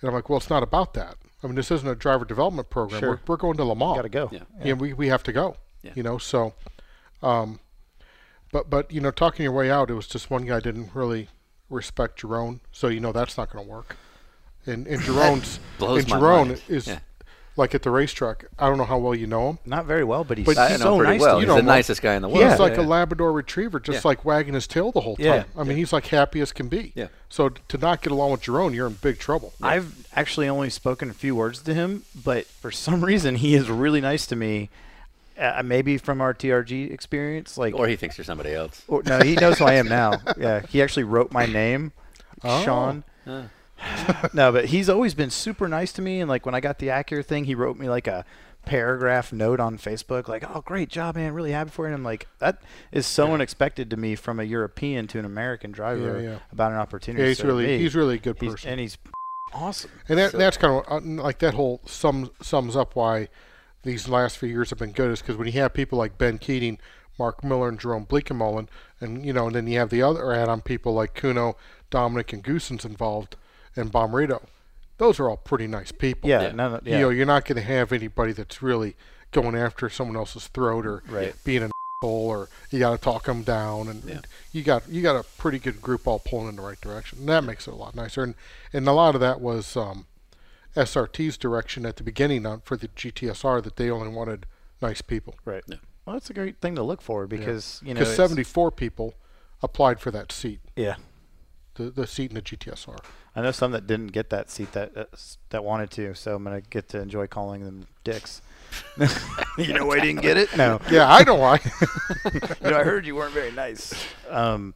Speaker 2: And I'm like, well, it's not about that. I mean, this isn't a driver development program.
Speaker 3: Sure.
Speaker 2: We're, we're going to Le Mans.
Speaker 3: Got to go.
Speaker 1: Yeah.
Speaker 2: Yeah, we, we have to go.
Speaker 1: Yeah.
Speaker 2: You know, so, um, but but you know, talking your way out, it was just one guy didn't really respect Jerome, so you know that's not going to work. And and Jerome's
Speaker 1: blows
Speaker 2: and
Speaker 1: my
Speaker 2: Jerome
Speaker 1: mind.
Speaker 2: is
Speaker 1: Yeah.
Speaker 2: like at the racetrack. I don't know how well you know him.
Speaker 3: Not very well, but he's
Speaker 2: But
Speaker 1: I know
Speaker 3: so
Speaker 1: pretty
Speaker 3: nice.
Speaker 1: well.
Speaker 3: to
Speaker 1: He's
Speaker 2: know
Speaker 1: the
Speaker 2: him.
Speaker 1: nicest guy in the world.
Speaker 2: He's like
Speaker 1: Yeah.
Speaker 2: a Labrador Retriever, just
Speaker 1: Yeah.
Speaker 2: like wagging his tail the whole time.
Speaker 3: Yeah.
Speaker 2: I mean, he's like happy as can be.
Speaker 1: Yeah.
Speaker 2: So to not get along with Jerome, you're in big trouble.
Speaker 3: I've actually only spoken a few words to him, but for some reason he is really nice to me. Uh, maybe from our TRG experience, like
Speaker 1: or he thinks you're somebody else.
Speaker 2: Oh.
Speaker 3: or- no, he knows who I am now. Yeah, he actually wrote my name, Sean. no, but he's always been super nice to me. And like when I got the Acura thing, he wrote me like a paragraph note on Facebook, like, "Oh, great job, man! Really happy for you." And I'm like, that is so unexpected to me from a European to an American driver
Speaker 2: Yeah, yeah.
Speaker 3: about an opportunity.
Speaker 2: Yeah, he's
Speaker 3: So to
Speaker 2: really-
Speaker 3: me,
Speaker 2: he's really a good
Speaker 3: he's-
Speaker 2: person.
Speaker 3: and he's awesome.
Speaker 2: And that,
Speaker 3: So-
Speaker 2: that's kind of like that whole sums sums up why these last few years have been good is because when you have people like Ben Keating, Mark Miller, and Jerome Bleekemolen, and you know, and then you have the other add-on people like Kuno, Dominic, and Goosens involved, and Bomberito. Those are all pretty nice people.
Speaker 3: yeah, none of- yeah.
Speaker 2: You know, you're not going to have anybody that's really going after someone else's throat or
Speaker 3: Right.
Speaker 2: being an asshole or you got to talk them down, and you got you got a pretty good group all pulling in the right direction. And that makes it a lot nicer. And and a lot of that was um, SRT's direction at the beginning on for the GTSR that they only wanted nice people
Speaker 3: right. Well, that's a great thing to look for because you know
Speaker 2: because
Speaker 3: it's-
Speaker 2: 74 people applied for that seat,
Speaker 3: Yeah,
Speaker 2: the the seat in the GTSR.
Speaker 3: I know some that didn't get that seat that uh, s- that wanted to, so I'm gonna get to enjoy calling them dicks. you know, why I didn't get it. No,
Speaker 2: Yeah, I know why.
Speaker 3: you know, I heard you weren't very nice. Um,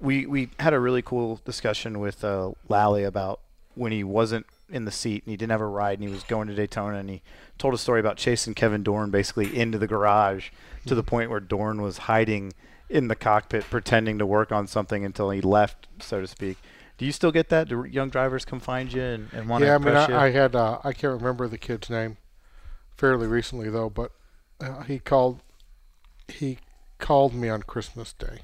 Speaker 3: we we had a really cool discussion with uh, Lally about when he wasn't in the seat and he didn't have a ride and he was going to Daytona and he told a story about chasing Kevin Dorn basically into the garage to the point where Dorn was hiding in the cockpit pretending to work on something until he left, so to speak. Do you still get that? Do young drivers come find you and, and want to
Speaker 2: yeah, I mean,
Speaker 3: impress you?
Speaker 2: I, I had uh, I can't remember the kid's name, fairly recently though, but uh, he called he called me on Christmas Day.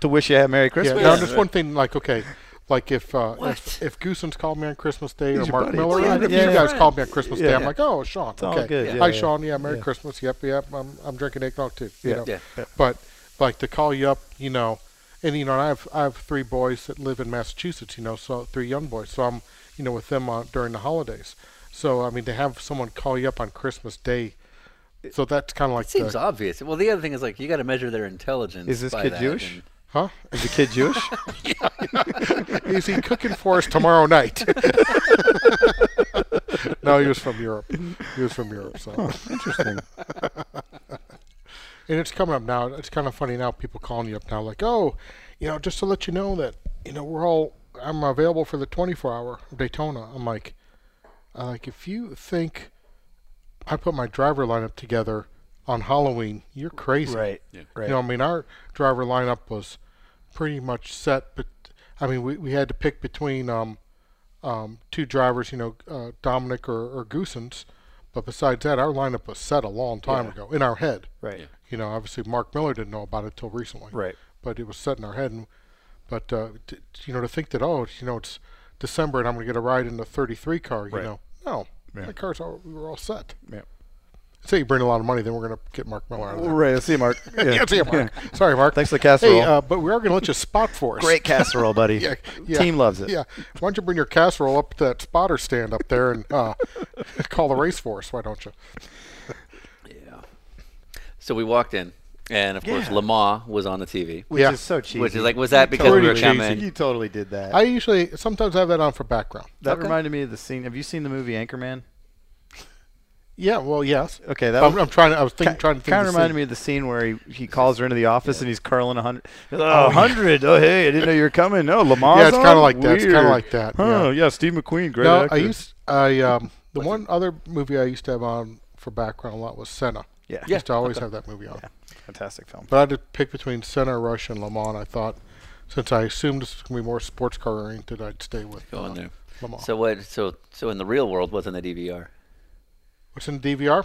Speaker 3: to wish you a Merry
Speaker 2: yeah,
Speaker 3: Christmas.
Speaker 2: now just one thing, like okay, like if uh, if, if Goosens called me on Christmas Day
Speaker 3: He's
Speaker 2: or
Speaker 3: your
Speaker 2: Mark
Speaker 3: buddy.
Speaker 2: Miller,
Speaker 3: Yeah,
Speaker 2: and if
Speaker 3: yeah,
Speaker 2: you
Speaker 3: yeah.
Speaker 2: guys called me on Christmas Day,
Speaker 3: Yeah.
Speaker 2: I'm like, oh, Sean,
Speaker 3: all
Speaker 2: okay,
Speaker 3: good. Yeah,
Speaker 2: hi
Speaker 3: yeah, yeah.
Speaker 2: Sean, yeah, Merry Christmas, yep, yep, I'm I'm drinking eggnog too, you
Speaker 3: Yeah,
Speaker 2: know.
Speaker 1: yeah.
Speaker 2: but like to call you up, you know, and you know, and I have I have three boys that live in Massachusetts, you know, so three young boys, so I'm you know with them uh, during the holidays, so I mean to have someone call you up on Christmas Day, so that's kind of like
Speaker 1: It seems
Speaker 2: the,
Speaker 1: obvious. Well, the other thing is like you got to measure their intelligence.
Speaker 3: Is this
Speaker 1: by
Speaker 3: kid
Speaker 1: that,
Speaker 3: Jewish?
Speaker 1: and-
Speaker 2: huh?
Speaker 3: Is the kid Jewish?
Speaker 2: Is he cooking for us tomorrow night? no, he was from Europe. He was from Europe. So interesting. and it's coming up now. It's kind of funny now. People calling you up now, like, oh, you know, just to let you know that you know we're all I'm available for the 24 hour of Daytona. I'm like, I like if you think I put my driver lineup together on Halloween, you're crazy.
Speaker 3: Right, Yeah. right.
Speaker 2: You know, I mean, our driver lineup was pretty much set, but I mean, we, we had to pick between um, um, two drivers, you know, uh, Dominic or, or Goosens. But besides that, our lineup was set a long time ago in our head.
Speaker 3: Right. Yeah.
Speaker 2: You know, obviously Mark Miller didn't know about it till recently.
Speaker 3: Right.
Speaker 2: But it was set in our head, and but uh, t- t- you know, to think that oh, you know, it's December and I'm going to get a ride in the 33 car, you
Speaker 3: Right.
Speaker 2: know, no, that car's all we were all set.
Speaker 3: yeah.
Speaker 2: Say you bring a lot of money, then we're going to get Mark Miller out of there.
Speaker 3: Right. Let's see, Mark.
Speaker 2: Yeah, see you, Mark. Sorry, Mark.
Speaker 3: Thanks for the casserole.
Speaker 2: Hey, uh, but we are going to let you spot for us.
Speaker 3: Great casserole, buddy.
Speaker 2: Yeah, yeah.
Speaker 3: Team loves it.
Speaker 2: Yeah. Why don't you bring your casserole up to that spotter stand up there and uh, call the race for us? Why don't you?
Speaker 1: So we walked in, and of course Lamar was on the TV,
Speaker 3: Which
Speaker 2: Yeah.
Speaker 3: is so cheesy.
Speaker 1: which is like, was that
Speaker 3: You
Speaker 1: because we were
Speaker 3: totally-
Speaker 1: coming?
Speaker 3: You totally did that.
Speaker 2: I usually sometimes have that on for background.
Speaker 3: that
Speaker 1: Okay.
Speaker 3: reminded me of the scene. Have you seen the movie Anchorman?
Speaker 2: Yeah. Well, yes.
Speaker 3: Okay, that
Speaker 2: I'm,
Speaker 3: was-
Speaker 2: I'm trying. to- I was thinking, trying to think.
Speaker 3: Kind of
Speaker 2: the
Speaker 3: Um, reminded
Speaker 2: scene.
Speaker 3: me of the scene where he, he calls her into the office and he's curling a hundred. Oh, a hundred. Oh, hey, I didn't know you were coming. No, Lamar's
Speaker 2: Yeah, it's
Speaker 3: kind
Speaker 2: kinda like that. It's kinda like that,
Speaker 3: Oh, yeah. Steve McQueen, great
Speaker 2: No,
Speaker 3: actor.
Speaker 2: I used I um the one other movie I used to have on for background a lot was Senna.
Speaker 3: Yeah.
Speaker 2: Used to always have that movie on.
Speaker 3: Fantastic film.
Speaker 2: But I had to pick between Senna, Rush, and Le Mans. I thought, since I assumed this was gonna be more sports car oriented, I'd stay with
Speaker 1: Go
Speaker 2: uh,
Speaker 1: on there.
Speaker 2: Le Mans.
Speaker 1: So what? So so in the real world, E what's in the DVR?
Speaker 2: What's in the DVR?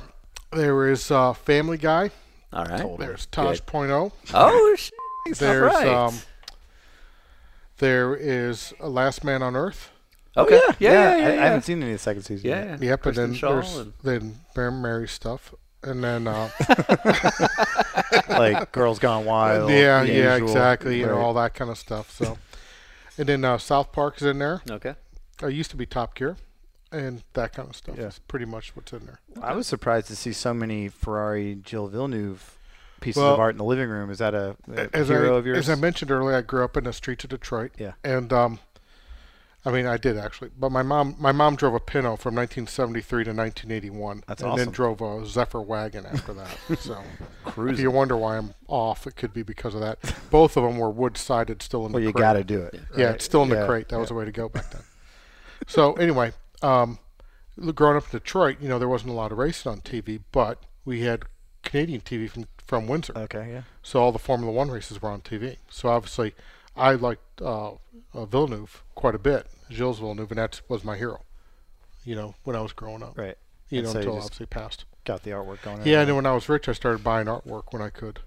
Speaker 2: There is uh, Family Guy.
Speaker 1: All right.
Speaker 2: There's Tosh
Speaker 1: Good.
Speaker 2: Point oh.
Speaker 1: Oh, sh- he's not
Speaker 2: There's
Speaker 1: right.
Speaker 2: um. There is uh, Last Man on Earth.
Speaker 1: okay. yeah, yeah,
Speaker 3: I,
Speaker 1: yeah,
Speaker 3: I
Speaker 1: yeah.
Speaker 3: haven't seen any of the second season.
Speaker 1: yeah.
Speaker 3: yet.
Speaker 2: Yep,
Speaker 1: Kristen
Speaker 2: and then
Speaker 1: Shaw
Speaker 2: there's
Speaker 1: and-
Speaker 2: then Bear Mary stuff, and then uh,
Speaker 3: like Girls Gone Wild.
Speaker 2: yeah,
Speaker 3: the
Speaker 2: yeah,
Speaker 3: usual.
Speaker 2: exactly, you know
Speaker 3: Right.
Speaker 2: all that kind of stuff. So, and then uh, South Park is in there.
Speaker 1: okay.
Speaker 2: I used to be Top Gear, and that kind of stuff
Speaker 3: Yeah.
Speaker 2: is pretty much what's in there.
Speaker 3: I was surprised to see so many Ferrari Jill Villeneuve pieces
Speaker 2: Well,
Speaker 3: of art in the living room. Is that a, a
Speaker 2: as
Speaker 3: hero
Speaker 2: I,
Speaker 3: of yours?
Speaker 2: As I mentioned earlier, I grew up in the streets of Detroit.
Speaker 3: Yeah.
Speaker 2: And um, I mean, I did actually, but my mom my mom drove a Pinto from 1973 to 1981,
Speaker 3: That's
Speaker 2: and
Speaker 3: awesome.
Speaker 2: then drove a Zephyr wagon after that. so if
Speaker 7: Cruising.
Speaker 2: you wonder why I'm off, it could be because of that. Both of them were wood sided, still in
Speaker 7: well,
Speaker 2: the
Speaker 7: you
Speaker 2: crate.
Speaker 7: got to do it.
Speaker 3: Uh,
Speaker 2: Yeah,
Speaker 7: right?
Speaker 2: it's still in the
Speaker 7: Yeah,
Speaker 2: crate. That was the way to go back then. so anyway, um, l- growing up in Detroit, you know, there wasn't a lot of racing on TV, but we had Canadian TV from from Windsor.
Speaker 7: Okay, yeah.
Speaker 2: So all the Formula One races were on TV. So obviously, I liked uh, uh, Villeneuve quite a bit, Gilles Villeneuve, and that was my hero. You know, when I was growing up.
Speaker 3: Right.
Speaker 2: You
Speaker 3: And
Speaker 2: know,
Speaker 3: so you
Speaker 2: until
Speaker 3: just- Uh,
Speaker 2: obviously passed.
Speaker 3: Got the artwork going.
Speaker 2: Yeah, and then when I was rich, I started buying artwork when I could.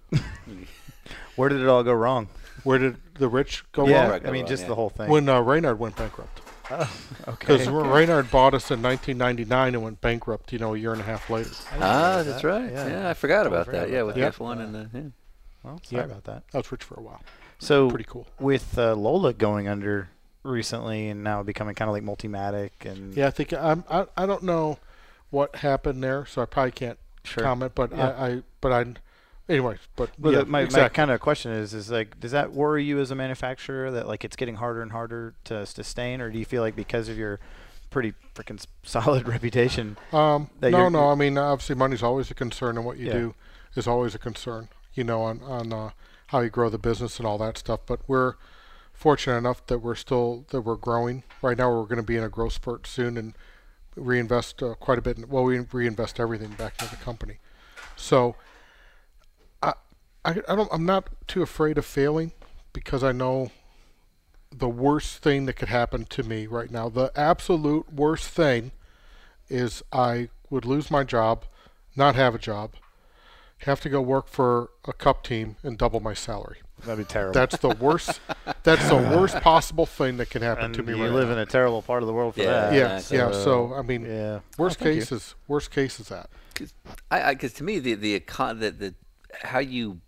Speaker 3: Where did it all go wrong?
Speaker 2: Where did the rich go
Speaker 3: yeah,
Speaker 2: wrong?
Speaker 1: Right,
Speaker 3: I mean
Speaker 1: go
Speaker 3: just
Speaker 1: wrong,
Speaker 3: the
Speaker 1: yeah.
Speaker 3: whole thing.
Speaker 2: When uh, Reynard went bankrupt.
Speaker 3: okay.
Speaker 2: Because Reynard bought us in 1999 and went bankrupt, you know, a year and a half later.
Speaker 1: Ah, that's right. Yeah,
Speaker 3: Yeah.
Speaker 1: I forgot about
Speaker 3: forgot
Speaker 1: that. Yeah, with
Speaker 3: about
Speaker 2: that.
Speaker 1: the F1 and the. Yeah.
Speaker 3: Well, sorry
Speaker 2: Yeah.
Speaker 3: about that.
Speaker 2: I was rich for a while.
Speaker 3: So
Speaker 2: Pretty cool.
Speaker 3: With uh, Lola going under recently and now becoming kind of like Multimatic and
Speaker 2: Yeah, I think I'm, I I don't know what happened there, so I probably can't
Speaker 3: Sure.
Speaker 2: comment. But
Speaker 3: Yeah.
Speaker 2: I, I but I anyway. But uh,
Speaker 3: Well,
Speaker 2: yeah,
Speaker 3: the- my, my
Speaker 2: exactly.
Speaker 3: kind of question is, is like, does that worry you as a manufacturer that like it's getting harder and harder to sustain, or do you feel like because of your pretty freaking solid reputation,
Speaker 2: Um,
Speaker 3: that
Speaker 2: no,
Speaker 3: you're-
Speaker 2: no. I mean, obviously, money's always a concern, and what you
Speaker 3: Yeah.
Speaker 2: do is always a concern. You know, on on uh, how you grow the business and all that stuff. But we're fortunate enough that we're still that we're growing. Right now, we're going to be in a growth spurt soon and reinvest uh, quite a bit. In, well, we reinvest everything back into the company. So, I, I don't. I'm not too afraid of failing because I know the worst thing that could happen to me right now. The absolute worst thing is I would lose my job, not have a job, have to go work for a cup team and double my salary.
Speaker 3: that'd be terrible.
Speaker 2: That's the worst. that's the worst possible thing that can happen
Speaker 3: and
Speaker 2: to me
Speaker 3: you
Speaker 2: right
Speaker 3: live
Speaker 2: now.
Speaker 3: in a terrible part of the world for
Speaker 1: Yeah.
Speaker 3: that.
Speaker 2: yeah,
Speaker 1: so-
Speaker 2: yeah. So I mean,
Speaker 3: Yeah.
Speaker 2: worst
Speaker 3: Oh, thank you.
Speaker 2: case is worst case is that.
Speaker 1: Cause I, I, cause to me the the, econ- the the how you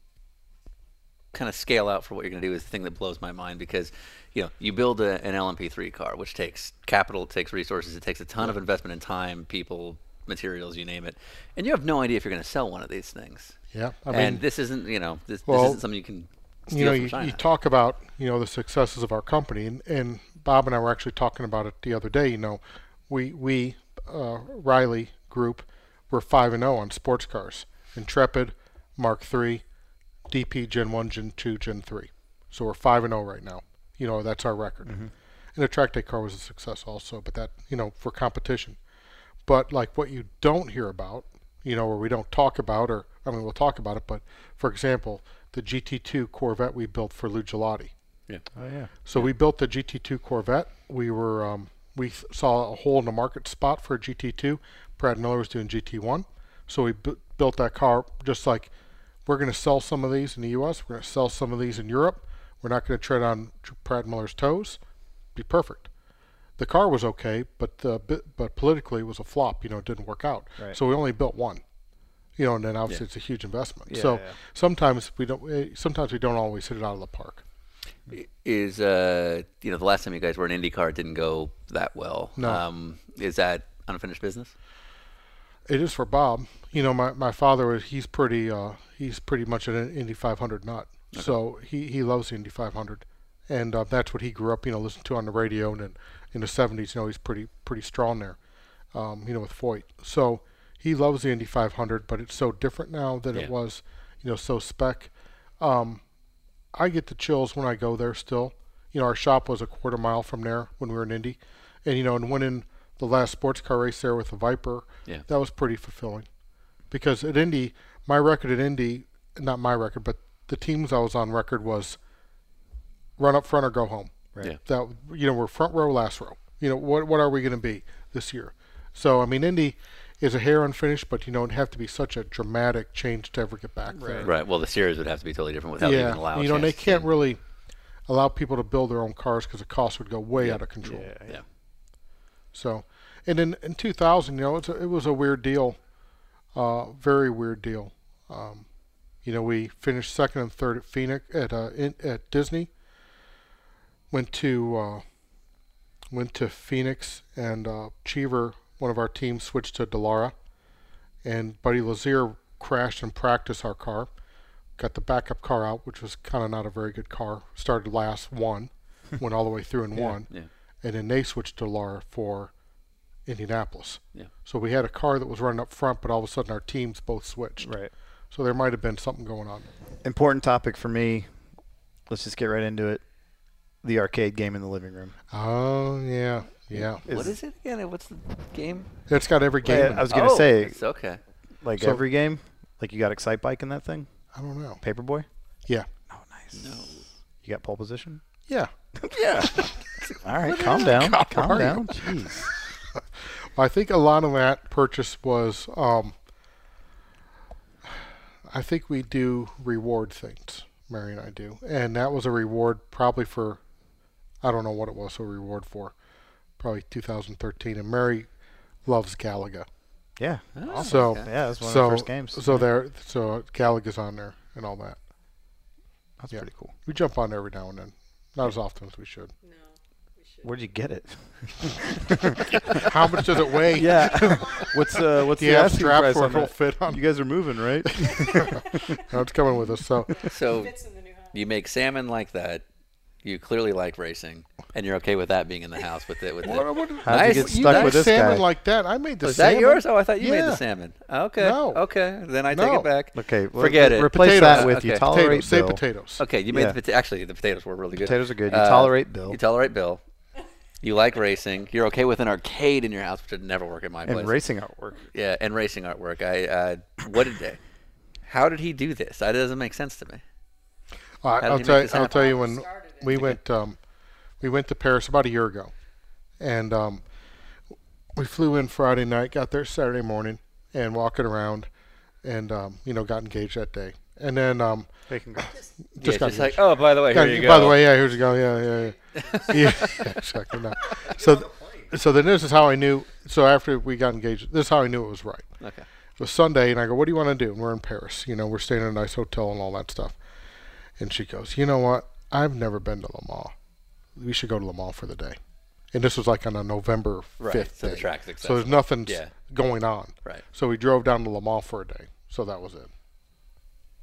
Speaker 1: kind of scale out for what you're going to do is the thing that blows my mind because you know you build a, an LMP3 car which takes capital, it takes resources, it takes a ton of investment in time, people, materials, you name it, and you have no idea if you're going to sell one of these things.
Speaker 2: Yeah, I mean,
Speaker 1: and this isn't you know this,
Speaker 2: well,
Speaker 1: this isn't something you can steal
Speaker 2: you know,
Speaker 1: from
Speaker 2: you,
Speaker 1: China.
Speaker 2: you talk about you know the successes of our company, and, and Bob and I were actually talking about it the other day. You know, we we uh, Riley Group were five and zero on sports cars: Intrepid, Mark III, DP Gen One, Gen Two, Gen Three. So we're five and zero right now. You know, that's our record.
Speaker 1: Mm-hmm.
Speaker 2: And the track day car was a success also, but that you know for competition. But like what you don't hear about, you know, or we don't talk about, or I mean, we'll talk about it. But for example, the GT2 Corvette we built for Lou Gelati.
Speaker 3: Oh yeah.
Speaker 2: So we built the GT2 Corvette. We were um, we s- saw a hole in the market spot for a GT2. Brad Miller was doing GT1, so we bu built that car just like we're going to sell some of these in the U.S. We're going to sell some of these in Europe. We're not going to tread on Tr- Brad Miller's toes. Be perfect. The car was okay, but the bi- but politically it was a flop. You know, it didn't work out.
Speaker 3: Right.
Speaker 2: So we only built one. You know, and then obviously it's a huge investment. so
Speaker 3: yeah.
Speaker 2: sometimes we don't. eh, Sometimes we don't always hit it out of the park.
Speaker 1: is uh you know the last time you guys were in IndyCar it didn't go that well.
Speaker 2: No.
Speaker 1: Um, is that unfinished business?
Speaker 2: It is for Bob. You know, my, my father is he's pretty uh, he's pretty much an Indy 500 nut. So he, he loves the Indy 500, and uh, that's what he grew up you know listening to on the radio and in, in the 70s. You know, he's pretty pretty strong there. Um, you know, with Foyt. So he loves the Indy 500, but it's so different now than
Speaker 1: Yeah.
Speaker 2: it was. You know, so spec. I get the chills when I go there still. You know, our shop was a quarter mile from there when we were in Indy. And, you know, and winning the last sports car race there with the Viper,
Speaker 1: Yeah.
Speaker 2: that was pretty fulfilling. Because at Indy, my record at Indy, not my record, but the teams I was on record was run up front or go home. Right.
Speaker 1: Yeah.
Speaker 2: That you know we're front row, last row. You know what what are we going to be this year? So I mean, Indy is a hair unfinished, but you know it'd have to be such a dramatic change to ever get back there
Speaker 1: Right. Well, the series would have to be totally different without even allowing.
Speaker 2: you know, and they can't really allow people to build their own cars because the cost would go way out of control.
Speaker 1: Yeah.
Speaker 2: So, and then in 2000, you know, it's a, it was a weird deal, uh, very weird deal. Um, you know, we finished second and third at Phoenix at uh, in, at Disney. Went to uh, went to Phoenix and uh, Cheever, one of our teams, switched to Delara, and Buddy Lazier crashed and practiced our car. Got the backup car out, which was kind of not a very good car. Started last, won, went all the way through and won,
Speaker 1: yeah.
Speaker 2: and then they switched to Lara for Indianapolis.
Speaker 1: Yeah.
Speaker 2: So we had a car that was running up front, but all of a sudden our teams both switched.
Speaker 3: Right.
Speaker 2: So there might have been something going on.
Speaker 3: Important topic for me. Let's just get right into it. The arcade game in the living room.
Speaker 2: Oh yeah, yeah.
Speaker 1: What is it again? What's the game?
Speaker 2: It's got every game. in
Speaker 3: I was
Speaker 2: it.
Speaker 3: gonna
Speaker 1: Oh,
Speaker 3: say
Speaker 1: It's okay.
Speaker 3: like
Speaker 2: so-
Speaker 3: every game. Like you got Excite Bike in that thing,
Speaker 2: I don't know.
Speaker 3: Paperboy.
Speaker 2: Yeah,
Speaker 3: You got pole position.
Speaker 2: yeah.
Speaker 3: All right, calm down, calm down. Jeez.
Speaker 2: I think a lot of that purchase was. Um, I think we do reward things. Mary and I do, and that was a reward probably for, I don't know what it was a reward for, probably 2013. And Mary loves Galaga,
Speaker 3: Yeah,
Speaker 2: so
Speaker 3: yeah, that's one
Speaker 2: so
Speaker 3: of the first games.
Speaker 2: so there so Galaga's on there and all that.
Speaker 3: that's
Speaker 2: yeah.
Speaker 3: pretty cool.
Speaker 2: We jump on every now and then, not as often as we should.
Speaker 5: No. We should.
Speaker 3: Where'd you get it?
Speaker 2: How much does it weigh?
Speaker 7: Yeah. what's uh, what's
Speaker 2: Do you have
Speaker 7: asking
Speaker 2: straps
Speaker 7: price
Speaker 2: where
Speaker 7: on
Speaker 2: it'll
Speaker 7: that?
Speaker 2: fit on?
Speaker 7: You guys are moving, right?
Speaker 2: No, it's coming with us. So
Speaker 1: So
Speaker 5: Fits in the new house.
Speaker 1: you make salmon like that. You clearly like racing, and you're okay with that being in the house with it. With it.
Speaker 2: What- what-
Speaker 3: How'd
Speaker 1: Nice.
Speaker 3: you get
Speaker 1: You
Speaker 3: stuck
Speaker 1: like
Speaker 2: Made
Speaker 3: with this
Speaker 2: salmon
Speaker 3: guy?
Speaker 2: like that. I made the
Speaker 1: Was
Speaker 2: salmon.
Speaker 1: that yours? Oh, I thought you made
Speaker 2: Yeah.
Speaker 1: the salmon. Okay.
Speaker 2: No.
Speaker 1: Okay. Then I take
Speaker 2: No.
Speaker 1: it back.
Speaker 3: Okay, well,
Speaker 1: Forget it.
Speaker 3: Replace
Speaker 2: Potatoes.
Speaker 3: that with you
Speaker 1: Okay.
Speaker 2: Potatoes.
Speaker 3: tolerate
Speaker 2: Say
Speaker 3: Bill.
Speaker 2: potatoes.
Speaker 1: Okay, you made
Speaker 3: Yeah.
Speaker 1: the pota- actually the potatoes were really good. Uh,
Speaker 3: Potatoes are good. You tolerate Bill.
Speaker 1: You tolerate Bill. You like racing. You're okay with an arcade in your house, which would never work at my
Speaker 3: and
Speaker 1: place.
Speaker 3: racing artwork.
Speaker 1: yeah, and racing artwork. I uh, what did they? How did he do this? That doesn't make sense to me.
Speaker 2: All right,
Speaker 1: How did
Speaker 2: I'll
Speaker 1: you
Speaker 2: tell
Speaker 1: make
Speaker 2: you.
Speaker 1: this
Speaker 2: I'll
Speaker 1: happen?
Speaker 2: tell you when
Speaker 5: Started it.
Speaker 2: we went. Um, we went to Paris about a year ago, and um, we flew in Friday night, got there Saturday morning, and walking around, and um, you know, got engaged that day, and then um,
Speaker 1: Yeah, it's
Speaker 2: got
Speaker 1: just
Speaker 2: engaged.
Speaker 1: like, oh, by the way,
Speaker 2: Yeah,
Speaker 1: here you
Speaker 2: By
Speaker 1: go.
Speaker 2: the way, yeah, here's a go. Yeah, yeah, yeah. yeah exactly. No. So, th- so then this is how I knew. So after we got engaged, this is how I knew it was right.
Speaker 1: Okay.
Speaker 2: It was Sunday, and I go, "What do you want to do?" And we're in Paris. You know, we're staying in a nice hotel and all that stuff. And she goes, "You know what? I've never been to Le Mans. We should go to Le Mans for the day." And this was like on a November
Speaker 1: Right,
Speaker 2: fifth
Speaker 1: so the
Speaker 2: day.
Speaker 1: track's
Speaker 2: So there's
Speaker 1: accessible.
Speaker 2: nothing
Speaker 1: Yeah.
Speaker 2: going on.
Speaker 1: Right.
Speaker 2: So we drove down to Le Mans for a day. So that was it.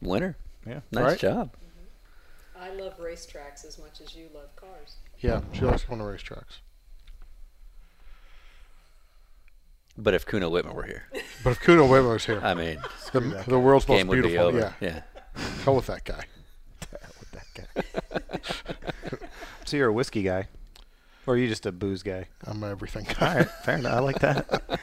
Speaker 1: Winner.
Speaker 3: Yeah.
Speaker 1: Nice
Speaker 2: Right?
Speaker 1: job.
Speaker 5: I love racetracks as much as you love cars.
Speaker 2: Yeah, she likes going to racetracks.
Speaker 1: But if Kuno Whitman were here,
Speaker 2: But if Kuno Weber was here,
Speaker 1: I mean,
Speaker 2: the, the world's most
Speaker 1: game would be
Speaker 2: beautiful.
Speaker 1: over.
Speaker 2: Yeah,
Speaker 1: yeah.
Speaker 2: go with that guy.
Speaker 3: So you're a whiskey guy, or are you just a booze guy?
Speaker 2: I'm everything
Speaker 3: All
Speaker 2: guy.
Speaker 3: right, fair enough. I like that.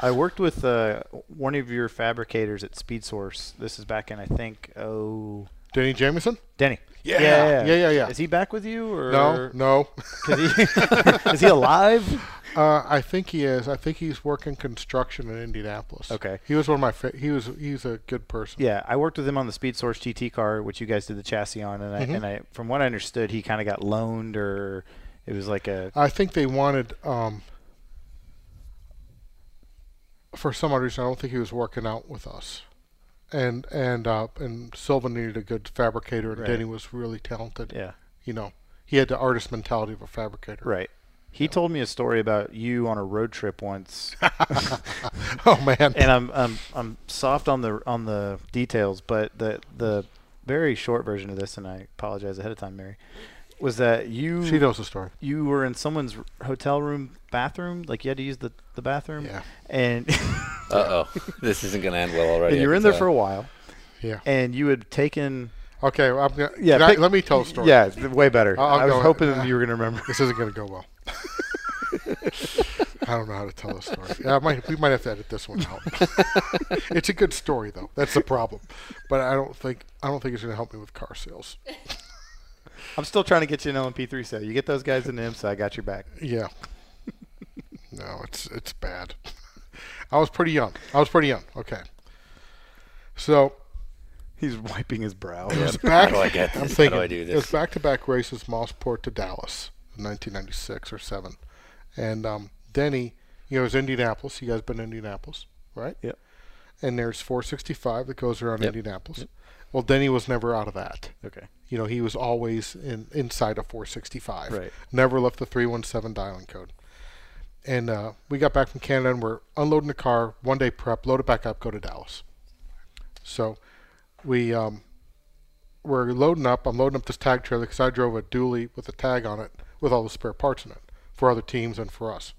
Speaker 3: I worked with uh, one of your fabricators at Speed Source. This is back in I think oh
Speaker 2: Denny Jameson?
Speaker 3: Denny.
Speaker 2: Yeah.
Speaker 3: yeah,
Speaker 2: Yeah, yeah, yeah.
Speaker 3: Is he back with you or
Speaker 2: No, no.
Speaker 3: 'Cause he- is he alive?
Speaker 2: Uh, I think he is. I think he's working construction in Indianapolis.
Speaker 3: Okay.
Speaker 2: He was one of my. Fa- he was. He's a good person.
Speaker 3: Yeah, I worked with him on the Speed Source GT car, which you guys did the chassis on, and I,
Speaker 7: Mm-hmm.
Speaker 3: and I from what I understood, he kind of got loaned or it was like a
Speaker 2: I think they wanted. Um, for some odd reason, I don't think he was working out with us, and and uh, and Sylvan needed a good fabricator, and
Speaker 3: Right.
Speaker 2: Denny was really talented.
Speaker 3: yeah.
Speaker 2: You know, he had the artist mentality of a fabricator.
Speaker 3: Right. He told me a story about you on a road trip once,
Speaker 2: Oh man.
Speaker 3: and I'm I'm I'm soft on the on the details, but the the very short version of this, and I apologize ahead of time, Mary, was that you
Speaker 2: she knows the story.
Speaker 3: you were in someone's r- hotel room bathroom, like you had to use the the bathroom,
Speaker 2: Yeah.
Speaker 3: and
Speaker 1: Uh oh, this isn't gonna end well already.
Speaker 3: and you were in there for a while,
Speaker 2: Yeah.
Speaker 3: and you had taken
Speaker 2: Okay. well, I'm gonna,
Speaker 3: Yeah,
Speaker 2: can I-
Speaker 3: pick-
Speaker 2: let me tell the story.
Speaker 3: yeah, th- way better.
Speaker 2: I'll- I'll
Speaker 3: I was
Speaker 2: go-
Speaker 3: hoping
Speaker 2: uh,
Speaker 3: you were gonna remember.
Speaker 2: This isn't going to go well. I don't know how to tell this story. Yeah, I might, we might have to edit this one out. it's a good story though. That's the problem. But I don't think I don't think it's going to help me with car sales.
Speaker 3: I'm still trying to get you an LMP3 set. You get those guys in the IMSA, I got your back.
Speaker 2: Yeah. No, it's it's bad. I was pretty young. I was pretty young. Okay. So
Speaker 3: He's wiping his brow.
Speaker 2: it was back.
Speaker 1: do I get
Speaker 2: I'm
Speaker 1: this? How
Speaker 2: thinking
Speaker 1: do I do
Speaker 2: it was
Speaker 1: this?
Speaker 2: back-to-back races, Mossport to Dallas, in 1996 or seven, and um, Denny. You know, it was Indianapolis. You guys been to Indianapolis, right?
Speaker 3: Yep.
Speaker 2: and there's 465 that goes around
Speaker 1: Yep.
Speaker 2: Indianapolis. Well, Denny was never out of that.
Speaker 3: Okay.
Speaker 2: You know, he was always in inside of 465.
Speaker 3: Right.
Speaker 2: Never left the 317 dialing code. And uh, we got back from Canada and we're unloading the car, one day prep, load it back up, go to Dallas. So we um, we're loading up. I'm loading up this tag trailer because I drove a dually with a tag on it with all the spare parts in it. for other teams and for us.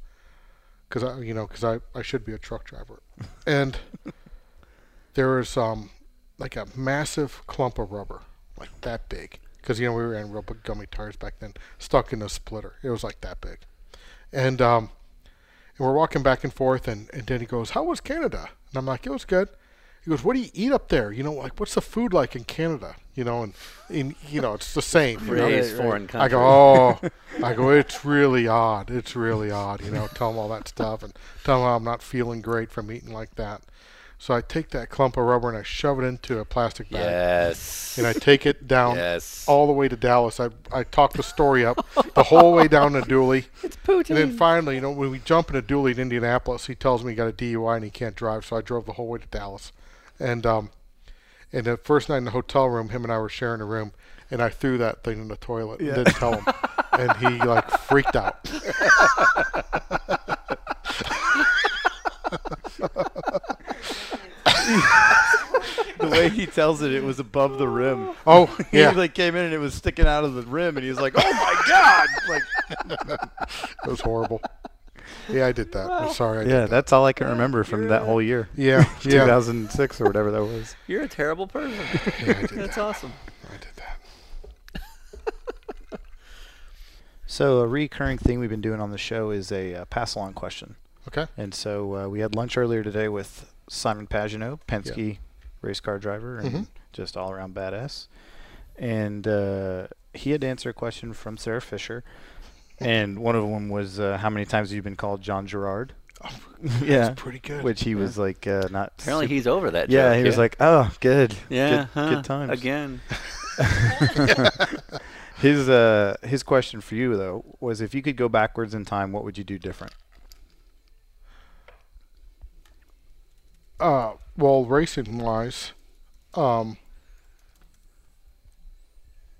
Speaker 2: Because I, you know, because I, I should be a truck driver, and there was um like a massive clump of rubber, like that big. Because you know we ran real big gummy tires back then, stuck in a splitter. It was like that big, and um, and we're walking back and forth, and, and Danny goes, How was Canada? And I'm like, It was good. He goes, What do you eat up there? You know, like, what's the food like in Canada? You know, and, and you know, it's the same. You know?
Speaker 1: Praise foreign
Speaker 2: I
Speaker 1: country.
Speaker 2: go, Oh, I go, It's really odd. It's really odd. You know, tell him all that stuff and tell him how I'm not feeling great from eating like that. So I take that clump of rubber and I shove it into a plastic bag
Speaker 1: Yes.
Speaker 2: and I take it down
Speaker 1: Yes.
Speaker 2: all the way to Dallas. I, I talk the story up the whole way down to Dooley. It's poutine. And then finally, you know, when we jump into Dooley in Indianapolis, he tells me he got a DUI and he can't drive, so I drove the whole way to Dallas. And um, and the first night in the hotel room, him and I were sharing a room, and I threw that thing in the toilet and didn't tell him. and he like freaked out.
Speaker 7: the way he tells it, it was above the rim.
Speaker 2: Oh
Speaker 7: He
Speaker 2: yeah,
Speaker 7: like came in and it was sticking out of the rim, and he was like, "Oh my god!" Like,
Speaker 2: it was horrible. Yeah, I did that. I'm sorry. I
Speaker 7: yeah,
Speaker 2: did that.
Speaker 7: that's all I can remember from that whole year,
Speaker 2: Yeah, yeah,
Speaker 7: 2006 or whatever that was.
Speaker 1: You're a terrible person. That's awesome.
Speaker 2: I did that.
Speaker 3: So a recurring thing we've been doing on the show is a uh, pass along question.
Speaker 2: Okay.
Speaker 3: And so uh, we had lunch earlier today with Simon Pagino, Penske race car driver and just all around badass. And uh, he had to answer a question from Sarah Fisher. And one of them was, uh, How many times have you been called John Gerard? yeah.
Speaker 2: Pretty good.
Speaker 3: Which he was like, uh, Not.
Speaker 1: Apparently
Speaker 3: super-
Speaker 1: he's over that.
Speaker 3: yeah,
Speaker 1: joke.
Speaker 3: he was like, Oh, good.
Speaker 1: yeah,
Speaker 3: Good,
Speaker 1: huh,
Speaker 3: good times.
Speaker 1: again.
Speaker 3: His, uh, his question for you, though, was if you could go backwards in time, what would you do different?
Speaker 2: uh, well, racing wise, um,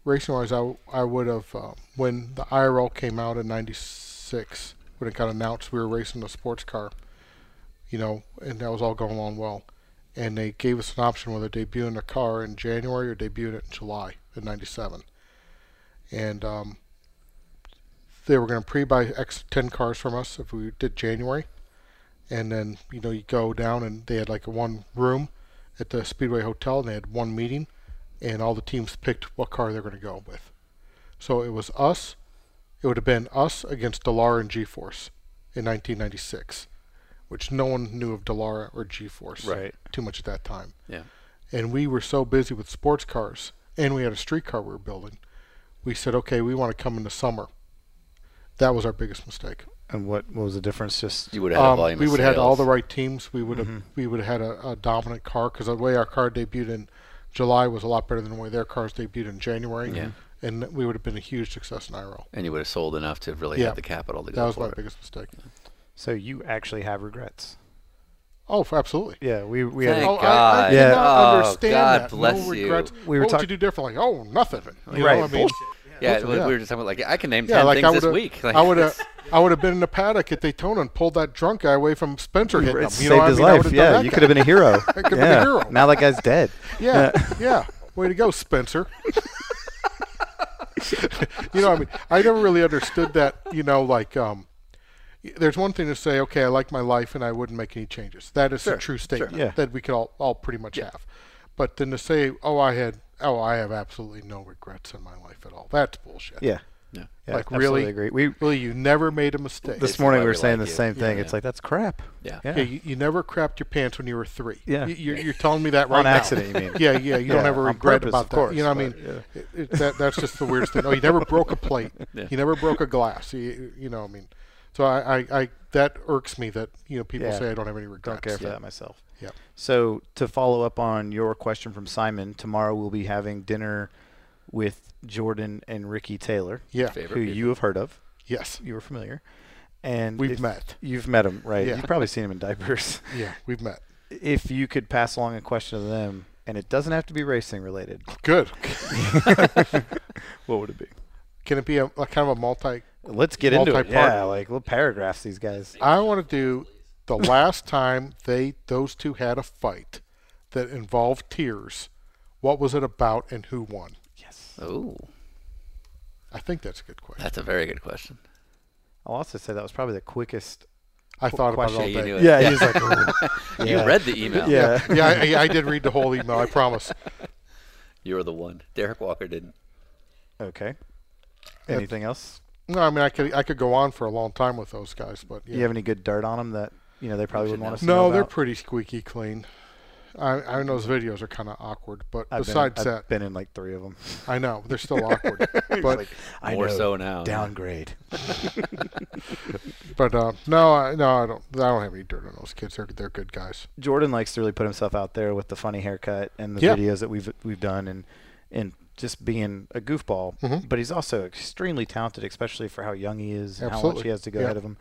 Speaker 2: racing wise, I, w- I would have uh, when the IRL came out in '96 when it got announced we were racing a sports car, you know, and that was all going on well, and they gave us an option whether debuting a car in January or debuting it in July in '97, and um, they were going to pre-buy X 10 cars from us if we did January and then you know you go down and they had like one room at the Speedway Hotel and they had one meeting, and all the teams picked what car they're going to go with. So it was us. It would have been us against Delara and G-Force in 1996, which no one knew of Delara or G-Force
Speaker 3: Right.
Speaker 2: too much at that time.
Speaker 1: Yeah.
Speaker 2: And we were so busy with sports cars, and we had a street car we were building. We said, okay, we want to come in the summer. That was our biggest mistake.
Speaker 3: And what, what was the difference? Just
Speaker 1: You would have had a
Speaker 2: Um,
Speaker 1: volume.
Speaker 2: we
Speaker 1: of
Speaker 2: would have had all the
Speaker 1: sales.
Speaker 2: right teams. We would have
Speaker 3: Mm-hmm.
Speaker 2: we would have had a, a dominant car because the way our car debuted in July was a lot better than the way their cars debuted in January.
Speaker 1: Yeah.
Speaker 2: And we would have been a huge success in IRL.
Speaker 1: and you would have sold enough to really
Speaker 2: Yeah.
Speaker 1: have the capital to
Speaker 2: That
Speaker 1: go
Speaker 2: was
Speaker 1: for
Speaker 2: my
Speaker 1: it.
Speaker 2: biggest mistake.
Speaker 3: So you actually have regrets.
Speaker 2: Oh, f- absolutely.
Speaker 3: Yeah, we we
Speaker 1: Thank
Speaker 3: had
Speaker 2: Oh, I, I
Speaker 1: God.
Speaker 2: did
Speaker 3: Yeah.
Speaker 2: not
Speaker 1: Oh,
Speaker 2: understand
Speaker 1: God
Speaker 2: that.
Speaker 1: bless
Speaker 2: no
Speaker 1: you.
Speaker 2: regrets.
Speaker 3: We were
Speaker 2: what
Speaker 3: talk-
Speaker 2: would you do differently? Oh, nothing. You
Speaker 3: Right.
Speaker 2: know what I mean?
Speaker 1: Yeah,
Speaker 2: Yeah.
Speaker 1: we we were just talking about like I can name
Speaker 2: Yeah,
Speaker 1: ten
Speaker 2: like I
Speaker 1: things
Speaker 2: would
Speaker 1: this
Speaker 2: have.
Speaker 1: week.
Speaker 2: I would have. I would have been in the paddock at Daytona and pulled that drunk guy away from Spencer hitting him.
Speaker 3: it
Speaker 2: You
Speaker 3: saved
Speaker 2: know what I
Speaker 3: his
Speaker 2: mean? I
Speaker 3: life.
Speaker 2: would've done
Speaker 3: Yeah,
Speaker 2: that
Speaker 3: you
Speaker 2: guy.
Speaker 3: could have been a hero.
Speaker 2: could've been a
Speaker 3: yeah.
Speaker 2: hero.
Speaker 3: Now that guy's dead.
Speaker 2: Yeah, yeah. Way to go, Spencer. you know, I mean, I never really understood that. You know, like, um, y- there's one thing to say, okay, I like my life and I wouldn't make any changes. That is a true statement
Speaker 3: Yeah.
Speaker 2: that we could all, all pretty much have. But then to say, oh, I had, oh, I have absolutely no regrets in my life at all. That's bullshit.
Speaker 3: Yeah.
Speaker 1: Yeah.
Speaker 3: Yeah,
Speaker 2: Like,
Speaker 3: absolutely
Speaker 2: really?
Speaker 3: agree. We
Speaker 2: Really, you never made a mistake.
Speaker 3: this
Speaker 1: It's
Speaker 3: morning
Speaker 1: why
Speaker 3: we were
Speaker 1: we
Speaker 3: saying
Speaker 1: like
Speaker 3: the
Speaker 1: you.
Speaker 3: same thing.
Speaker 1: Yeah.
Speaker 3: It's like that's crap.
Speaker 1: Yeah.
Speaker 3: Yeah.
Speaker 2: Yeah, you, you never crapped your pants when you were three.
Speaker 3: Yeah.
Speaker 2: Y- you're, you're telling me that right
Speaker 3: On
Speaker 2: now.
Speaker 3: accident, you mean.
Speaker 2: Yeah, yeah. You don't
Speaker 3: Yeah,
Speaker 2: ever
Speaker 3: on
Speaker 2: regret
Speaker 3: purpose,
Speaker 2: about
Speaker 3: of
Speaker 2: that.
Speaker 3: course,
Speaker 2: you know what I
Speaker 3: but,
Speaker 2: mean?
Speaker 3: yeah.
Speaker 2: It- it- that, that's just the weirdest thing. Oh, you never broke a plate. You never broke a glass. You, you know, what I mean, so I, I, I, that irks me that you know people
Speaker 3: Yeah.
Speaker 2: say I don't have any regrets.
Speaker 3: Don't care for that myself.
Speaker 2: Yeah.
Speaker 3: So to follow up on your question from Simon, tomorrow we'll be having dinner with Jordan and Ricky Taylor,
Speaker 2: Yeah.
Speaker 1: Favorite
Speaker 3: who
Speaker 1: people.
Speaker 3: you have heard of.
Speaker 2: Yes.
Speaker 3: You were familiar. And
Speaker 2: We've
Speaker 3: if-
Speaker 2: met.
Speaker 3: You've met him, right?
Speaker 2: Yeah.
Speaker 3: You've probably seen him in diapers.
Speaker 2: Yeah. We've met.
Speaker 3: if you could pass along a question to them, and it doesn't have to be racing related,
Speaker 2: Good.
Speaker 3: what would it be?
Speaker 2: Can it be a, a kind of a multi?
Speaker 3: Let's get into it.
Speaker 2: Multi-part.
Speaker 3: Yeah, like little paragraphs. These guys.
Speaker 2: I want to do the last time they those two had a fight that involved tears. What was it about and who won?
Speaker 3: Yes.
Speaker 1: Oh,
Speaker 2: I think that's a good question.
Speaker 1: that's a very good question.
Speaker 3: I'll also say that was probably the quickest.
Speaker 2: I thought about it all
Speaker 3: question.
Speaker 1: Yeah, you
Speaker 2: day.
Speaker 1: knew it. Yeah,
Speaker 3: he's like,
Speaker 1: You read the email.
Speaker 3: yeah.
Speaker 2: Yeah, I, I did read the whole email. I promise.
Speaker 1: You were the one. Derek Walker didn't.
Speaker 3: Okay. Anything else?
Speaker 2: No, I mean I could I could go on for a long time with those guys, but yeah.
Speaker 3: You have any good dirt on them that you know they probably wouldn't want us to know
Speaker 2: no, they're
Speaker 3: about?
Speaker 2: pretty squeaky clean. I I know those videos are kind of awkward, but
Speaker 3: I've been in-
Speaker 2: besides
Speaker 3: I've
Speaker 2: that,
Speaker 3: been in like three of them.
Speaker 2: I know they're still awkward. but
Speaker 3: I
Speaker 1: More
Speaker 3: know.
Speaker 1: so now.
Speaker 3: Downgrade.
Speaker 2: but uh, no, I, no, I don't I don't have any dirt on those kids. They're they're good guys.
Speaker 3: Jordan likes to really put himself out there with the funny haircut and the
Speaker 2: Yeah.
Speaker 3: videos that we've we've done and and just being a goofball.
Speaker 2: Mm-hmm.
Speaker 3: But he's also extremely talented, especially for how young he is and how much
Speaker 2: Absolutely.
Speaker 3: he has to go
Speaker 2: Yeah.
Speaker 3: ahead of him.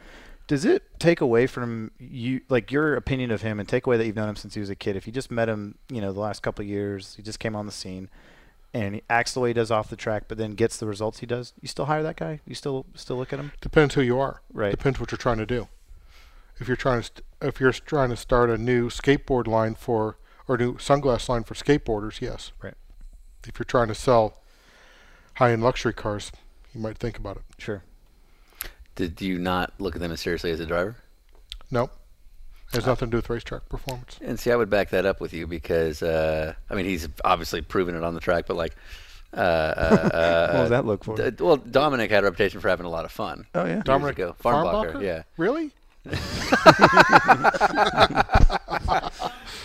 Speaker 3: Does it take away from you, like your opinion of him, and take away that you've known him since he was a kid? If you just met him, you know, the last couple of years, he just came on the scene, and he acts the way he does off the track, but then gets the results he does. You still hire that guy? You still still look at him?
Speaker 2: Depends who you are.
Speaker 3: Right.
Speaker 2: Depends what you're trying to do. If you're trying to st- if you're trying to start a new skateboard line for or new sunglass line for skateboarders, yes.
Speaker 3: Right.
Speaker 2: If you're trying to sell high end luxury cars, you might think about it.
Speaker 3: Sure.
Speaker 1: Did you not look at them as seriously as a driver?
Speaker 2: No. Has
Speaker 1: Uh,
Speaker 2: nothing to do with racetrack performance.
Speaker 1: And see, I would back that up with you because uh, I mean he's obviously proven it on the track, but like, uh, uh, uh,
Speaker 3: what does that look for?
Speaker 1: d- well, Dominic had a reputation for having a lot of fun.
Speaker 3: oh yeah.
Speaker 2: Dominic
Speaker 1: ago. Farnbacher, yeah.
Speaker 2: Really?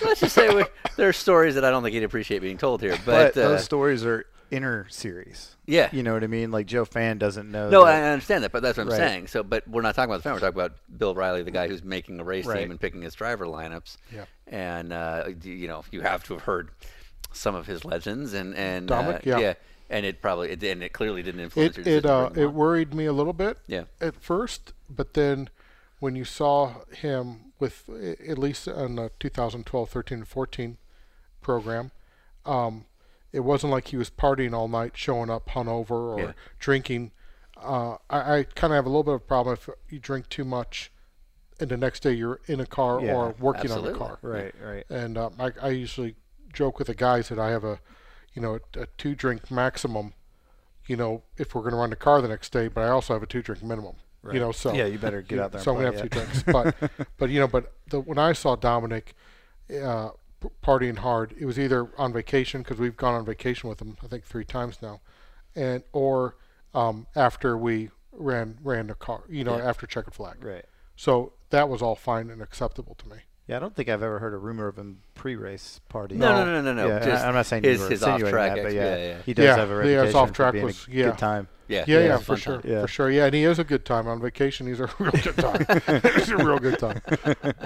Speaker 1: Let's just say we, there are stories that I don't think he'd appreciate being told here, but,
Speaker 3: but,
Speaker 1: uh,
Speaker 3: those stories are inner series.
Speaker 1: Yeah.
Speaker 3: you know what I mean. Like Joe Fan doesn't know.
Speaker 1: no, I
Speaker 3: that-
Speaker 1: I understand that, but that's what I'm
Speaker 3: Right.
Speaker 1: saying. So, but we're not talking about the fan. We're talking about Bill Riley, the guy who's making a race
Speaker 3: Right.
Speaker 1: team and picking his driver lineups.
Speaker 2: Yeah.
Speaker 1: And uh, y- you know, you have to have heard some of his legends and and
Speaker 2: Dominic,
Speaker 1: uh,
Speaker 2: yeah.
Speaker 1: And it probably it, and it clearly didn't influence
Speaker 2: It
Speaker 1: your
Speaker 2: it
Speaker 1: decision to
Speaker 2: uh,
Speaker 1: bring him
Speaker 2: it
Speaker 1: on.
Speaker 2: worried me a little bit.
Speaker 1: Yeah.
Speaker 2: At first, but then when you saw him with a- at least on the 2012, 13, and 14 program, um, it wasn't like he was partying all night, showing up hungover or
Speaker 1: Yeah.
Speaker 2: drinking. Uh, I, I kind of have a little bit of a problem if you drink too much, and the next day you're in a car
Speaker 3: Yeah,
Speaker 2: or working on
Speaker 1: absolutely.
Speaker 2: a car.
Speaker 3: right, right.
Speaker 2: and um, I, I usually joke with the guys that I have a, you know, a, two drink maximum, you know, if we're going to run the car the next day, but I also have a two drink minimum, you know, so
Speaker 3: Yeah, you better get out there.
Speaker 2: so I'm
Speaker 3: and
Speaker 2: gonna
Speaker 3: play,
Speaker 2: have two drinks, but but you know, but the, when I saw Dominic uh, p- partying hard, it was either on vacation because we've gone on vacation with him I think three times now, and or um, after we ran ran the car, you know, after checkered flag,
Speaker 3: yeah. Right.
Speaker 2: So that was all fine and acceptable to me.
Speaker 3: Yeah, I don't think I've ever heard a rumor of him pre-race party.
Speaker 1: No, no, no, no, no.
Speaker 3: Yeah, and
Speaker 1: Just
Speaker 3: I- I'm not saying
Speaker 1: his-
Speaker 3: you were
Speaker 1: his
Speaker 3: insinuating
Speaker 1: off-track
Speaker 3: that, but
Speaker 1: ex-
Speaker 3: yeah,
Speaker 1: yeah, yeah.
Speaker 3: he does
Speaker 2: Yeah,
Speaker 3: have a
Speaker 2: yeah, his
Speaker 3: reputation for
Speaker 2: off-track
Speaker 3: being
Speaker 2: was-
Speaker 3: a
Speaker 2: yeah.
Speaker 3: good time.
Speaker 1: yeah,
Speaker 2: Yeah, yeah,
Speaker 1: it's a fun
Speaker 2: for sure,
Speaker 1: time.
Speaker 3: Yeah.
Speaker 2: for sure. Yeah, and he is a good time on vacation. He's a real good time. he's a real good time.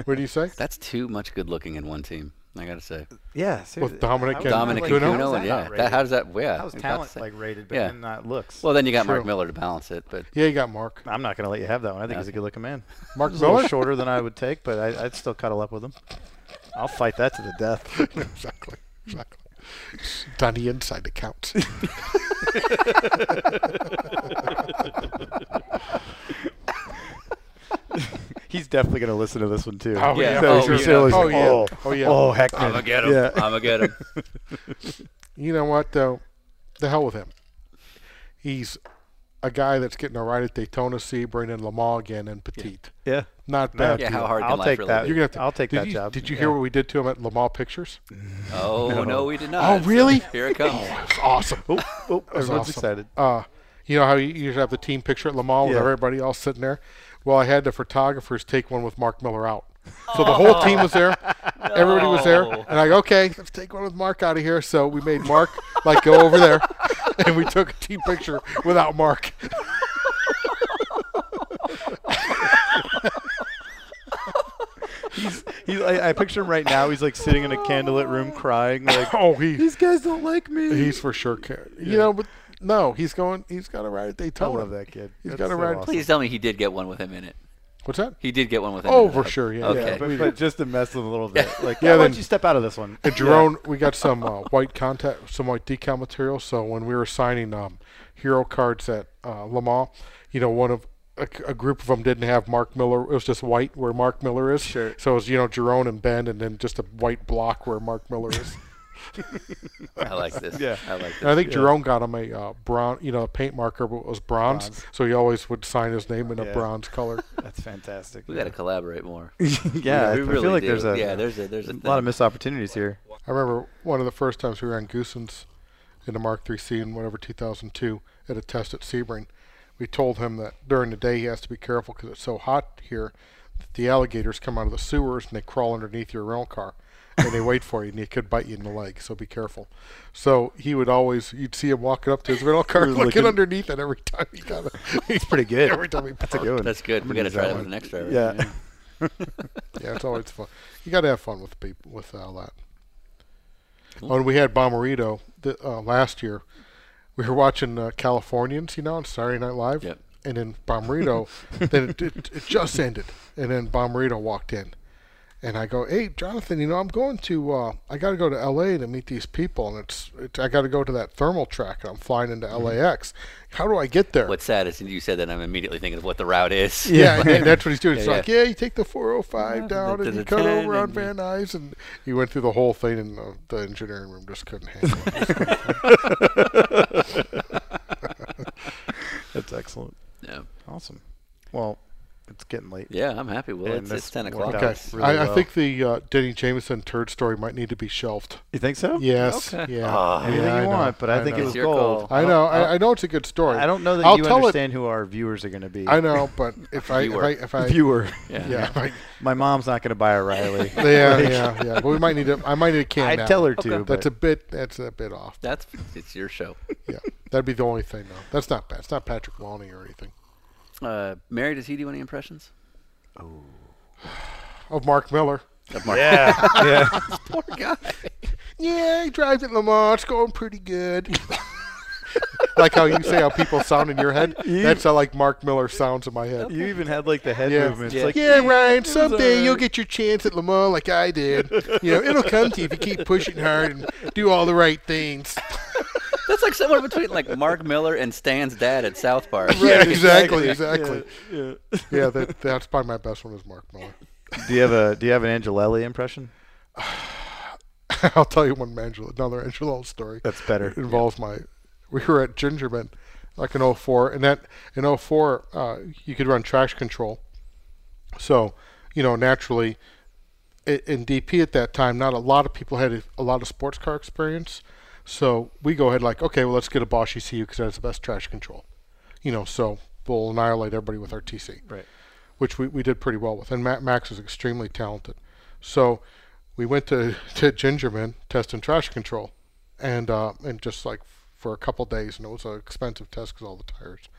Speaker 2: What do you say?
Speaker 1: That's too much good looking in one team. I gotta say,
Speaker 3: Yeah,
Speaker 2: With
Speaker 3: seriously.
Speaker 2: Dominic
Speaker 3: How-
Speaker 2: and
Speaker 1: Dominic and
Speaker 2: Kuno?
Speaker 1: Kuno,
Speaker 3: How's
Speaker 1: and
Speaker 3: that
Speaker 1: yeah,
Speaker 3: not
Speaker 1: that,
Speaker 3: rated?
Speaker 1: how does that? Yeah, about
Speaker 3: How's
Speaker 1: the
Speaker 3: talent
Speaker 1: same.
Speaker 3: like rated, but
Speaker 1: Yeah.
Speaker 3: then not looks?
Speaker 1: Well, then you got
Speaker 2: True.
Speaker 1: Mark Miller to balance it, but
Speaker 2: Yeah, you got Mark.
Speaker 3: I'm not going to let you have that one. I think he's a good-looking man.
Speaker 2: Mark
Speaker 3: He's a little
Speaker 2: Miller.
Speaker 3: shorter than I would take, but I, I'd still cuddle up with him. I'll fight that to the death.
Speaker 2: exactly. Exactly. It's on the inside that counts.
Speaker 3: He's definitely going to listen to this one too.
Speaker 2: Oh,
Speaker 1: Yeah. yeah.
Speaker 3: So
Speaker 1: Oh,
Speaker 3: he's
Speaker 1: yeah.
Speaker 3: gonna sit there, he's
Speaker 2: Oh,
Speaker 3: like,
Speaker 2: yeah.
Speaker 3: oh,
Speaker 2: Oh, yeah.
Speaker 3: Oh, heck,
Speaker 1: I'm
Speaker 3: no.
Speaker 1: gonna get him.
Speaker 3: Yeah.
Speaker 1: I'm gonna get him.
Speaker 2: You know what though? The hell with him. He's a guy that's getting a ride at Daytona Sebring and Lamar again and Petite.
Speaker 3: yeah.
Speaker 2: Not bad.
Speaker 1: Yeah, how hard can
Speaker 3: I'll
Speaker 1: life
Speaker 3: take
Speaker 1: really
Speaker 3: that.
Speaker 1: be?
Speaker 2: You're gonna have to.
Speaker 3: I'll take
Speaker 2: did
Speaker 3: that
Speaker 2: you-
Speaker 3: job.
Speaker 2: Did you hear what we did to him at Lamar Pictures?
Speaker 1: Oh no. we did not.
Speaker 2: Oh, really?
Speaker 1: So here it comes.
Speaker 2: It's awesome.
Speaker 3: Oh,
Speaker 2: was
Speaker 3: everyone's
Speaker 2: awesome.
Speaker 3: excited.
Speaker 2: uh, you know how you usually have the team picture at Lamar with
Speaker 3: Yeah.
Speaker 2: everybody else sitting there? Well, I had the photographers take one with Mark Miller out. So the whole team was there. Everybody was there.
Speaker 1: No.
Speaker 2: And I go, okay, let's take one with Mark out of here. So we made Mark like go over there and we took a team picture without Mark.
Speaker 3: He's, he's I, I picture him right now. He's like sitting in a candlelit room crying, like,
Speaker 2: Oh, he,
Speaker 3: these guys don't like me.
Speaker 2: he's for sure. ca- You know, but no, he's going, he's got a ride at
Speaker 3: I
Speaker 2: Daytona.
Speaker 3: love that kid.
Speaker 2: He's
Speaker 3: That's
Speaker 2: got a
Speaker 3: so
Speaker 2: ride.
Speaker 3: awesome.
Speaker 1: Please tell me he did get one with him in it.
Speaker 2: What's that?
Speaker 1: He did get one with him.
Speaker 2: Oh,
Speaker 1: in it, I
Speaker 2: for
Speaker 1: hope.
Speaker 2: sure. Yeah.
Speaker 1: Okay.
Speaker 3: Yeah, but, but just to mess with him a little bit. Like,
Speaker 2: Yeah,
Speaker 3: yeah, why
Speaker 2: then-
Speaker 3: don't you step out of this one?
Speaker 2: And Jerome, we got some uh, white contact, some white decal material. So when we were signing um, hero cards at uh, Lamar, you know, one of a, a group of them didn't have Mark Miller. It was just white where Mark Miller is.
Speaker 3: Sure.
Speaker 2: So it was you know Jerome and Ben, and then just a white block where Mark Miller is.
Speaker 1: I like this.
Speaker 7: Yeah.
Speaker 1: I like
Speaker 2: And I
Speaker 1: this.
Speaker 2: think Jerome got him a uh, brown, you know, a paint marker, but it was bronze,
Speaker 7: Bronze.
Speaker 2: so he always would sign his name in a
Speaker 7: Yeah.
Speaker 2: bronze color.
Speaker 7: That's fantastic.
Speaker 1: We got to collaborate more.
Speaker 7: yeah,
Speaker 1: we
Speaker 7: I
Speaker 1: really
Speaker 7: feel like
Speaker 1: do.
Speaker 7: there's a
Speaker 1: yeah, there's a there's a,
Speaker 7: a lot of missed opportunities here.
Speaker 2: I remember one of the first times we were on Goosens in the Mark 3C in whatever 2002 at a test at Sebring. We told him that during the day he has to be careful because it's so hot here that the alligators come out of the sewers and they crawl underneath your rental car and they wait for you and they could bite you in the leg. So be careful. So he would always you'd see him walking up to his rental car looking,
Speaker 7: looking-
Speaker 2: underneath it every time he got it.
Speaker 7: Pretty good.
Speaker 2: every time he
Speaker 7: That's a good one.
Speaker 1: That's good. We got to try that with the next driver.
Speaker 7: Yeah.
Speaker 2: Yeah, it's always fun. You got to have fun with people with all that. When we had Bomarito the, uh, last year, we were watching uh, Californians, you know, on Saturday Night Live.
Speaker 1: Yep.
Speaker 2: And then Bomarito, then it, it, it just ended, and then Bomarito walked in, and I go, "Hey, Jonathan, you know, I'm going to, uh, I got to go to L.A. to meet these people, and it's, it's I got to go to that thermal track, and I'm flying into LAX. How do I get there?
Speaker 1: What's sad is you said that I'm immediately thinking of what the route is.
Speaker 2: Yeah, and that's what he's doing. He's
Speaker 1: Yeah,
Speaker 2: like, yeah, you take the 405 down
Speaker 1: to
Speaker 2: and
Speaker 1: the
Speaker 2: you cut
Speaker 1: 10
Speaker 2: over on
Speaker 1: and you-
Speaker 2: Van Nuys, and he went through the whole thing, and the, the engineering room just couldn't handle it.
Speaker 7: That's excellent.
Speaker 1: Yeah.
Speaker 7: Awesome. Well, it's getting late.
Speaker 1: Yeah, I'm happy. Well,
Speaker 7: And
Speaker 1: it's, it's
Speaker 7: this
Speaker 1: 10
Speaker 7: worked
Speaker 1: o'clock.
Speaker 7: out
Speaker 2: Okay,
Speaker 7: Nice. really
Speaker 2: I, I
Speaker 7: well.
Speaker 2: think the uh, Denny Jameson turd story might need to be shelved.
Speaker 7: You think so?
Speaker 2: Yes, yeah,
Speaker 7: Uh, Anything
Speaker 2: Yeah, I
Speaker 7: you
Speaker 2: know,
Speaker 7: want, but I, think
Speaker 2: know.
Speaker 7: it was
Speaker 1: your
Speaker 7: gold.
Speaker 2: I know, I, I know it's a good story.
Speaker 7: I don't know that
Speaker 2: I'll
Speaker 7: you
Speaker 2: tell
Speaker 7: understand who our viewers are going to be.
Speaker 2: It, I know, but if I, if
Speaker 1: Viewer.
Speaker 2: I, if I,
Speaker 7: Viewer.
Speaker 1: Yeah.
Speaker 2: yeah, if I-
Speaker 7: My mom's not going to buy a Riley.
Speaker 2: yeah, yeah, yeah. But we might need to. I might need a can.
Speaker 7: I'd
Speaker 2: now.
Speaker 7: tell her to. but-
Speaker 2: That's a bit. That's a bit off.
Speaker 1: That's it's your show.
Speaker 2: Yeah, that'd be the only thing though. That's not bad. It's not Patrick Maloney or anything.
Speaker 1: Uh, Mary, does he do any impressions?
Speaker 2: Of Mark Miller.
Speaker 3: Yeah.
Speaker 1: Poor guy.
Speaker 2: Yeah, he drives at Lamar. It's going pretty good. like how you say how people sound in your head. That's how like Mark Miller sounds in my head.
Speaker 7: you even had like the head
Speaker 2: Yeah.
Speaker 7: movements.
Speaker 1: Yeah.
Speaker 7: Like,
Speaker 2: yeah, Ryan. Someday
Speaker 7: alright.
Speaker 2: you'll get your chance at Lamar like I did. You know, it'll come to you if you keep pushing hard and do all the right things.
Speaker 1: That's like somewhere between like Mark Miller and Stan's dad at South Park.
Speaker 2: yeah, exactly, exactly.
Speaker 7: yeah.
Speaker 2: Yeah, that, that's probably my best one is Mark Miller.
Speaker 7: do you have a Do you have an Angelelli impression?
Speaker 2: I'll tell you one Angela, another Angelo story.
Speaker 7: That's better.
Speaker 2: It involves my. We were at Gingerman, like in 04, and that in 04, uh, you could run traction control. So, you know, naturally, i- in DP at that time, not a lot of people had a, a lot of sports car experience. So we go ahead like, okay, well, let's get a Bosch E ECU because that's the best traction control. You know, so we'll annihilate everybody with our TC.
Speaker 7: Right.
Speaker 2: Which we, we did pretty well with. And Ma- Max is extremely talented. So we went to, to Gingerman testing traction control and uh, and just like for a couple days. And it was an expensive test because all the tires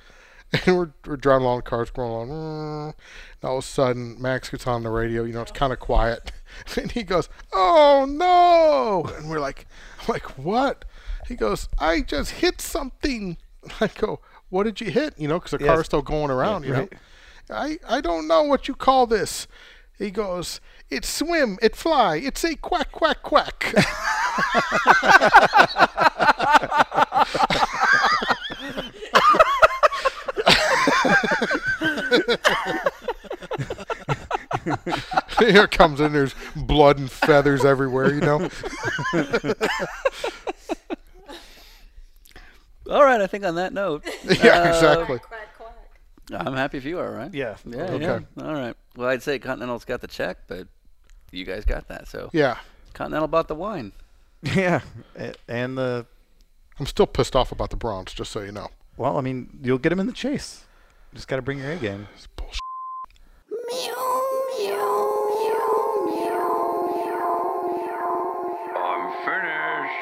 Speaker 2: and we're, we're driving along, the car's going along. "Mm." And all of a sudden, Max gets on the radio. You know, it's kind of quiet, and he goes, "Oh no!" And we're like, I'm "Like what?" He goes, "I just hit something." I go, "What did you hit?" You know, because the
Speaker 7: Yes.
Speaker 2: car's still going around. you
Speaker 7: right.
Speaker 2: know, I I don't know what you call this. He goes, "It swim, it fly, it's a quack quack quack." Here it comes in. There's blood and feathers everywhere. You know.
Speaker 1: All right, I think on that note,
Speaker 7: Oh.
Speaker 2: yeah, exactly.
Speaker 5: Quack, quack, quack.
Speaker 1: I'm happy if you are, right?
Speaker 7: Yeah.
Speaker 1: Yeah,
Speaker 2: Okay.
Speaker 1: yeah. All right. Well, I'd say Continental's got the check, but you guys got that. So
Speaker 2: Yeah,
Speaker 1: Continental bought the wine.
Speaker 7: Yeah. A- And the
Speaker 2: I'm still pissed off about the Bronze. Just so you know.
Speaker 7: well, I mean, you'll get him in the chase. Just got to bring your A game.
Speaker 2: It's bullshit.
Speaker 6: I'm finished.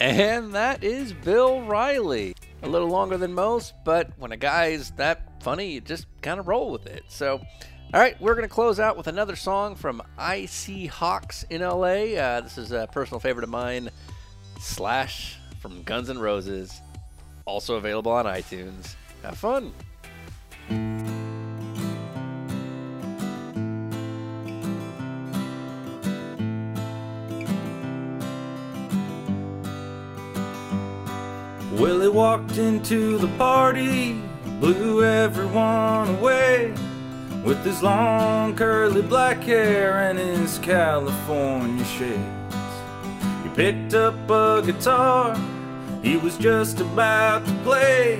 Speaker 1: And that is Bill Riley. A little longer than most, but when a guy's that funny, you just kind of roll with it. So, all right, we're going to close out with another song from IC Hawks in LA. Uh, this is a personal favorite of mine, Slash from Guns N' Roses, also available on iTunes. Have fun.
Speaker 9: Willie walked into the party, blew everyone away with his long curly black hair and his California shades. picked up a guitar. He was just about to play.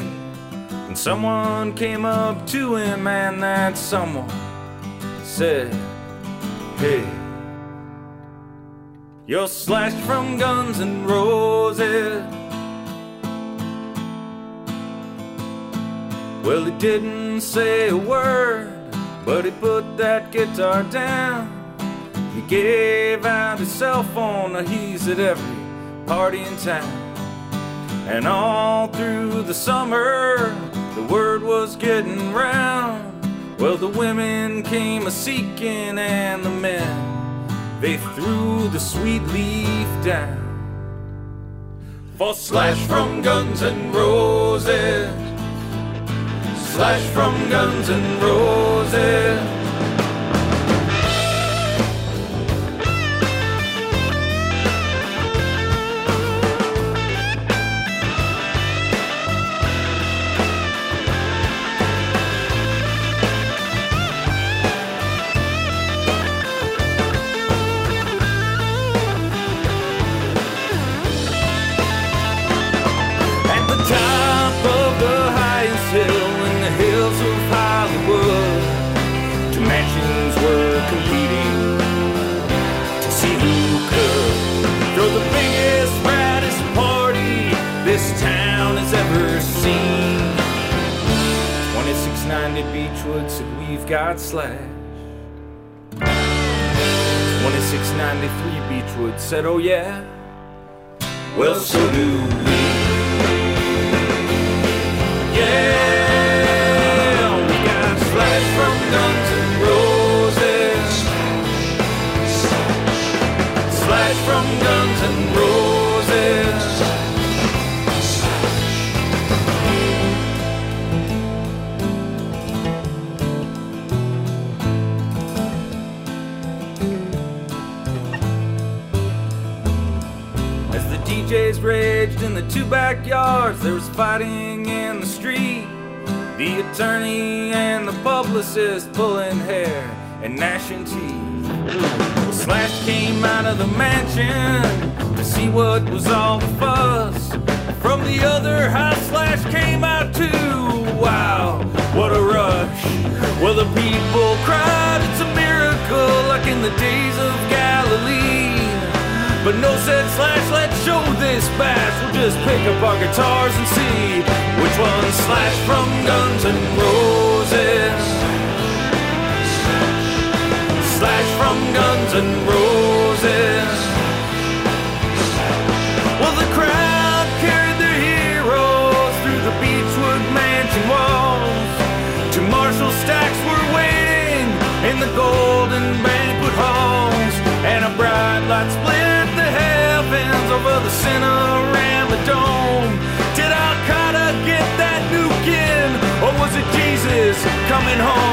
Speaker 9: And someone came up to him, and that someone said, Hey, you're slashed from guns and roses. Well, he didn't say a word, but he put that guitar down. He gave out his cell phone, now he's at every party in town. And all through the summer, the word was getting round. Well, the women came a seeking, and the men, they threw the sweet leaf down. For slash from guns and roses, slash from guns and roses. At the top of the highest hill in the hills of Hollywood, two mansions were competing to see who could throw the biggest, raddest party this town has ever seen. 2690 Beechwood said we've got slash. 2693 Beechwood said, oh yeah. Well, so do we. Yeah, we got Slash from Guns N' Roses. Slash from Guns N' Roses. As the DJs raged in the two backyards, there was fighting in the street. The attorney and the publicist pulling hair and gnashing teeth. Well, Slash came out of the mansion to see what was all the fuss. From the other house, Slash came out too. Wow, what a rush! Well, the people cried, it's a miracle, like in the days of Galilee. But no said slash, let's show this bash. We'll just pick up our guitars and see which one slash from Guns N' Roses. Slash from Guns N' Roses. Well, the crowd carried their heroes through the Beechwood Mansion walls. Two Marshall stacks were waiting in the golden banquet halls, and a bright light split the heavens over the Cinerama dome. Did Al Qaeda get that nuke in, or was it Jesus coming home?